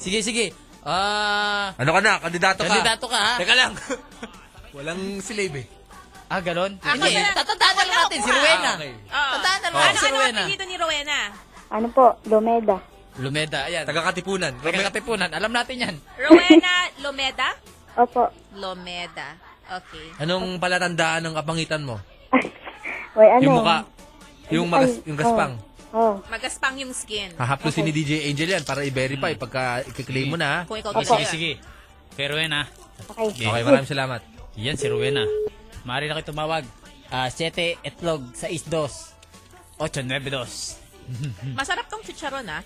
sige, sige. Ah, Ano ka na, kandidato ka. kandidato ka ha? Teka lang. Walang silib eh. Ah, ganon? Ako Hindi, na- tatandaan na lang natin si Wala ako, Rowena. ah, okay. Oo. Tatandaan na lang natin Ano, si ano ang Rowena. apelido ni Rowena? Ano po, Lomeda. Lumeda, ayan. Taga-katipunan. Taga-katipunan, alam natin yan. Rowena Lomeda? Opo. Lomeda. Okay. Anong palatandaan ng kapangitan mo? Wait, ano? Yung mukha. Yung, magas, Ay, yung gaspang. Oh. oh. Magaspang yung skin. Hahaplos ni DJ Angel yan para Hmm. i-verify pagka i-claim mo na. ha. Kung ikaw Ah, Opo. gusto Sige, yun. Kay Rowena. Okay. Okay, maraming salamat. Yan si Rowena. Maaari na kayo tumawag. Ah, 7 etlog sa isdos. 892. Masarap tong chicharon, ah.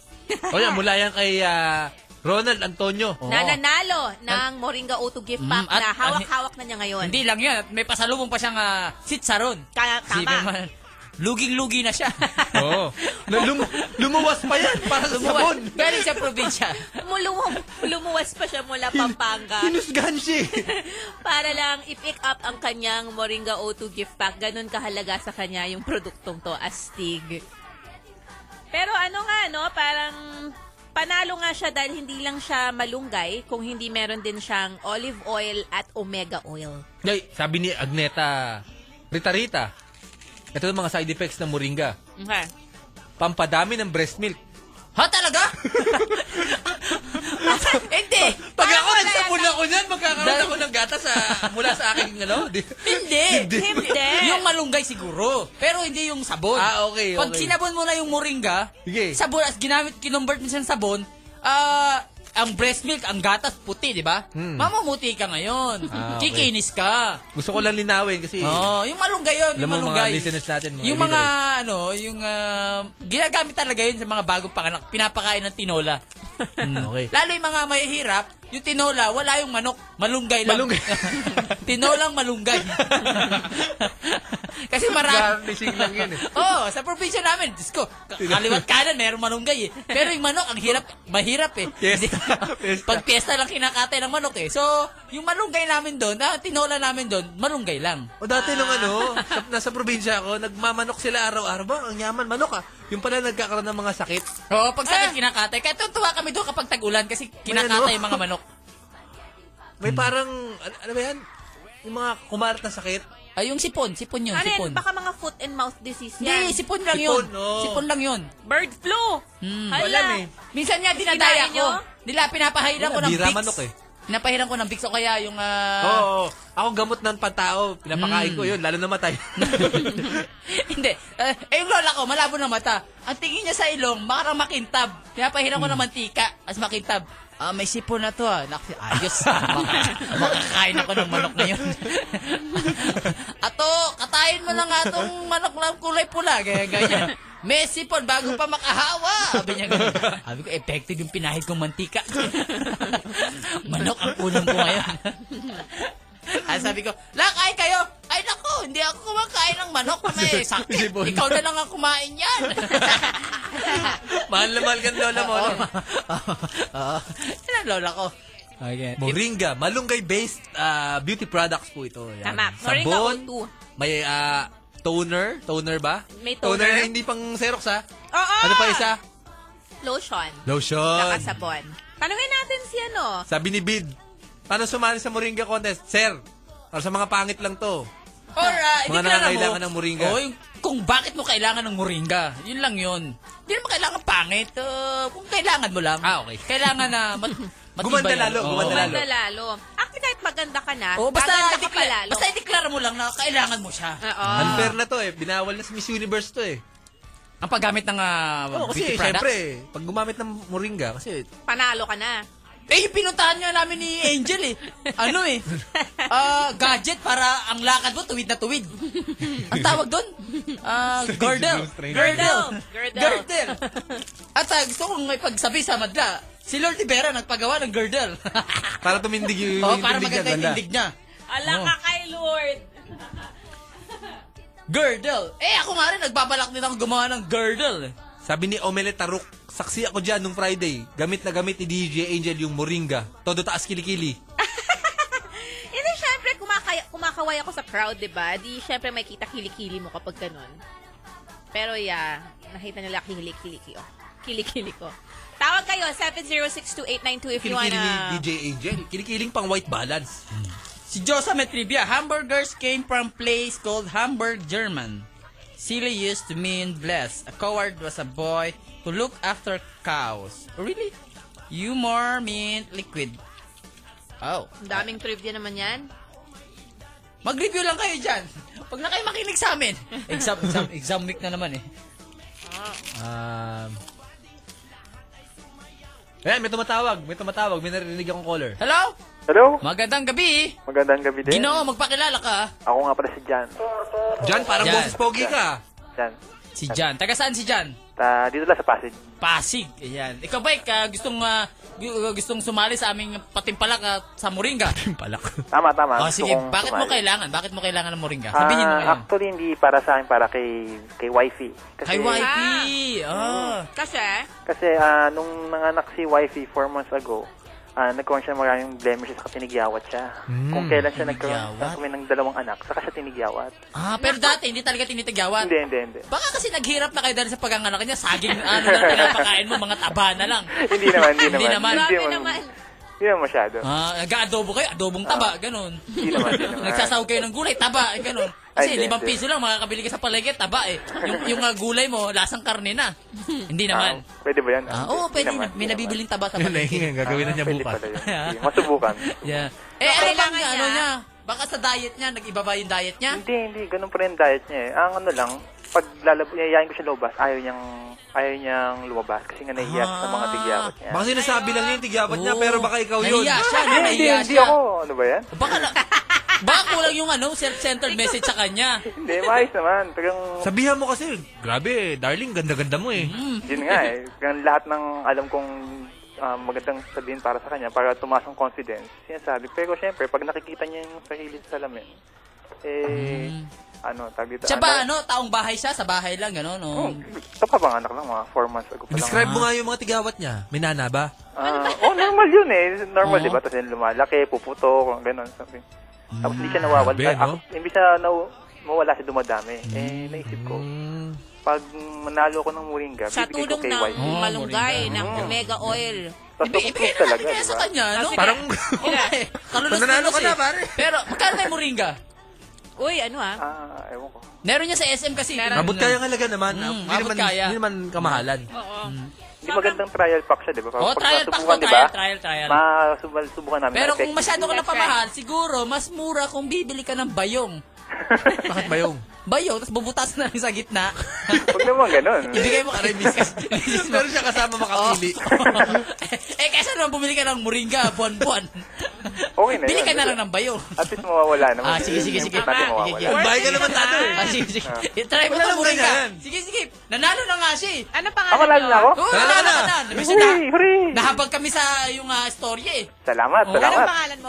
O yan, mula yan kay ah, Ronald Antonio. Nananalo ng Moringa O2 gift Mm, pack at- na hawak-hawak na niya ngayon. Hindi lang yan. At may pasalubong pa siyang uh, sitsaron. Kaya Isipin mo, tama. Luging-lugi na siya. Oo. Oh. Na, lum- lumuwas pa yan para sa sabon. Lumuwan. Galing sa probinsya. Muluwam, lumuwas pa siya mula Pampanga Hinusgan siya eh. para lang i-pick up ang kanyang Moringa O2 gift pack. Ganun kahalaga sa kanya yung produktong to, Astig. Pero ano nga, no? Parang panalo nga siya dahil hindi lang siya malunggay kung hindi meron din siyang olive oil at omega oil. Ngay, sabi ni Agneta Rita Rita, ito yung mga side effects ng moringa. Okay. Pampadami ng breast milk. ha, talaga? Hindi. Pag Parang ako wala nagsabon yata. ako niyan, magkakaroon ako ng gatas sa, mula sa aking ano. di- Hindi. Hindi. Yung malunggay siguro. Pero hindi yung sabon. Ah, okay, Pag okay. sinabon mo na yung moringa, Sige. sabon at ginamit, kinumbert mo siya ng sabon, ah, ang breast milk, ang gatas, puti, di ba? Hmm. Mamumuti ka ngayon. Ah, okay. Kikinis ka. Gusto ko lang linawin kasi Oo, yung malunggay yun, Alam yung mo, mga malunggay. listeners natin, mga yung mga, ano, yung, ah, ginagamit talaga yun sa mga bagong panganak, pinapakain ng tinola. Mm, okay. Lalo yung mga mahihirap, yung tinola, wala yung manok, malunggay lang. Malunggay. Tinolang malunggay. Kasi marami. Garnishing lang yun eh. Oo, sa probinsya namin, Diyos ko, ka- kaliwat kanan, meron manunggay eh. Pero yung manok, ang hirap, mahirap eh. Piesta, Hindi- piesta. Pag piyesta lang kinakatay ng manok eh. So, yung malunggay namin doon, ah, tinola namin doon, malunggay lang. O dati nung ano, sa, nasa probinsya ako, nagmamanok sila araw-araw. Ba, ang yaman, manok ah. Yung pala nagkakaroon ng mga sakit. Oo, pag Ah! sakit kinakatay. Kaya tuwa kami doon kapag tag-ulan kasi kinakatay oh. yung mga manok. May parang, ano, ano ba yan? Yung mga kumarat na sakit. Ay, yung sipon. Sipon yun, Ano sipon. yan? Baka mga foot and mouth disease yan. Hindi, sipon lang Sipon, oh. yun. oo. Sipon lang yun. Bird flu. Hmm. Hala. Wala eh. Minsan niya dinadaya Kinain ko. nyo? Nila, pinapahiram Wala, ko ng bira Vicks. manok eh. Pinapahiram ko ng Vicks o kaya yung... ah, Oo. oo. Ako gamot ng pantao. Pinapakain ko yun, lalo na matay. Hindi. Eh, eh, yung lola ko, malabo ng mata. Ang tingin niya sa ilong, makarang makintab. Pinapahiram ko ng mantika, as makintab. Ah, may sipon na to ah. Nak- ayos. Maka- makakain ako ng manok na yun. Ato, katay Pakain mo lang nga tong manok na kulay pula. Kaya ganyan. Messi po, bago pa makahawa. Sabi niya ganun. Sabi ko, effective yung pinahid kong mantika. manok ang ulam ko ngayon. Ay, sabi ko, la, kain kayo. Ay, nako, hindi ako kumakain ng manok na eh. Sakit. Ikaw na lang ang kumain yan. Mahal na mahal ka ng lola mo. ano? Oo. Yan ang lola ko. Okay. Moringa, malunggay-based ah, beauty products po ito. Yan. Tama. Moringa Sabon, O2. may ah, toner. Toner ba? May toner. na hindi pang Xerox ha. Oo! Ano pa isa? Lotion. Lotion. Nakasabon. Tanungin natin si ano. Sabi ni Bid, paano sumali sa Moringa contest? Sir, para sa mga pangit lang to. Or, uh, Ah, Mga nangangailangan ng moringa. Oh, yung, kung bakit mo kailangan ng moringa. Yun lang yun. Hindi naman kailangan pangit. Uh, kung kailangan mo lang. Ah, okay. Kailangan na mat, matibay Gumanda yan. lalo, Oo. gumanda lalo. Mandalalo. Actually, kahit maganda ka na, Oo, basta, gaganda ka idekla- palalo. basta ideklara mo lang na kailangan mo siya. Oo. Unfair na to eh. Binawal na sa Miss Universe to eh. Ang paggamit ng ah, Oo, kasi beauty products. syempre, pag gumamit ng moringa, kasi Panalo ka na. Eh, pinuntahan nga namin ni Angel eh. Ano eh? Ah, gadget para ang lakad mo tuwid na tuwid. Ang tawag doon? Ah, girdle. Girdle. Girdle. Girdle. At ah, gusto kong may pagsabi sa madla. Si Lord Rivera nagpagawa ng girdle. para tumindig yung oh, para tindig niya, maganda yung ganda. tindig niya. Ala ka kay Lord. Girdle. Eh, ako nga rin, nagbabalak din ako gumawa ng girdle. Sabi ni Omelet Taruk, saksi ako dyan nung Friday. Gamit na gamit ni DJ Angel yung moringa. Todo taas kilikili. Hindi, syempre, kumakaya, kumakaway ako sa crowd, di ba? Di, syempre, may kita kilikili mo kapag ganun. Pero, yeah, nakita nila kilikili ko. Kilikili ko. Tawag kayo, 7062892 if you Kilikili ni wanna... DJ Angel. Kilikiling pang white balance. Si Josa may trivia. Hamburgers came from place called Hamburg, German. Silly used to mean blessed. A coward was a boy who looked after cows. Oh, really? Humor meant liquid. Oh. Ang daming trivia naman yan. Mag-review lang kayo dyan. Huwag na kayo makinig sa amin. Exam, exam, exam week na naman eh. Um, Ayan, may tumatawag. May tumatawag. May narinig akong caller. Hello? Hello? Magandang gabi. Magandang gabi din. Ginoo, magpakilala ka. ah. Ako nga pala si Jan. Jan, parang Jan. boses pogi ka. Jan. Si Jan. Taga saan si Jan? Ta, dito lang sa Pasig. Pasig. Ayan. Ikaw ba, uh, gustong, ah, gu- gustong sumali sa aming patimpalak at sa Moringa? Palak. Tama, tama. Oh, Gusto sige, kong bakit mo sumali. kailangan? Bakit mo kailangan ng moringa? Ah, Sabihin mo ngayon. actually, hindi para sa akin, para kay, kay wifey. Kasi, Kay YP. Hmm. Oh. Kasi, Kasi ah, nung nanganak si wifey four months ago, ah, nagkaroon siya ng maraming blemishes at tinigyawat siya. Hmm. Kung kailan siya nagkaroon Tinigyawat? kami ng dalawang anak, saka siya tinigyawat. Ah, pero dati hindi talaga tinitagyawan. Hindi, hindi, hindi. Baka kasi naghirap na kayo dahil sa paganganak niya, saging ano na lang pinapakain mo, mga taba na lang. hindi naman, hindi Hindi naman. naman. Hindi Grabe naman, naman. hindi naman masyado. Ah, nag-aadobo kayo, adobong taba, ganun. Hindi naman, hindi naman. Nagsasahog kayo ng gulay, taba, eh, ganun. Kasi Ay, hindi, limang hindi. piso lang, makakabili ka sa palengke, taba eh. Yung, yung ah, gulay mo, lasang karne na. Hindi Ah, naman. pwede ba yan? Ah, oo, Hindi pwede. naman, May hindi nabibiling taba sa Yun na palengke. yun. Gagawin na naman. niya Pwede bukas. pala yun. Sige, Masubukan. Yeah. Eh, ano bang kailangan ano niya? niya? Baka sa diet niya, nag-iba ba yung diet niya? Hindi, hindi. Ganun pa rin yung diet niya eh. Ang ano lang, pag lalab- yayain ko siya lumabas, ayaw niyang, ayaw niyang lumabas kasi nga nahihiya siya sa mga tigyawat niya. Baka sinasabi lang niya yung tigyawat niya, pero baka ikaw yun. Nahiya siya, Hindi, hindi, nahiya hindi siya. ako. Ano ba yan? Baka na, baka kulang yung ano, self-centered message sa kanya. Hindi, maayos naman. Tagang, Sabihan mo kasi, grabe, darling, ganda-ganda mo eh. yun nga eh. Tagang lahat ng alam kong ah, magandang sabihin para sa kanya, para tumaas ang confidence, sinasabi. Pero syempre, pag nakikita niya yung sarili sa salamin, eh, ano, tag dito. Siya ba ano, taong bahay siya, sa bahay lang, gano'n, no? Oh, ito pa bang anak lang, mga 4 months ago pa lang. Describe mo nga yung mga tigyawat niya. May nana ba? Ano Ah, oh, normal yun eh. Normal, Oh. di ba? Tapos yun, lumalaki, puputo, ganun, something. Tapos hindi siya nawawala. Grabe, Ah, no? Imbis na naw- mawala siya dumadami. Eh, naisip ko, Mm. pag manalo ko ng moringa, sa bibigay ko tulong kay ng wife. Oo, malunggay, ng omega oil. Tapos Ibig, ibigay nakuprove na natin talaga, kaya di sa ba? kanya, no? sige. Parang, Okay. Kalulos Nanalo ka eh. na, pare. Pero, magkano na yung moringa? Uy, ano ah? Ah, ewan ko. Meron niya sa SM kasi. Meron. abot kaya nga laga naman. Mm, Ah, hindi, abot naman kaya. hindi naman kamahalan. Hindi magandang trial pack siya, di ba? Oh, trial pack nasubukan, to, di ba? trial, trial, trial. Masubal, subukan namin. Pero na-effective. kung masyado ka na That's right. pamahal, siguro, mas mura kung bibili ka ng bayong. Bakit bayong? Bayo, tapos bubutas na lang sa gitna. Huwag naman ganun. Ibigay mo kay misis. Meron siya kasama makapili. eh, kaysa naman bumili ka ng moringa buwan-buwan. Okay na Bili yun. ka na lang ng bayo. At least mawawala naman. Ah, sige, sige, Yung sige. importante Tama. mawawala. Sige, sige. Bahay ka naman tayo eh. Ah, sige, sige. Try mo Wala to lang moringa. ganyan. Sige, sige. Nanalo na nga siya eh. Ano pangalan Ako lalo niyo? na ako? Oo, Tara nanalo na. ka na. Nabisa na. Oh, Hooray! Hooray! Nahabag kami sa yung ah, storya eh. Salamat, Anong salamat. pangalan mo?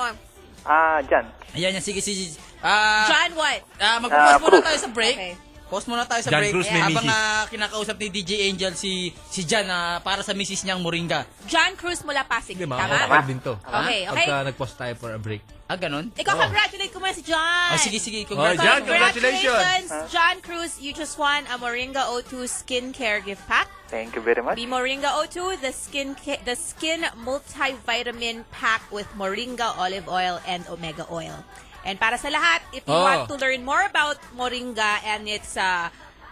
Ah, dyan. Ayan yan, sige, sige. Ah, John what? ah, mag-pause Ah, muna Cruz. tayo sa break. Okay. Pause muna tayo sa John break. Cruz, Eh, may habang misis. ah, kinakausap ni DJ Angel si si Jan ah, para sa misis niyang Moringa. John Cruz mula Pasig. Hindi, Tama? makakakal din to. Okay, okay. Pagka nag-pause tayo for a break. Ah, ganun? Ikaw, Oo. congratulate ko muna si John. Ah, sige, sige. ah. Oh, Jan, Congratulations. congratulations! Ah. Congratulations, John Cruz. You just won a Moringa O2 skincare gift pack. Thank you very much. The Moringa O2, the skin ca- the skin multivitamin pack with moringa olive oil and omega oil. And para sa lahat, if you Oh. want to learn more about moringa and its uh,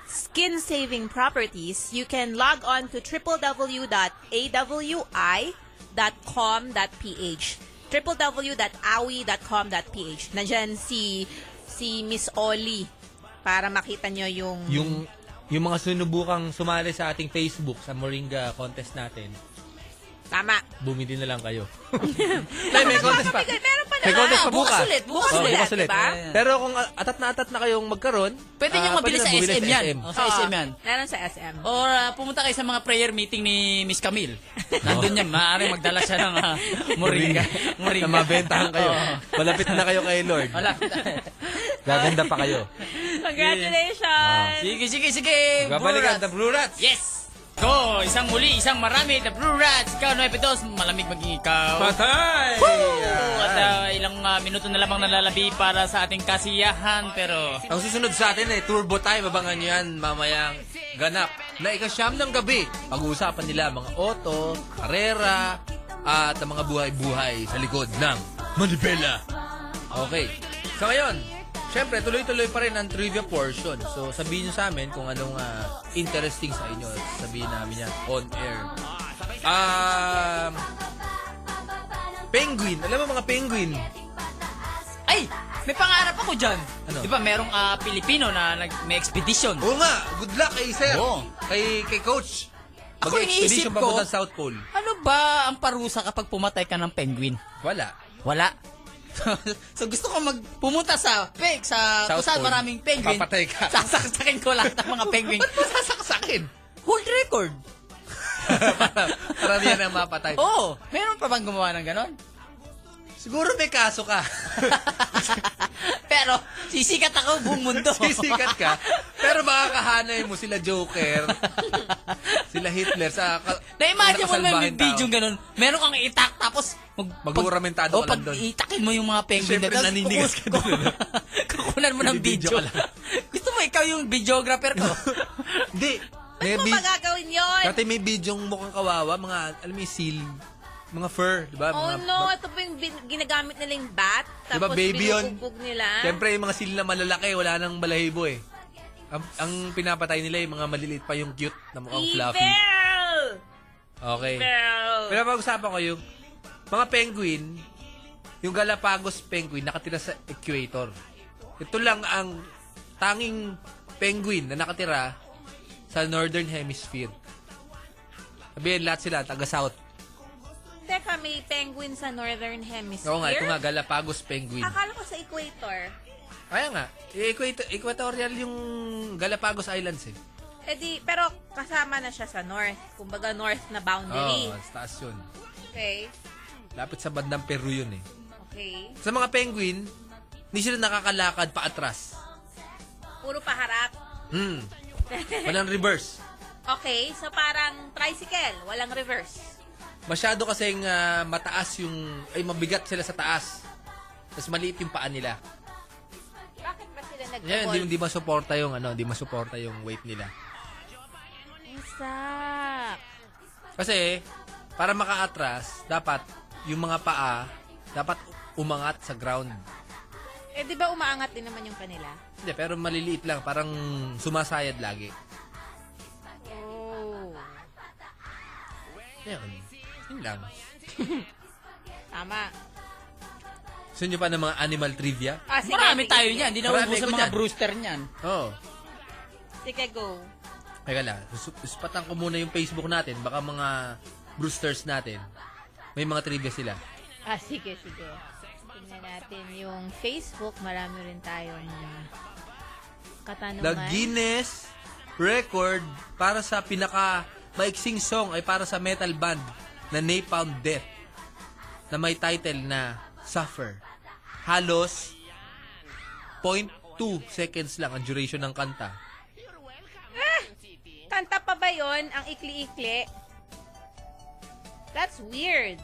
skin-saving properties, you can log on to www.awi.com.ph www.awi.com.ph Nandyan si si Miss Oli para makita nyo yung Yung yung mga sinubukang sumali sa ating Facebook sa Moringa contest natin, tama. bumili na lang kayo. Ay, may contest pa. Bigay- Meron pa May naman. contest pa bukas bukas. Oh, ulit, bukas Oo, ulit, diba? Pero kung ah, atat na atat na kayong magkaroon, Pwede ah, niyong na mabili sa bumili SM yan. Oh, sa Oo, SM yan. Meron sa SM. Or ah, pumunta kayo sa mga prayer meeting ni Miss Camille. Nandun yan, maaaring magdala siya ng ah, moringa. moringa. Na mabentahan kayo. Oo. Malapit na kayo kay Lord. Wala. Gaganda pa kayo. Congratulations! Ah, sige, sige, sige. Babalikan Burat. the Blue Rats. Yes! Go! Isang muli, isang marami. The Blue Rats. Ikaw, Noe Pedos. Malamig maging ikaw. Patay! At ah, ilang ah, minuto na lamang nalalabi para sa ating kasiyahan. Pero Ang susunod sa atin eh, Turbo Time. Abangan nyo yan mamayang ganap na ikasyam ng gabi. Pag-uusapan nila mga auto, karera, at ang mga buhay-buhay sa likod ng Manibela. Okay. So ngayon, syempre tuloy-tuloy pa rin ang trivia portion. So sabihin nyo sa amin kung anong ah, interesting sa inyo. Sabihin namin yan on air. Um, penguin. Alam mo mga penguin? Ay! May pangarap ako dyan. Ano? Di ba, merong ah, Pilipino na nag, may expedition. Oo nga, good luck kay Sir. Oo. Kay, kay Coach. Ako Mag-expedition iniisip ko- papunta sa South Pole. Ano ba ang parusa kapag pumatay ka ng penguin? Wala. Wala. so gusto ko mag pumunta sa peg sa South kung saan Pole. maraming penguin. Papatay ka. Sasaksakin ko lahat ng mga penguin. Sasaksakin. Hold record. para, para niya na mapatay. Oo. Oh, meron pa bang gumawa ng ganon? Siguro may kaso ka. Pero sisikat ako buong mundo. Sisikat ka. Pero makakahanay mo sila Joker, sila Hitler sa ka- Na-imagine mo na kasalbahin yung tao. video ganun. Meron kang itak tapos mag, Maguramentado ka lang pag- o, pag doon. itakin mo yung mga penguin Siyempre, na tapos naninigas ka kuku- doon, ano? Kukunan mo ng Binibidyo video. ka lang. Gusto mo ikaw yung videographer ko. Hindi. May Ano bi- magagawin yun? Dati may bidyong mukhang kawawa, mga, alam mo yung seal, mga fur, di ba? Oh Mga- no, ito po yung bin- ginagamit nila yung bat, Diba tapos baby yun? binubugbog nila. Siyempre, yung mga sila na malalaki, wala nang balahibo eh. Ang, ang pinapatay nila yung mga maliliit pa yung cute na mukhang fluffy. Evil! Okay. Evil! Pero pag-usapan ko yung mga penguin, yung Galapagos penguin nakatira sa equator. Ito lang ang tanging penguin na nakatira sa northern hemisphere. Sabihin lahat sila taga south. Teka, may penguin sa northern hemisphere? Oo nga, ito nga Galapagos penguin. Akala ko sa equator. Kaya nga, equator, equatorial yung Galapagos Islands eh. Eh di, pero kasama na siya sa north. Kumbaga north na boundary. Oo, oh, taas yun. Okay? Lapit sa bandang Peru yun eh. Okay. Sa mga penguin, hindi sila nakakalakad pa atras. Puro paharap. Hmm. Walang reverse. Okay, so parang tricycle, walang reverse. Masyado kasing ah, mataas yung... Ay, mabigat sila sa taas. Tapos maliit yung paa nila. Bakit ba sila Yan, hindi, nag-evolve? hindi masuporta yung ano, hindi masuporta yung weight nila. Isak. Kasi, para makaatras, dapat yung mga paa, dapat umangat sa ground. Eh, di ba umaangat din naman yung kanila? Hindi, pero maliliit lang. Parang sumasayad lagi. Oh. Yan. Yun lang. Tama. Gusto nyo pa ng mga animal trivia? Ah, sige, Marami sige, tayo sige. niyan. Hindi na Marami ubus ko ang mga niyan. Brewster niyan. Oo. Oh. Sige, go. Teka lang, sus- ispatan ko muna yung Facebook natin. Baka mga Brewsters natin, may mga trivia sila. Ah, sige, sige. Tingnan natin yung Facebook. Marami rin tayong katanungan. The Guinness record para sa pinaka maiksing song ay para sa metal band na Napalm Death na may title na Suffer. Halos 0.2 seconds lang ang duration ng kanta. Kanta pa ba yon ang ikli-ikli? That's weird.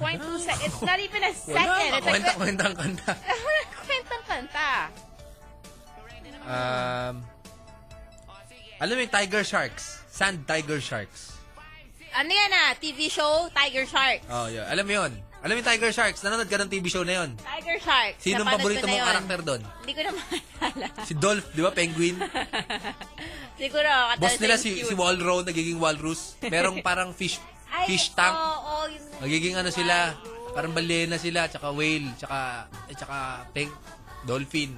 Point two sec- It's not even a second. Wala, It's like, a- kwenta-kwenta Ah, ang kanta. kwentang kanta. Um, alam mo yung Tiger Sharks? Sand Tiger Sharks. Ano yan ah? TV show, Tiger Shark. Oh, yun. Alam mo yun. Alam mo yung Tiger Sharks? Nanonood ka ng TV show na yun. Tiger Shark. Sino ang Napanood paborito ko na mong yun. karakter doon? Hindi ko na maalala. Si Dolph, di ba? Penguin. Siguro, katanong Boss nila sa'yo, si, cute. si Walro, nagiging walrus. Merong parang fish Ay, fish tank. oo, oo, yun na. Nagiging ano sila, parang balena sila, tsaka whale, tsaka, eh, tsaka peng, dolphin.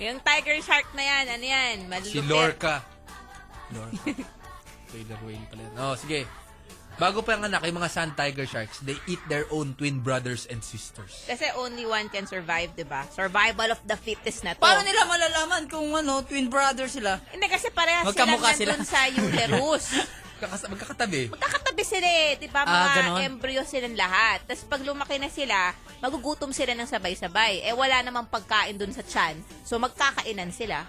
Yung Tiger Shark na yan, ano yan? Malulupit. Si Lorca. Lorca. Kailan whale pala yun. Oh, sige. Bago pa ang anak, yung mga sand tiger sharks, they eat their own twin brothers and sisters. Kasi only one can survive, di ba? Survival of the fittest na to. Paano nila malalaman kung ano, twin brother sila? Hindi, kasi parehas Magkamukha sila nandun sila. sa uterus. Magkakas- Magkakatabi. Kakatabi sila eh, di ba? Ah, Mga ganon. embryo silang lahat. Tapos pag lumaki na sila, magugutom sila ng sabay-sabay. Eh, wala namang pagkain dun sa tiyan. So, magkakainan sila.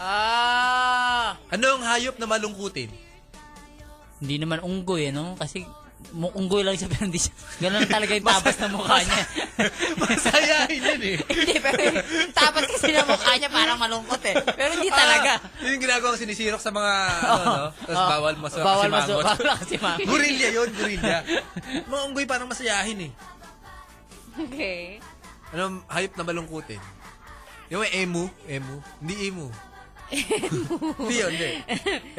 Ah! Ano ang hayop na malungkutin? Hindi naman unggoy, eh, no? Kasi mu- unggoy lang siya pero hindi siya. Ganun talaga yung tabas ng mukha niya. Masayahin yun eh. hindi, pero yung tapas kasi ng mukha niya parang malungkot eh. Pero hindi talaga. Ah, yun yung ginagawa sinisirok sa mga, ano, no? Tapos Oo. bawal masok Bawal kasi maso. mangot. Bawal kasi mangot. Gorilla yun, gorilla. Mga unggoy parang masayahin eh. Okay. Ano, hayop na malungkutin. Yung may emu, emu. Hindi emu. Emu. Hindi yun, hindi.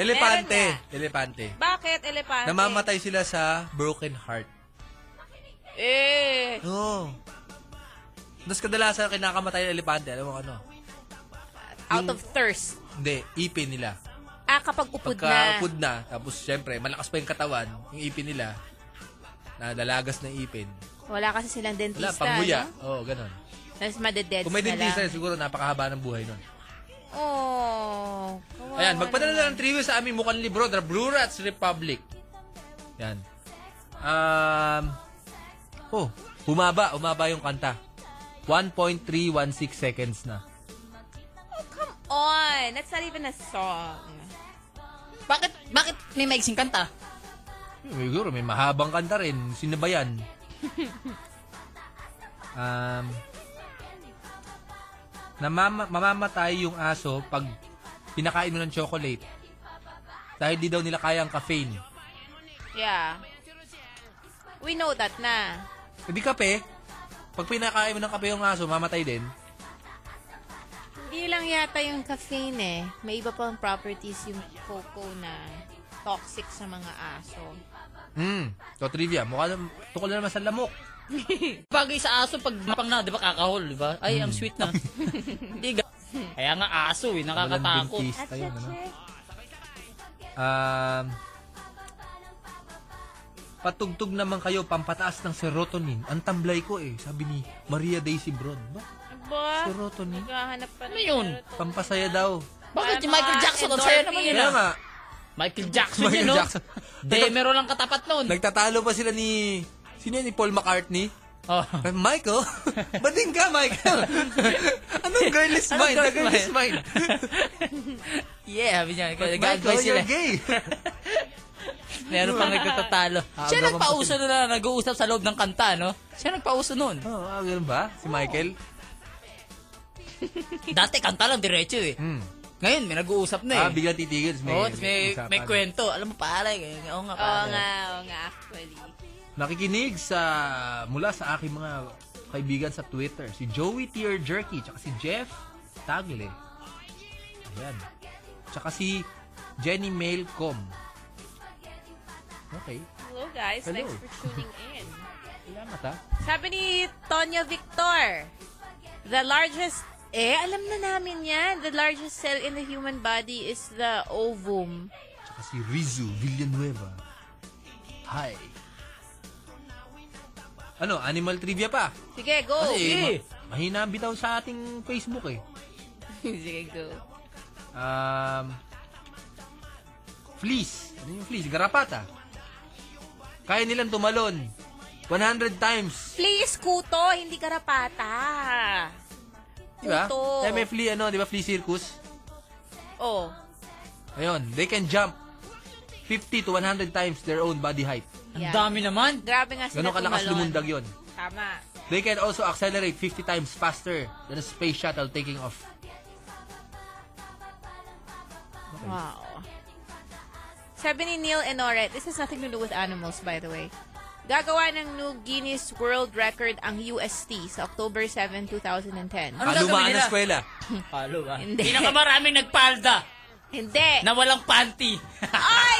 Elepante. Meron Elepante. Bakit, elepante? Namamatay sila sa broken heart. Eh, Oo. Tapos kadalasan kinakamatay ng elepante, alam mo ano? out of thirst. Hindi, ipin nila. Ah, kapag upod na. Pagka upod na, tapos syempre, malakas pa yung katawan, yung ipin nila, nalalagas ng ipin. Wala kasi silang Wala, dentista. panghuya. no? Oo, ganun. Tapos madededs Kung may na dentista, lang. siguro napakahaba ng buhay nun. Oh. kawawa Ayan, magpadala naman. na ng trivia sa aming mukhang libro, The Blue Rats Republic. Yan. Um, oh, humaba, humaba yung kanta. 1.316 seconds na. Come on. That's not even a song. Bakit, bakit may maiksing kanta? Siguro, may mahabang kanta rin. Sino ba yan? um, namama, mamamatay yung aso pag pinakain mo ng chocolate. Dahil di daw nila kaya ang caffeine. Yeah. We know that na. Hindi Eh, kape. Pag pinakain mo ng kape yung aso, mamatay din. Hindi lang yata yung caffeine eh. May iba pang properties yung cocoa na toxic sa mga aso. Hmm. So, trivia. Mukha na, tukol na naman sa lamok. Bagay sa aso, pag mapang na, di ba kakahol, di ba? Ay, ang sweet na. Hindi, ga- Kaya nga aso eh, nakakatakot. Walang dentista yun, ano? Um, patugtog naman kayo pampataas ng serotonin. Ang tamblay ko eh, sabi ni Maria Daisy Bron. Ba? Ba? Serotonin. Naghahanap pa Ano yun? Pampasaya daw. Bakit Para yung Michael mga Jackson? Ang saya naman yun Kaya ah. nga, Michael Jackson Michael yun, no? Jackson. Demero lang katapat nun. nagtatalo pa sila ni... Sino yun? Ni Paul McCartney? Oh. Eh, Michael? Bading ka, Michael? Anong girl is Anong mine? girl The is girl is mine. Yeah, sabi niya. Michael, Nag-advise sila. you're gay. Meron pang nagtatalo. Siya Aga nagpauso nun na nag-uusap sa loob ng kanta, no? Siya nagpauso nun. Oh, ah, ganun ba? Si Michael? Dati kanta lang diretso eh. Hmm. Ngayon, may nag-uusap na eh. Ah, biglang titigil. May, Oo, tapos may, usapan. may kwento. Alam mo, pare. eh. Oo nga, Oo pare. nga, oo nga, actually. Nakikinig sa mula sa aking mga kaibigan sa Twitter, si Joey Tear Jerky, tsaka si Jeff Tagle. Ayan. Tsaka si Jenny Mailcom. Okay. Hello guys, Hello. thanks for tuning in. Salamat ha. Sabi ni Tonya Victor, the largest, eh, alam na namin yan. The largest cell in the human body is the ovum. Tsaka si Rizu Villanueva. Hi. Ano, animal trivia pa? Sige, go. Kasi, ma- mahina ang bitaw sa ating Facebook eh. Sige, go. Um, fleas. Ano yung fleas? Garapata. Kaya nilang tumalon. 100 times. Please, kuto, hindi karapata. Di ba? Diba? Kuto. Kaya may flea, ano, di ba? Flea circus. Oh. Ayun, they can jump 50 to 100 times their own body height. Ang Yeah. dami naman. Grabe nga Ganon sila kalakas tumalon. lumundag yon. Tama. They can also accelerate 50 times faster than a space shuttle taking off. Wow. Sabi ni Neil Enore, this has nothing to do with animals, by the way. Gagawa ng new Guinness World Record ang UST sa October 7, 2010. Kalumaan Ano gagawin ng nila? eskwela. Palo Ah. ba? Hindi. Pinakamaraming nagpalda Hindi. na walang panty. Ay!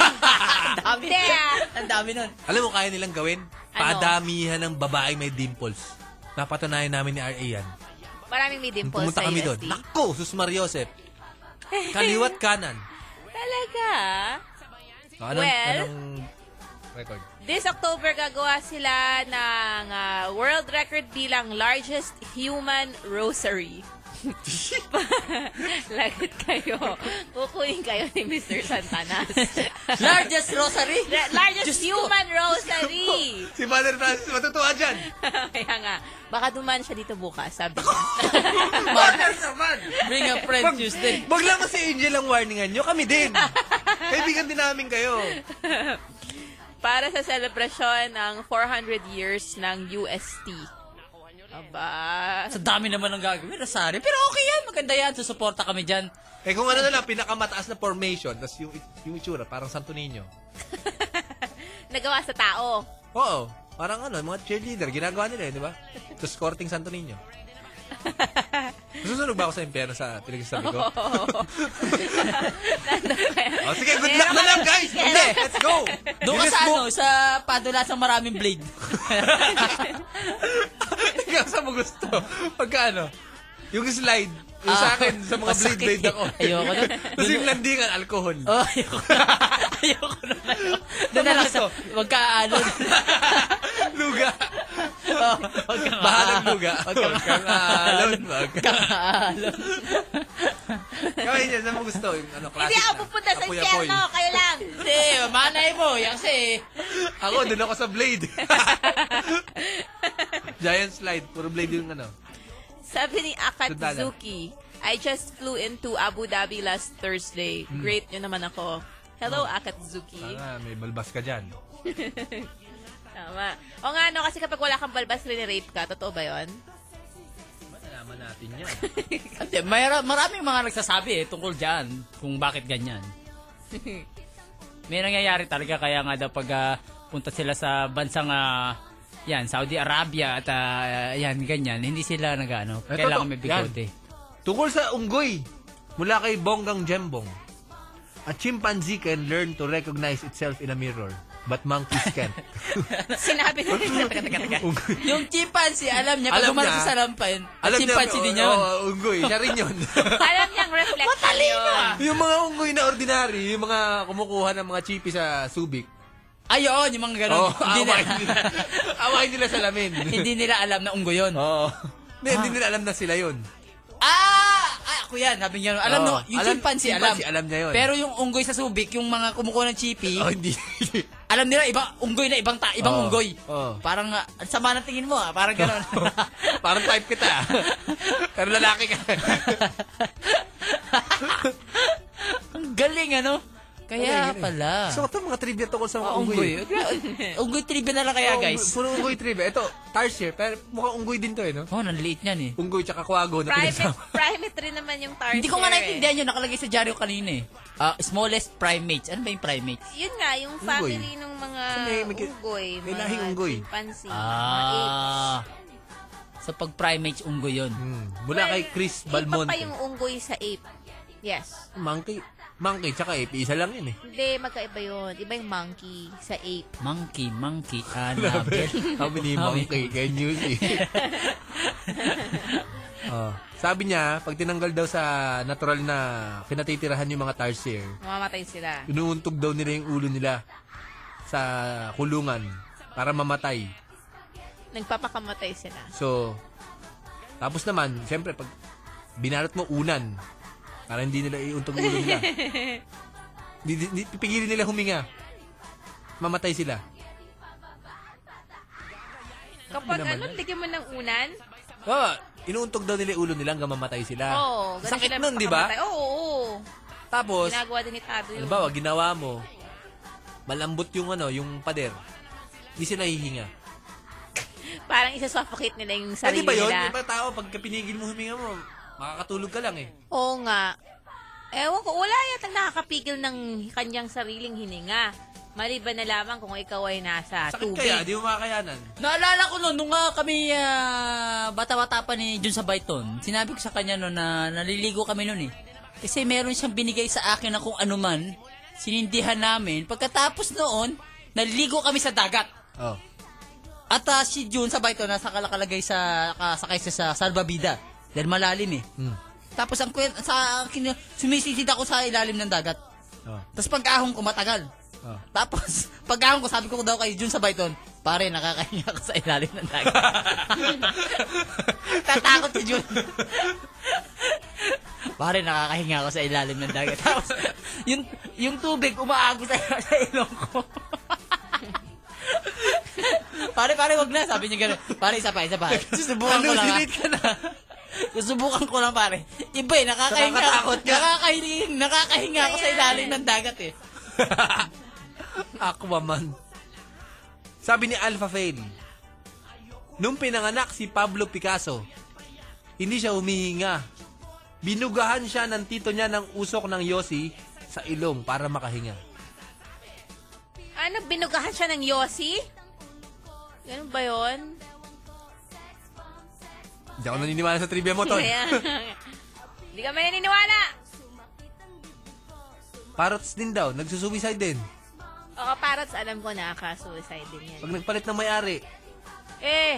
dami. Hindi ah. Ang dami nun. Alam mo kaya nilang gawin? Ano? Padamihan ng babae may dimples. Napatunayan namin ni RA yan. Maraming may Nung dimples pumunta sa kami doon. UST. Nako, sus Mariosep. Kaliwat kanan. Talaga? O, anong, Well- anong record? This October, gagawa sila ng ah, world record bilang largest human rosary. Lagot kayo. Kukunin kayo ni Mr. Santanas. Largest rosary. The largest human rosary. Si Father Francis, matutuwa dyan. Kaya nga, baka duman siya dito bukas, sabi niya. Mother naman. Bring a friend Tuesday. Wag lang kasi Angel ang warningan nyo. Kami din. Kaibigan din namin kayo. Para sa selebrasyon ng 400 years ng UST. Aba. Sa dami naman ang gagawin. Rosary. Pero okay yan. Maganda yan. Susuporta kami dyan. Eh kung ano na lang, pinakamataas na formation, tapos yung, yung itsura, parang Santo Niño. Nagawa sa tao. Oo. Parang ano, mga cheerleader, ginagawa nila yun, di ba? Tapos korting Santo Niño. Susunog ba ako sa impyerno sa pinagsasabi ko? oh, sige, good luck na lang, guys! Hindi, let's go! Doon ka sa ano, sa padulasang maraming blade. Ikaw sa mo gusto. Pagka ano, yung slide, yung sa Ah, akin, sa mga masakit. blade-blade ako. Ayoko nun. Tapos yung landingan, alcohol. oh, ayoko na. ayoko na. Ayoko. Doon na lang sa, wag ka ano. luga. Oh, wag ka Bahalang luga. Wag ka Huwag kang aalon. Huwag Wag ka maalon. Kaya yun, saan mo gusto? Yung ano, classic Hindi ako na. pupunta sa Apoy-apoy. inferno, kayo lang. Hindi, manay mo. Yan kasi. Ako, dun ako sa blade. Giant slide. Puro blade yung ano. Sabi ni Sundalo. Akatsuki, I just flew into Abu Dhabi last Thursday. Hmm. Great nyo naman ako. Hello, Akatsuki. Tama, may balbas ka dyan. Tama. O nga, no, kasi kapag wala kang balbas, rinirape ka. Totoo ba yon? Malaman natin yan. Kasi may, maraming mga nagsasabi eh, tungkol dyan, kung bakit ganyan. may nangyayari talaga, kaya nga daw pag ah, punta sila sa bansang, ah, yan, Saudi Arabia at ah, yan, ganyan, hindi sila nagano, Eh, kailangan totoo. may bigote. Tungkol sa unggoy, mula kay Bonggang Jembong. A chimpanzee can learn to recognize itself in a mirror, but monkeys can't. Sinabi na rin. Unggoy. Yung chimpanzee, alam niya, pag Alam umarap niya. oh, sa salampain, alam chimpanzee oo, din yun. oo, unggoy. Siya rin yun. Alam niyang reflection yun. yung mga unggoy na ordinary, yung mga kumukuha ng mga chipi sa subik. Ayun, yung mga ganun. Oh, hindi, awahin nila, nila. awahin nila salamin. hindi nila alam na unggo yun. Oo. Hindi, hindi nila alam na sila yun. Ah! Ay, ako yan, sabi niya. Alam Oo. no, yung Alam- chimpanzee, alam. chimpanzee, alam niya yun. Pero yung unggoy sa subik, yung mga kumukuha ng chipi, Oh, hindi. alam nila iba unggoy na ibang ta, ibang Oo. unggoy. Oo. Parang ah, ang sama ng tingin mo, ah, parang gano'n. Parang type kita. ah. Pero lalaki ka. ang galing ano. Kaya Galing, galing. pala. So, ito mga trivia tungkol sa mga Ah, unggoy. unggoy. unggoy trivia na lang Oo, kaya, guys. Puro unggoy trivia. Ito, tarsier. Pero mukhang unggoy din to eh, no? Oh, nanliit niyan eh. Unggoy tsaka kwago na Private, pinagsama. private rin naman yung tarsier. Hindi ko nga eh. naiintindihan yun, nakalagay sa dyaryo kanina eh. Ah, smallest primates. Ano ba yung primates? Yun nga, yung family ng mga So, may- may- unggoy. may mga lahing unggoy. chimpanzee, mga apes. Ah. Sa pag primates unggoy yun. Hmm. Mula kay Chris Well, iba Balmonte. pa yung unggoy sa ape. Yes. Monkey. Monkey, tsaka ape, isa lang yun eh. Hindi, magkaiba yun. Iba yung monkey sa ape. Monkey, monkey, Annabelle. How many monkey can you see? oh. Sabi niya, pag tinanggal daw sa natural na kinatitirahan yung mga tarsier, Mamamatay sila. inuuntog daw nila yung ulo nila sa kulungan para mamatay. Nagpapakamatay sila. So, tapos naman, siyempre, pag binalot mo unan, para hindi nila iuntog ulo nila. di, di, di- pipigilin nila huminga. Mamatay sila. Kapag Hindi naman eh. ano, yan. tigyan mo ng unan, Oo, inuuntog daw nila yung ulo nila hanggang mamatay sila. oo. ganun Ah. Sakit sila nun, di ba? magpakamatay. Oo, oo. Tapos, Ginagawa din ni Tado yun. halimbawa, ginawa mo, malambot yung ano, yung pader. Hindi sila hihinga. Parang isa-suffocate nila yung Pwede sarili ba yun? nila. Yung mga tao, pag pinigil mo huminga mo, makakatulog ka lang eh. Oo nga. Ewan ko, wala yatang nakakapigil ng kanyang sariling hininga. Maliban na lamang kung ikaw ay nasa Sakit tubig. kaya, di mo makakayanan. Naalala ko noon, nung nga kami ah, bata-bata pa ni Jun sa Bayton, sinabi ko sa kanya noon na naliligo kami noon eh. Kasi meron siyang binigay sa akin na kung ano man, sinindihan namin. Pagkatapos noon, naliligo kami sa dagat. Oh. At ah, si Jun sa Bayton, nasa kalakalagay sa, kasakay siya sa salbabida. Dahil malalim eh. Hmm. Tapos ang kwento, sa, kin- sumisisid ako sa ilalim ng dagat. Oh. Tapos pag-ahon ko, matagal. Oh. Tapos, pag-ahon ko, sabi ko daw kay Jun sa Bayton, pare, nakakahinga ako sa ilalim ng dagat. Tatakot si Jun. pare, nakakahinga ako sa ilalim ng dagat. Tapos, yung, yung tubig, umaagos sa, sa ilong ko. pare, pare, wag na. Sabi niya gano'n. Pare, isa pa, isa pa. Susubukan Ano ko lang. ah. Hallucinate ka na. Susubukan ko lang, pare. Iba eh, nakakahinga. Nakakatakot ka. Nakakahinga, nakakahinga ako sa ilalim ng dagat eh. Aquaman. Sabi ni Alpha Fail, Nung pinanganak si Pablo Picasso, hindi siya humihinga. Binugahan siya ng tito niya ng usok ng Yossi sa ilong para makahinga. Ano, binugahan siya ng Yossi? Ganun ba yun? Hindi ako naniniwala sa trivia mo, Ton. Kaya, Hindi ka may naniniwala. Parrots din daw, nagsusuicide din. Oo, parats alam ko nakaka-suicide din yan. Pag nagpalit ng may-ari, Eh,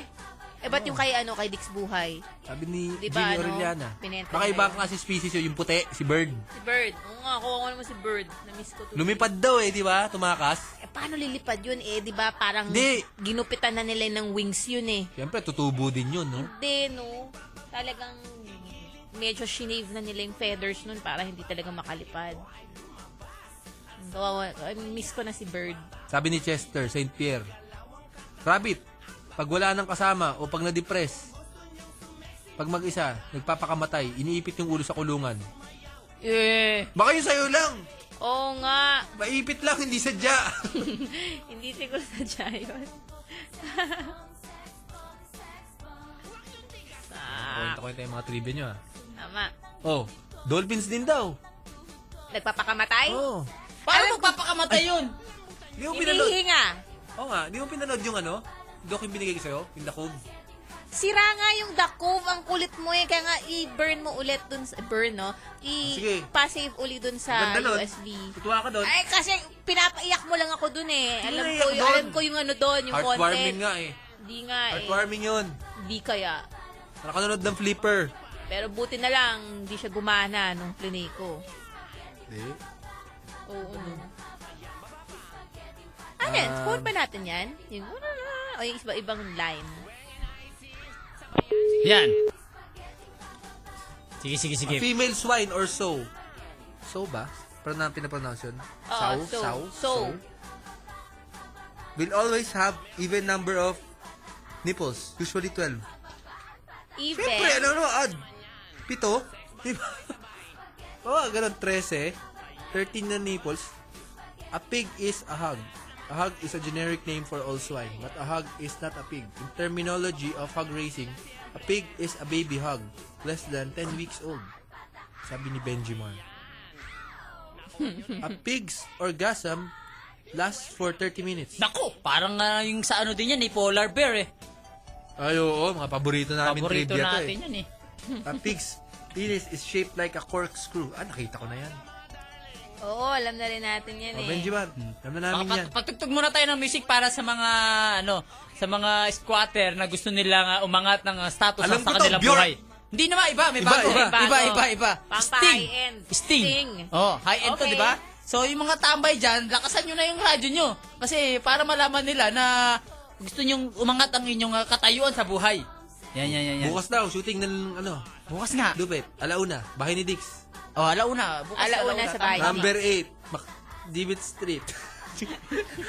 eh ba't yung kay ano, kay Dix Buhay? sabi ni Di Ginny ba, ano, Orellana. pinento Baka kayo. ibang klase species yun, yung puti, si bird. Si Bird. Oo nga, kuha ko naman si Bird. Na-miss ko to. Lumipad daw eh, di ba? Tumakas. eh, paano lilipad yun eh? Di ba parang Di. ginupitan na nila ng wings yun eh. Siyempre, tutubo din yun, no? Hindi, no? Talagang medyo shinave na nila yung feathers nun para hindi talaga makalipad. Kawawa. I miss ko na si Bird. Sabi ni Chester, St. Pierre, Rabbit, pag wala ng kasama o pag na-depress, pag mag-isa, nagpapakamatay, iniipit yung ulo sa kulungan. Eh. Baka yun sa'yo lang! Oo nga. Maipit lang, hindi sadya! hindi siguro sadya yun. Ah. Kwenta ko yung mga trivia nyo, ha? Tama. Oh, dolphins din daw. Nagpapakamatay? Oh. Paano magpapakamatay yun? Di mo pinanood, Hinihinga. oh nga, di mo pinanood yung ano? Dok yung binigay ko sa'yo, yung dakog. Sira nga yung the cove. Ang kulit mo eh. Kaya nga i-burn mo ulit dun sa... Burn, no? Ah, Sige. I-pasave ulit dun sa Ganda nun. USB. Tutuwa ka doon. Ay, kasi pinapaiyak mo lang ako dun eh. Alam Hindi, ko, iyak yung, dun. alam ko yung ano dun, yung Heartwarming content. nga eh. Di nga eh. Heartwarming yun. Di kaya. Nakanood ng Flipper. Pero buti na lang, hindi siya gumana nung plinay ko. Di. Oo. Ano yan? Ah. Quote ba natin yan? Yung, o yung iba, ibang line. Yan. Sige, sige, sige. Female swine or sow. Sow ba? Parang na pinapronounce yun? Oo, Sow? sow. Sow? Sow. Will always have even number of nipples. Usually 12. Siyempre, Even. ano ano, odd. Pito? Diba? Oo, oh, ganun, 13. 13 na nipples. A pig is a hog. A hog is a generic name for all swine, but a hog is not a pig. In terminology of hog racing, a pig is a baby hog, less than 10 weeks old. Sabi ni Benjamin. a pig's orgasm lasts for 30 minutes. Naku, parang ah, yung sa ano din yan, eh, polar bear eh. Ay, oo, mga paborito namin Paborito trivia to eh. natin yan eh. A pig's penis is shaped like a corkscrew. Ah, nakita ko na yan. Oo, alam na rin natin yan O, eh. Benjiman, Oh, alam na namin yan. Pag- pagtugtog muna tayo ng music para sa mga ano, sa mga squatter na gusto nilang uh, umangat ng uh, status Alam sa ko to, kanilang Bjorn. buhay. Hindi naman iba, may Iba, bago, iba, iba, ano? iba, iba. Pampa Sting. high-end. Sting. Sting. Oh, high end to, Okay. di ba? So, yung mga tambay dyan, lakasan nyo na yung radyo nyo. Kasi para malaman nila na gusto nyong umangat ang inyong uh, katayuan sa buhay. Yan, yan, yan, yan. Bukas daw, shooting ng ano, Bukas nga. Lupet, alauna, bahay ni Dix. Oh, alauna. Bukas Alauna sa bahay. Tama. Number 8, Mac- Divitt Street.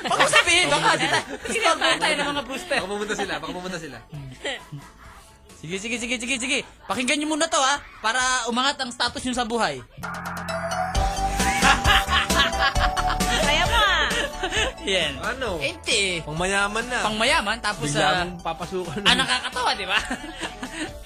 Baka sabihin, baka dito. Sinabahan tayo ng mga booster. Baka pumunta sila, baka pumunta sila. Sige, sige, sige, sige, sige. Pakinggan nyo muna to, ha? Para umangat ang status nyo sa buhay. Kaya mo ah. Yan. Ano? Eh, Hindi eh. Pang mayaman na. Pangmayaman, tapos sa... Bigla mong papasukan. ah, nakakatawa, di ba?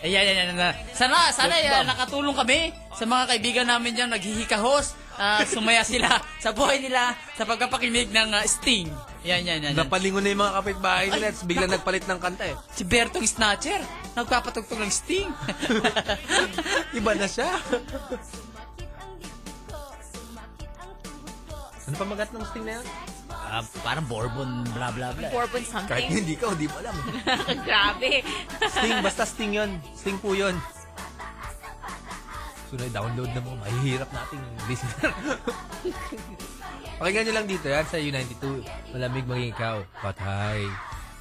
Ayan, ayan, ayan, ayan. Sana, sana ayan, nakatulong kami sa mga kaibigan namin dyan naghihikahos. Ah, sumaya sila sa buhay nila sa pagkapakinig ng ah, Sting. Ayan, ayan, ayan. ayan. Napalingon na yung mga kapitbahay nila at biglang nagpalit ng kanta eh. Si Bertong Snatcher, nagpapatugtog ng Sting. Iba na siya. ano pa magat ng sting na yun? Ah, parang Bourbon, bla bla bla. Bourbon Kahit something. hindi ka, hindi mo alam. Grabe. Sting, basta sting yun. Sting po yun. So, na-download na mo. Mahihirap nating listener. Pakinggan nyo lang dito yan sa U92. Malamig maging ikaw. Patay.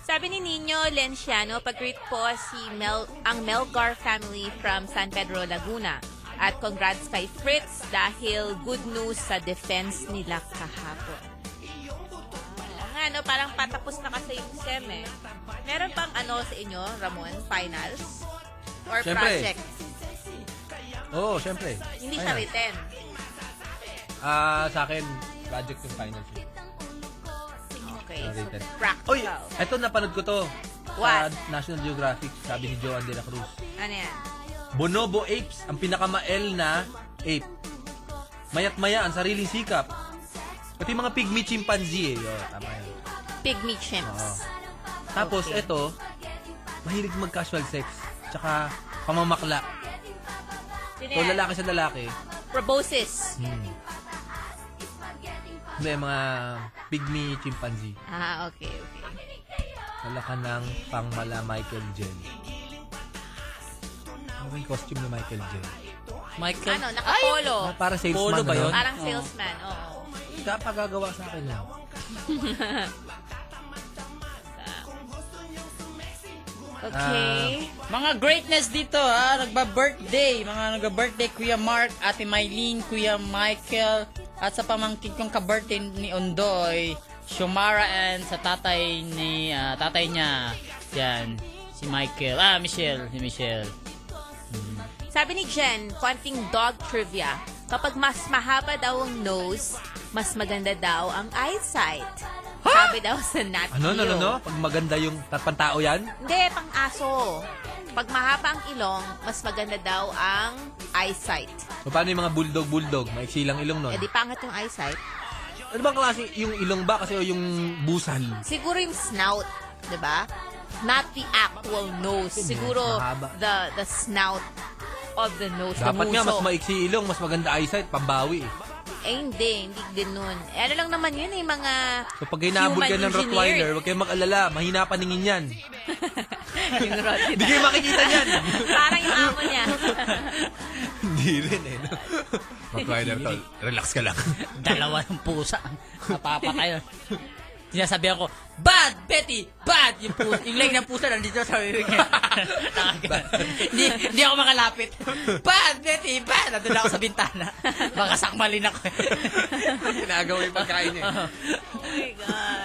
Sabi ni Nino Lenciano, pag-greet po si Mel, ang Melgar family from San Pedro, Laguna. At congrats kay Fritz dahil good news sa defense nila kahapon. Oo nga, no? Parang patapos na kasi yung SEM eh. Meron pang ano sa inyo, Ramon, finals? Or Siyempre. project? Oo, oh, syempre. Hindi siya Ayan. written. Ah, sa akin, project yung final. Okay. Not written. Practical. Oy, eto napanood ko to. What? Sa National Geographic, sabi ni Joan de la Cruz. Ano yan? Bonobo apes, ang pinakamael na ape. Mayat maya ang sariling sikap. Pati mga pygmy chimpanzee eh. Oh, tama yun. Pygmy chimps. Ah. Tapos Okay. eto, mahilig mag-casual sex. Tsaka pamamakla. Sino Kung yan? lalaki sa lalaki, Proboscis. Hmm. may mga pygmy chimpanzee. Ah, okay, okay. Wala ka ng pangmala Michael Jen. Ano yung costume ni Michael Jen? Michael. Ano, nakapolo. Ah, para salesman, Polo ba ano? yun? Parang Oo. salesman, oo. Kapagagawa sa akin lang. Okay. Ah. Mga greatness dito ha, nagba-birthday, mga nagba-birthday Kuya Mark, Ate Mylene, Kuya Michael, at sa pamangkin kong ka-birthday ni Ondoy, Shumara and sa tatay ni ah, tatay niya, yan, si Michael, ah Michelle, si Michelle. Sabi ni Jen, konting dog trivia. Kapag mas mahaba daw ang nose, mas maganda daw ang eyesight. Sabi daw sa Nat Ano, no, no, Geo. no? Pag maganda yung tapang tao yan, Hindi, pang aso. Pag mahaba ang ilong, mas maganda daw ang eyesight. So, paano yung mga bulldog-bulldog? Maiksi lang ilong nun. E di pangat yung eyesight. Ano bang klase? Yung ilong ba kasi o yung busal? Siguro yung snout, di ba? Not the actual nose. Siguro Mahaba. the the snout of the nose. the Dapat nga, muso. mas maiksi ilong, mas maganda eyesight, pambawi. eh. Eh, hindi. Hindi ganun. Eh, ano lang naman yun eh, mga... So, pag hinabol ka ng Human Rottweiler, engineer. huwag kayong mag-alala, mahina paningin yan. yung rod Hindi kayo makikita yan. Parang yung amo niya. Oh Hindi rin eh. No? Rottweiler, tol. Relax ka lang. Dalawa ng pusa, napapatay. Sinasabihan ko, bad, Betty, bad! Yung, pusa, yung leg ng pusa nandito sa bibig niya. Nakaganon. Hindi, hindi ako makalapit. Bad, Betty, bad! Nandun ako sa bintana. Baka sakmalin ako. Ginagawa yung pagkain niya. Oo. oh my God.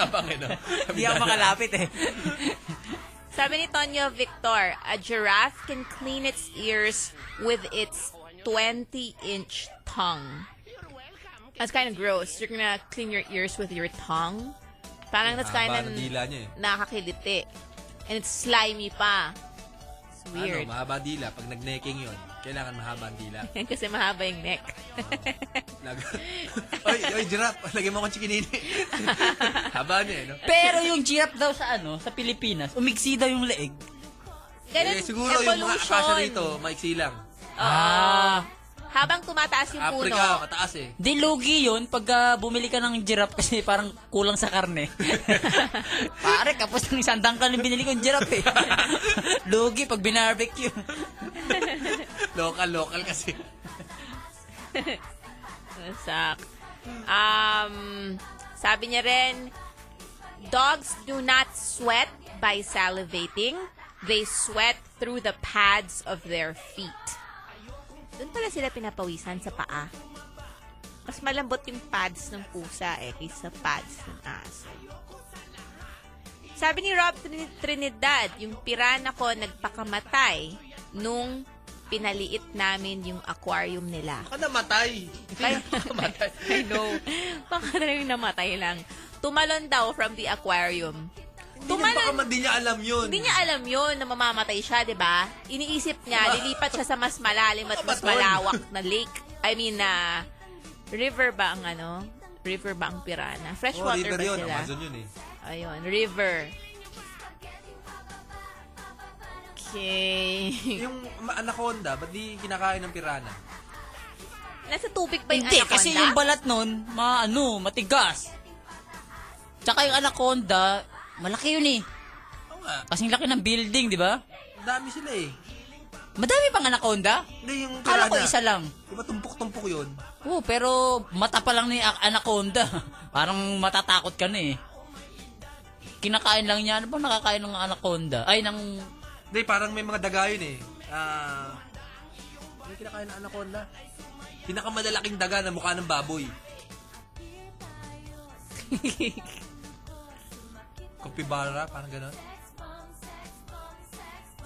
Tabang eh, no? Hindi ako makalapit eh. Sabi ni Tonyo Victor, a giraffe can clean its ears with its 20-inch tongue. That's kind of gross. You're gonna clean your ears with your tongue? Parang that's kind Mahaba of ng dila niya eh. nakakiliti. And it's slimy pa. It's weird. Ano, mahaba dila. Pag nag-necking yun, kailangan mahaba ang dila. Kasi mahaba yung neck. Lag- oy, oy, giraffe. Lagyan mo akong chikinini. Haba niya eh, no? Pero yung giraffe daw sa ano, sa Pilipinas, umigsi daw yung leeg. Ganun, Eh, siguro yung mga evolution. akasya rito, maiksi lang. Ah. Habang tumataas yung puno, Africa, mataas eh. Di lugi yun pag ah, bumili ka ng giraffe kasi parang kulang sa karne. Pare, kapos ng isang dangkal yung binili kong giraffe eh. lugi pag binarbecue. Local, local kasi. Sak. Um, sabi niya rin, dogs do not sweat by salivating. They sweat through the pads of their feet. Doon pala sila pinapawisan sa paa. Mas malambot yung pads ng pusa eh kaysa pads ng aso. Sabi ni Rob Trin- Trinidad, yung piranha ko nagpakamatay nung pinaliit namin yung aquarium nila. Baka namatay. Namatay. I know. Baka na rin namatay lang. Tumalon daw from the aquarium. Baka Tumalon. hindi niya alam yun. Hindi niya alam yun na mamamatay siya, di ba? Iniisip niya, lilipat siya sa mas malalim at mas malawak na lake. I mean, na river ba ang ano? River ba ang Oh, pirana? Freshwater river ba yun. sila? Amazon yun eh. Ayun, river. Okay. Yung ma- anaconda, ba't di kinakain ng pirana? Nasa tubig ba yung Hindi, anaconda? kasi yung balat nun, ma, ano, matigas. Tsaka yung anaconda, malaki yun eh. Oo nga. Kasing laki ng building, di ba? Ang Dami sila eh. Madami pang anaconda? Hindi, yung pirana. Kala ko isa lang. Diba tumpok-tumpok yun? Oo, pero mata pa lang ni a- anaconda. Parang matatakot ka na eh. Kinakain lang niya. Ano ba nakakain ng anaconda? Ay, ng... Hindi, parang may mga daga yun eh. Ah... may kinakain ng anaconda. Pinakamalalaking daga na mukha ng baboy. Kopibara, parang gano'n.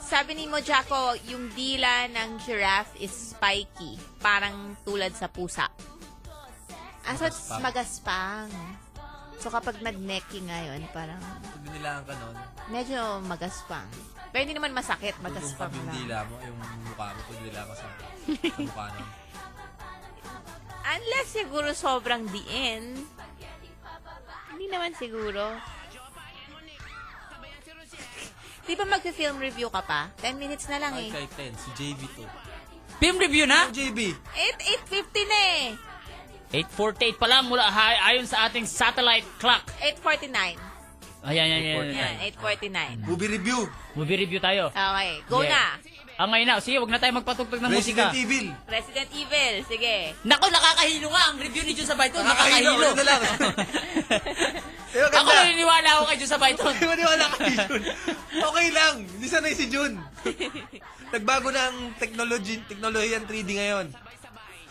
Sabi ni Mojako, yung dila ng giraffe is spiky. Parang tulad sa pusa. Ah, so it's magaspang. So kapag nag-necking ngayon, parang Pag nilaan ka nun, medyo magaspang. Pero hindi naman masakit, magaspang tutungkab yung lang. dila mo, yung mukha mo, pag nila ka sa, sa mukha nun. Unless siguro sobrang diin. Hindi naman siguro. Di ba mag-film review ka pa? 10 minutes na lang eh. Kay Ten, si JB to. Film review na? JB! 8, 8.50 na eh. 8.48 pa lang mula hi, ayon sa ating satellite clock. eh. 8.49. Ayan, ayan, ayan. ayan. Yan, 8.49. Movie review! Movie review tayo. Okay, go Yeah. na. Ah, ngayon na. Sige, wag na tayo magpatugtog ng Resident musika. Evil! Resident Evil, sige. Nako, nakakahilo nga ang review ni Jun sa Python. Nakakahilo, Nakakahilo. yun na lang. Diba Ako ganda? naniniwala ako kay Jun sa Python. Diba niwala ka kay Jun? Okay lang, hindi sanay si Jun. Nagbago na ang technology, teknolohiya ng 3D ngayon.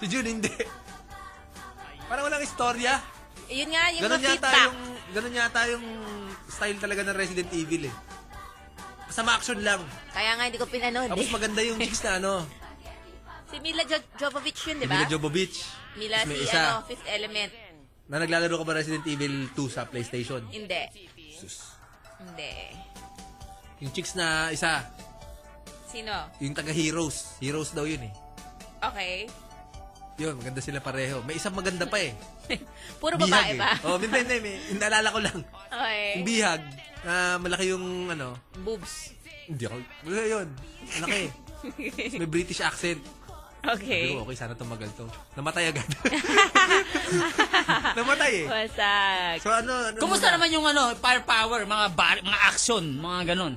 Si Jun hindi. Parang walang istorya. Yun nga, yung Ganun mga yata feedback. yung, ganun yata yung style talaga ng Resident Evil eh. Kasama action lang. Kaya nga hindi ko pinanood Tapos eh. maganda yung chicks na ano, Si Mila jo- Jovovich yun, di si ba? Mila Jovovich. Diba? Mila Tapos may si isa ano, Fifth Element. na naglalaro ka ba Resident Evil 2 sa PlayStation? Hindi. Sus. Hindi. Yung chicks na isa, Sino? yung taga Heroes. Heroes daw yun eh. Okay. Yun, maganda sila pareho. May isang maganda pa eh. Puro eh. babae ba? Oh, hindi, hindi, hindi. Naalala ko lang. Yung Okay. bihag, na malaki yung ano. Boobs. Hindi ako. Basta yun. Malaki. Tapos May British accent. Sabi Okay. ko, okay, sana tumagal to. Namatay agad. Namatay eh. Wasak. So ano, ano Kumusta naman yung ano, firepower, mga bar, mga action, mga ganun?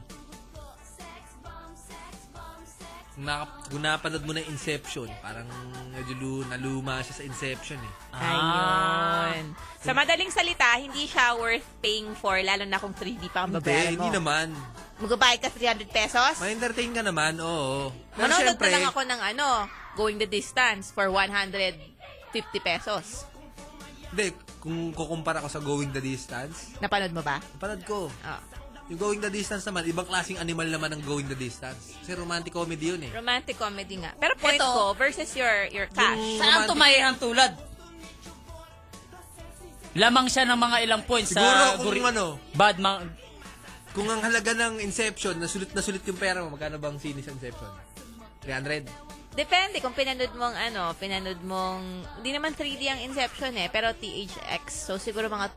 Kung, na, kung napanood mo na yung Inception, parang medyo lu- naluma siya sa Inception eh. Ah. Ayun. Sa madaling salita, hindi siya worth paying for, lalo na kung 3D pa ang Hindi, babayaran mo. hindi naman. Magbabayad ka 300 pesos? Ma-entertain ka naman, oo. Pero Manonood syempre, na lang ako ng ano, going the distance for 150 pesos. hindi, kung kukumpara ko sa Going the Distance, Napanood mo ba? napanood ko. Oh. Yung Going the Distance naman, ibang klaseng animal naman ang Going the Distance. Kasi romantic comedy yun eh. Romantic comedy nga. Pero point Ito. ko, versus your your cash. Saan tumayin ang tulad? Lamang siya ng mga ilang points Siguro sa kung guri- ano. bad man. Kung ang halaga ng Inception, nasulit na sulit yung pera mo, magkano bang sinis sa Inception? 300? Depende kung pinanood mong ano, pinanood mong, hindi naman 3D ang Inception eh, pero THX. So siguro mga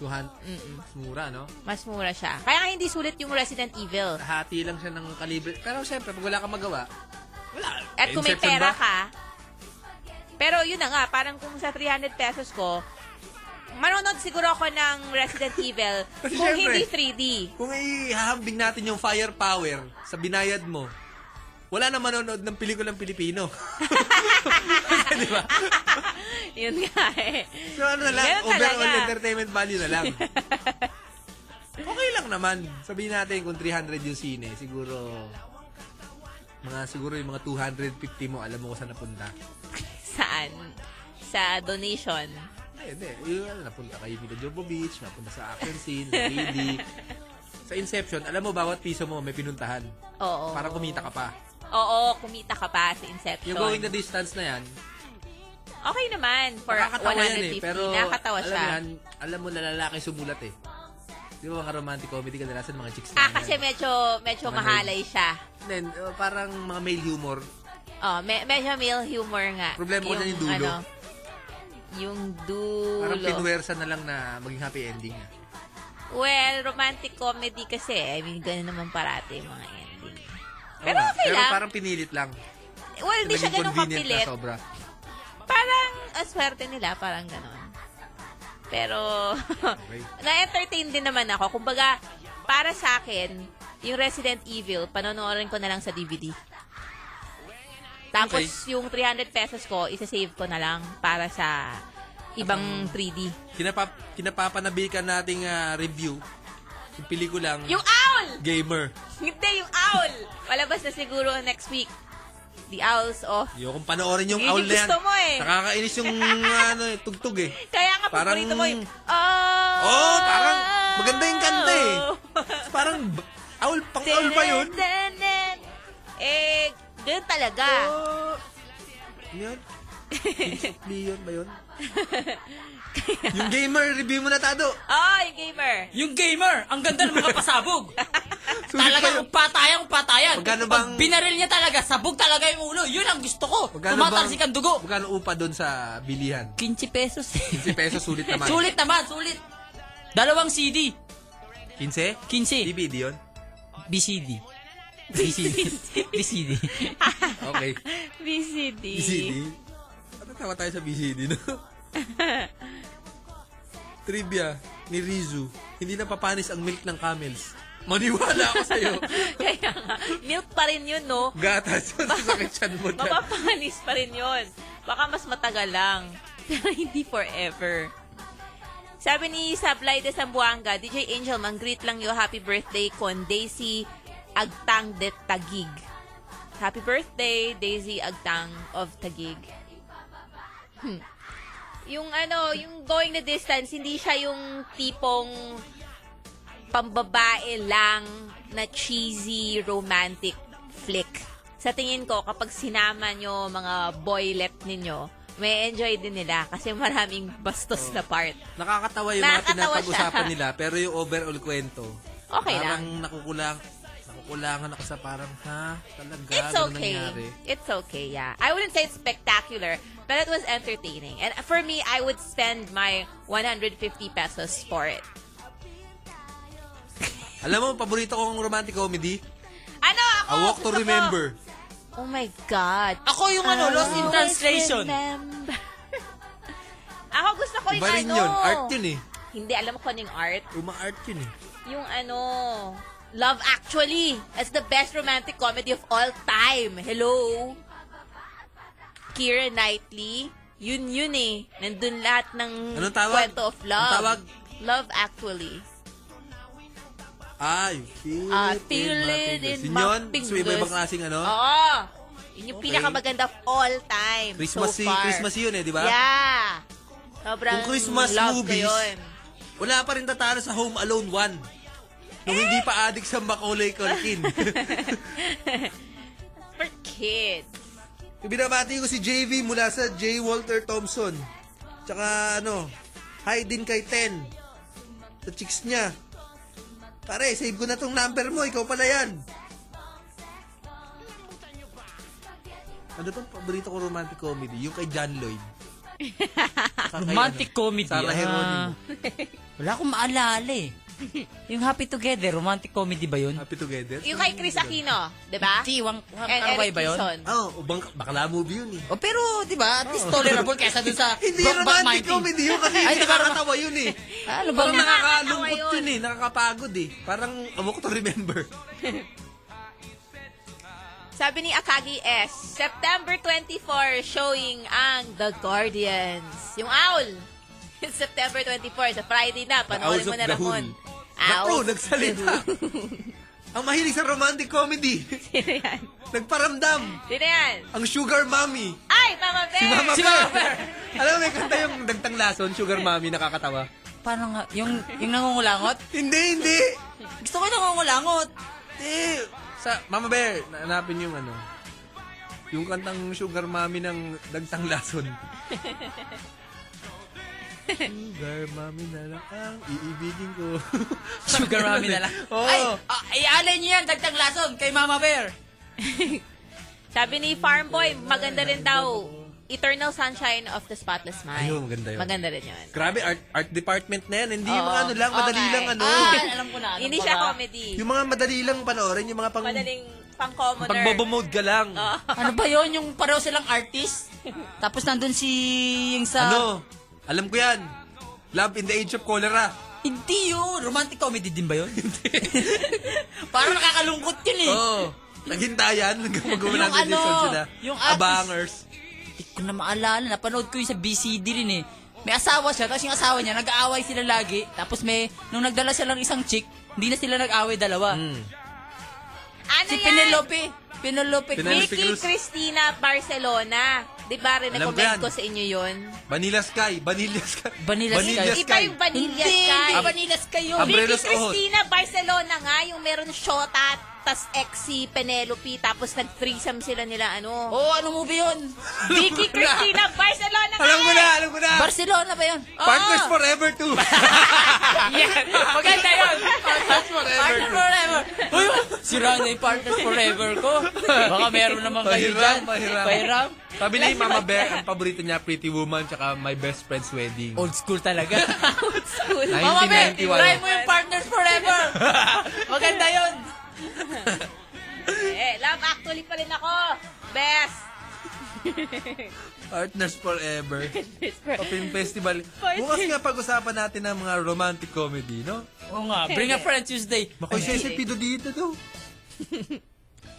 200? Mm-mm. Mura, no? Mas mura siya. Kaya nga hindi sulit yung Resident Evil. Hati lang siya ng kalibre. Pero syempre, pag wala kang magawa, wala. At kung may Inception pera ba? ka, Pero yun na nga, parang kung sa 300 pesos ko, manonood siguro ako ng Resident Evil Kasi kung syempre, hindi 3D. Kung ihahambing natin yung firepower sa binayad mo, wala na manonood ng pelikulang Pilipino. Yun nga eh. So ano na lang, Ganun talaga. overall entertainment value na lang. okay lang naman. Sabihin natin kung 300 yung sine, siguro mga siguro yung mga 250 mo, alam mo kung saan napunta. Saan? Sa donation. Ay, hindi. Yung ano, napunta kayo nila Jovovich, napunta sa action scene, sa PD. sa Inception, alam mo bawat piso mo may pinuntahan. Oo. Para kumita ka pa. Oo, kumita ka pa sa Inception. Yung going the distance na yan, Okay naman for nakakatawa 150. yan eh. Pero Nakakatawa alam siya. yan, alam mo na lalaki sumulat eh. Di ba mga romantic comedy kadalasan mga chicks lang Ah, kasi yan. medyo, medyo Mga mahalay siya. Then, uh, parang mga male humor. Oh, me- medyo male humor nga. ano, Problema ko dyan yung dulo. yung dulo. Parang pinwersa na lang na maging happy ending. na. Well, romantic comedy kasi. eh. I mean, ganun naman parati yung mga ending. Oo Pero nga. okay Pero lang. parang pinilit lang. Well, hindi siya Naging ganun convenient kapilit. Na sobra. Parang ah, swerte nila, parang ganun. Pero, na-entertain din naman ako. Kumbaga, para sa akin, yung Resident Evil, panonoorin ko na lang sa DVD. Tapos, yung 300 pesos ko, isa-save ko na lang para sa ibang 3D. Kinapap kinapapanabikan nating ah, review. Yung pelikulang Yung Owl! Gamer. Hindi, yung Owl! Palabas na siguro next week. The Owls of... Yo, kung panoorin yung Yun Owl yung na yan. gusto mo eh. Nakakainis yung ano, eh, tugtog eh. Kaya nga, Parang- paborito mo yung... Oh! Oh, parang maganda yung kanta eh. Parang b- Owl, pang Owl ba yun? Dun-dun-dun. Eh, ganun talaga. Oh. Yun. Kings of Leon ba yun? yung Gamer, review mo na, Tado. Oh, yung gamer. Yung gamer, ang ganda ng mga pasabog. talaga kung patayan, kung patayan. Magkano bang- Pag binaril niya talaga, sabog talaga yung ulo. Yun ang gusto ko. Tumatalsik ang dugo. Magkano upa doon sa bilihan? 15 pesos. 15 pesos, sulit naman. Sulit naman, sulit. Dalawang CD. 15? 15. DVD yun? BCD. BCD. BCD. Okay. VCD. BCD? Ano tawa tayo sa BCD, no? Trivia ni Rizu. Hindi na papanis ang milk ng camels. Maniwala ako sa'yo. Kaya nga, milk pa rin yun, no? Gatas yun sa sakit tiyan mo dyan. Mapapanis pa rin yun. Baka mas matagal lang. Pero hindi forever. Sabi ni Sablay de Sambuanga, DJ Angel, mang-greet lang yo happy birthday kon Daisy Agtang de Tagig. Happy birthday, Daisy Agtang of Tagig. Hmm. Yung ano, yung going the distance, hindi siya yung tipong pambabae lang na cheesy romantic flick. Sa tingin ko, kapag sinama nyo mga boylet ninyo, may enjoy din nila kasi maraming bastos Oh. na part. Nakakatawa yung mga Nakakatawa pinapag-usapan siya. nila, pero yung overall kwento, Okay parang lang. nakukulang, nakukulangan ako sa parang, ha? Talaga, It's ganun okay. nangyari. It's okay, yeah. I wouldn't say it's spectacular, but it was entertaining. And for me, I would spend my 150 pesos for it. Alam mo, paborito kong romantic comedy, Ano ako? A Walk to Gusto ko- Remember. Oh my God. Ako yung ano, Lost Ah, in Translation. Ako gusto ko yung Iba rin ano. yun. Art yun eh. Hindi, alam ko ano yung art. Uma-art yun eh. Yung ano, Love Actually. It's the best romantic comedy of all time. Hello? Keira Knightley. Yun yun eh. Nandun lahat ng Anong tawag? kwento of love. Anong tawag? Love Actually. I feel Ah, it feel in my it in fingers. Yun my yun? fingers. Oh. So, iba-ibang klaseng ano? Oo. Yun yung Okay. pinakamaganda of all time Christmas so y- far. Christmas yun eh, di ba? Yeah. Sobrang Kung Christmas love movies, ko yun. Wala pa rin tatalo sa Home Alone 1. Nung hindi pa adik sa Macaulay Culkin. For kids. Binabati ko si JV mula sa J. Walter Thompson. Tsaka ano, hi din kay Ten. Sa chicks niya. Pare, save ko na tong number mo. Ikaw pala yan. Ano bang paborito ko romantic comedy? Yung kay John Lloyd. Saka kay Romantic comedy. Sarah Ah. Geronimo. Wala akong maalala eh. Yung Happy Together, romantic comedy ba yun? Happy Together? Yung kay Chris Aquino, di ba? Hindi, Wang And Karaway Eric ba yun? Quezon. Oo, oh, bang, bakla movie yun eh. Oh, pero, di ba, at least tolerable kaysa dun sa Oh. Hindi Brokeback romantic Mountain. comedy yun kasi Ay, hindi di ba, nakakatawa yun eh. Ano ba? Parang nakakalungkot Nakakatawa yun eh, nakakapagod eh. Parang a walk to remember. Sabi ni Akagi S, September 24, showing ang The Guardians. Yung Owl. September 24, sa Friday na. Panoorin Owls mo of na, the Ramon. Hood. Ah, Naku, nagsalita. Ang mahilig sa romantic comedy. Sino yan? Nagparamdam. Sino yan? Ang Sugar Mommy. Ay, Mama Bear! Si Mama Si Bear. Mama Bear. Alam mo, may kanta yung Dagtang Lason, Sugar Mommy, nakakatawa. Paano nga? ah, Yung, yung nangungulangot? Hindi, hindi. Gusto ko yung nangungulangot. Hindi. Sa Mama Bear, hanapin yung ano. Yung kantang Sugar Mommy ng Dagtang Lason. Sugar Mommy na lang ang iibigin ko. Sugar mami na lang. Oo. Ay, ah, ialay niyo yan, dagdag lason, kay Mama Bear. Sabi ni Farm Boy, maganda rin daw. Eternal Sunshine of the Spotless Mind. Ayun, maganda yun. Maganda rin yun. Grabe, art, art department na yan. Hindi yung mga Oo. ano lang, madali Okay. lang ano. Ah, alam ko na. Alam Hindi ko siya na. comedy. Yung mga madali lang panoorin, yung mga pang... Madaling pang-commoner. Pagbobomode ka lang. Oo. Ano ba yon Yung pareho silang artist? Tapos nandun si... Yung sa... Ano? Alam ko yan. Love in the Age of Cholera. Hindi yun. Romantic comedy din ba yun? Parang nakakalungkot yun eh. Oo. Oh, naghintayan hanggang mag-uwi Yung natin ano, sila. yung artist. Abangers. Hindi ko na maalala. Napanood ko yun sa BCD rin eh. May asawa siya, tapos yung asawa niya, nag-aaway sila lagi. Tapos may, nung nagdala siya ng isang chick, hindi na sila nag-aaway dalawa. Ano Si yan? Penelope, Penelope Cruz. Penelope Vicky Cruz. Cristina Barcelona. Di ba Alam ko rin-recommend yan. ko sa inyo yun? Vanilla Sky. Vanilla Sky. Vanilla Sky. Iba yung vanilla Hindi, sky. hindi Vanilla Sky yun. Ab- Vicky Abrelos Ojos. Cristina Barcelona nga, yung meron shota, tas ex si Penelope, tapos nag-threesome sila nila, ano. Oh, ano movie yun? Vicky Cristina Barcelona nga Alam ko na, eh! alam ko na. Barcelona ba yun? Partners Ah! Forever 2. Maganda yun. Partners Forever Partner forever. Uy, sira na yung partner forever ko. Baka meron naman kayo Pahiram, dyan. pahiram. Pahiram. Sabi ni Mama Bear, ang paborito niya, Pretty Woman, tsaka My Best Friend's Wedding. Old school talaga. School. Mama 1991. Ben, try mo yung partners forever. Maganda yun. Eh, love actually pa rin ako. Best. Partners Forever. o Film Festival. Bukas nga pag-usapan natin ng mga romantic comedy, no? Oo nga, Bring a Friend Tuesday. Makoy siya si Pido dito, to.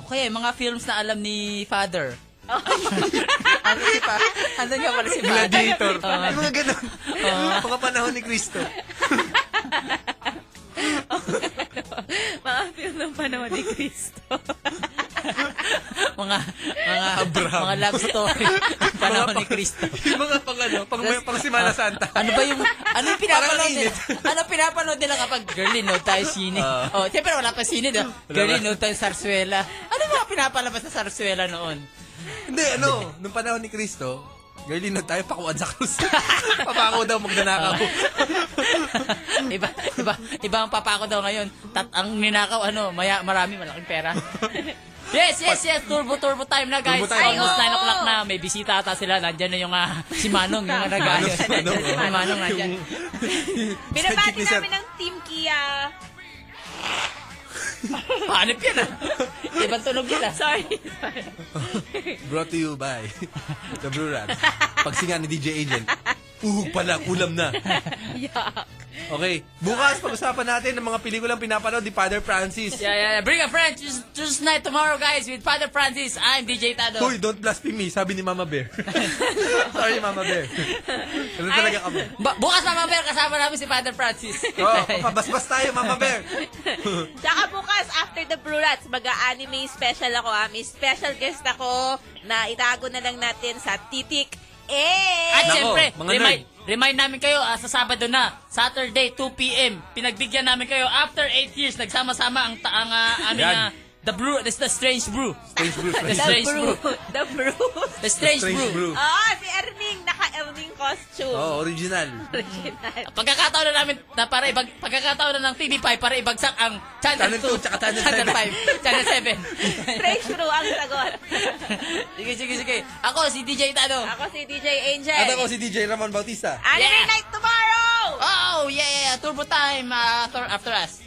Okay, mga films na alam ni Father. ano si pa? Andun nga pala si Father. Gladiator. Oo. Yung mga ganun. mga panahon ni Cristo. Mga feel ng panahon ni Cristo. mga mga Abraham. mga love story ng panahon ni Cristo. yung mga pang ano, pang, pang Semana Santa. Ano ba yung ano yung pinapanood Parang nila? init. Ano pinapanood nila kapag girlie no tayo sine? Ah. oh, syempre wala pa sine, no? Girlie no tayo sarsuela. Ano ba pinapalabas sa sarsuela noon? Hindi, ano, nung panahon ni Cristo, girlie na tayo, pakuan sa krus. Papako daw magnanakaw. Oh. iba, iba, iba ang papa ko daw ngayon. Tat ang ninakaw ano, maya, marami malaking pera. Yes, yes, yes. Turbo, turbo time na, guys. Turbo time. Almost 9 Ay, oo. o'clock na. May bisita ata sila. Nandyan na yung ah, si Manong, yung nag-ayos. Si Manong, si Manong, Si oh. Manong nandyan. Binabati Sidekick ni Sir. namin ng Team Kia. Paanip yan, ah. Ibang tunog yun, ah. Sorry. Brought to you by The Blue Rat. Pagsinga ni DJ Agent. Uhog pala, ulam na. Yuck. Okay, bukas pag-usapan natin ng mga pelikulang pinapanood ni Father Francis. Yeah, yeah, yeah. Bring a friend. Tues- Tuesday night tomorrow, guys, with Father Francis. I'm DJ Tado. Hoy, don't blaspheme me, sabi ni Mama Bear. Sorry, Mama Bear. Ano talaga kami? Ba- bukas na mamaya kasama namin si Father Francis. Oh, papabasbas tayo, Mama Bear. Tsaka bukas, after the Blue Rats, mag-anime special ako. Ah. May special guest ako na itago na lang natin sa Titik. Eh! At Nako, syempre, mga remind, remind namin kayo ah, sa Sabado na, Saturday, 2 p.m. Pinagbigyan namin kayo after 8 years, nagsama-sama ang taang aming Yan. ah, the brew, this the strange brew. Strange Brew, The Strange strange brew. The Brew. The strange, Strange brew. Brew. Ah, si Erning. Naka-Erning costume. Oh, original. Original. Pagkakataon na namin na para ibag, pagkakataon na ng TV5 para ibagsak ang Channel, Channel 2, 2, tsaka Channel Channel 7. 5, Channel 7. Strange Brew ang sagot. sige, sige, sige. Ako, si DJ Tano. Ako si DJ Angel. At ako si DJ Ramon Bautista. Anime Yeah. night tomorrow! Oo, go! Yeah, yeah, yeah. Turbo time ah, after, after us.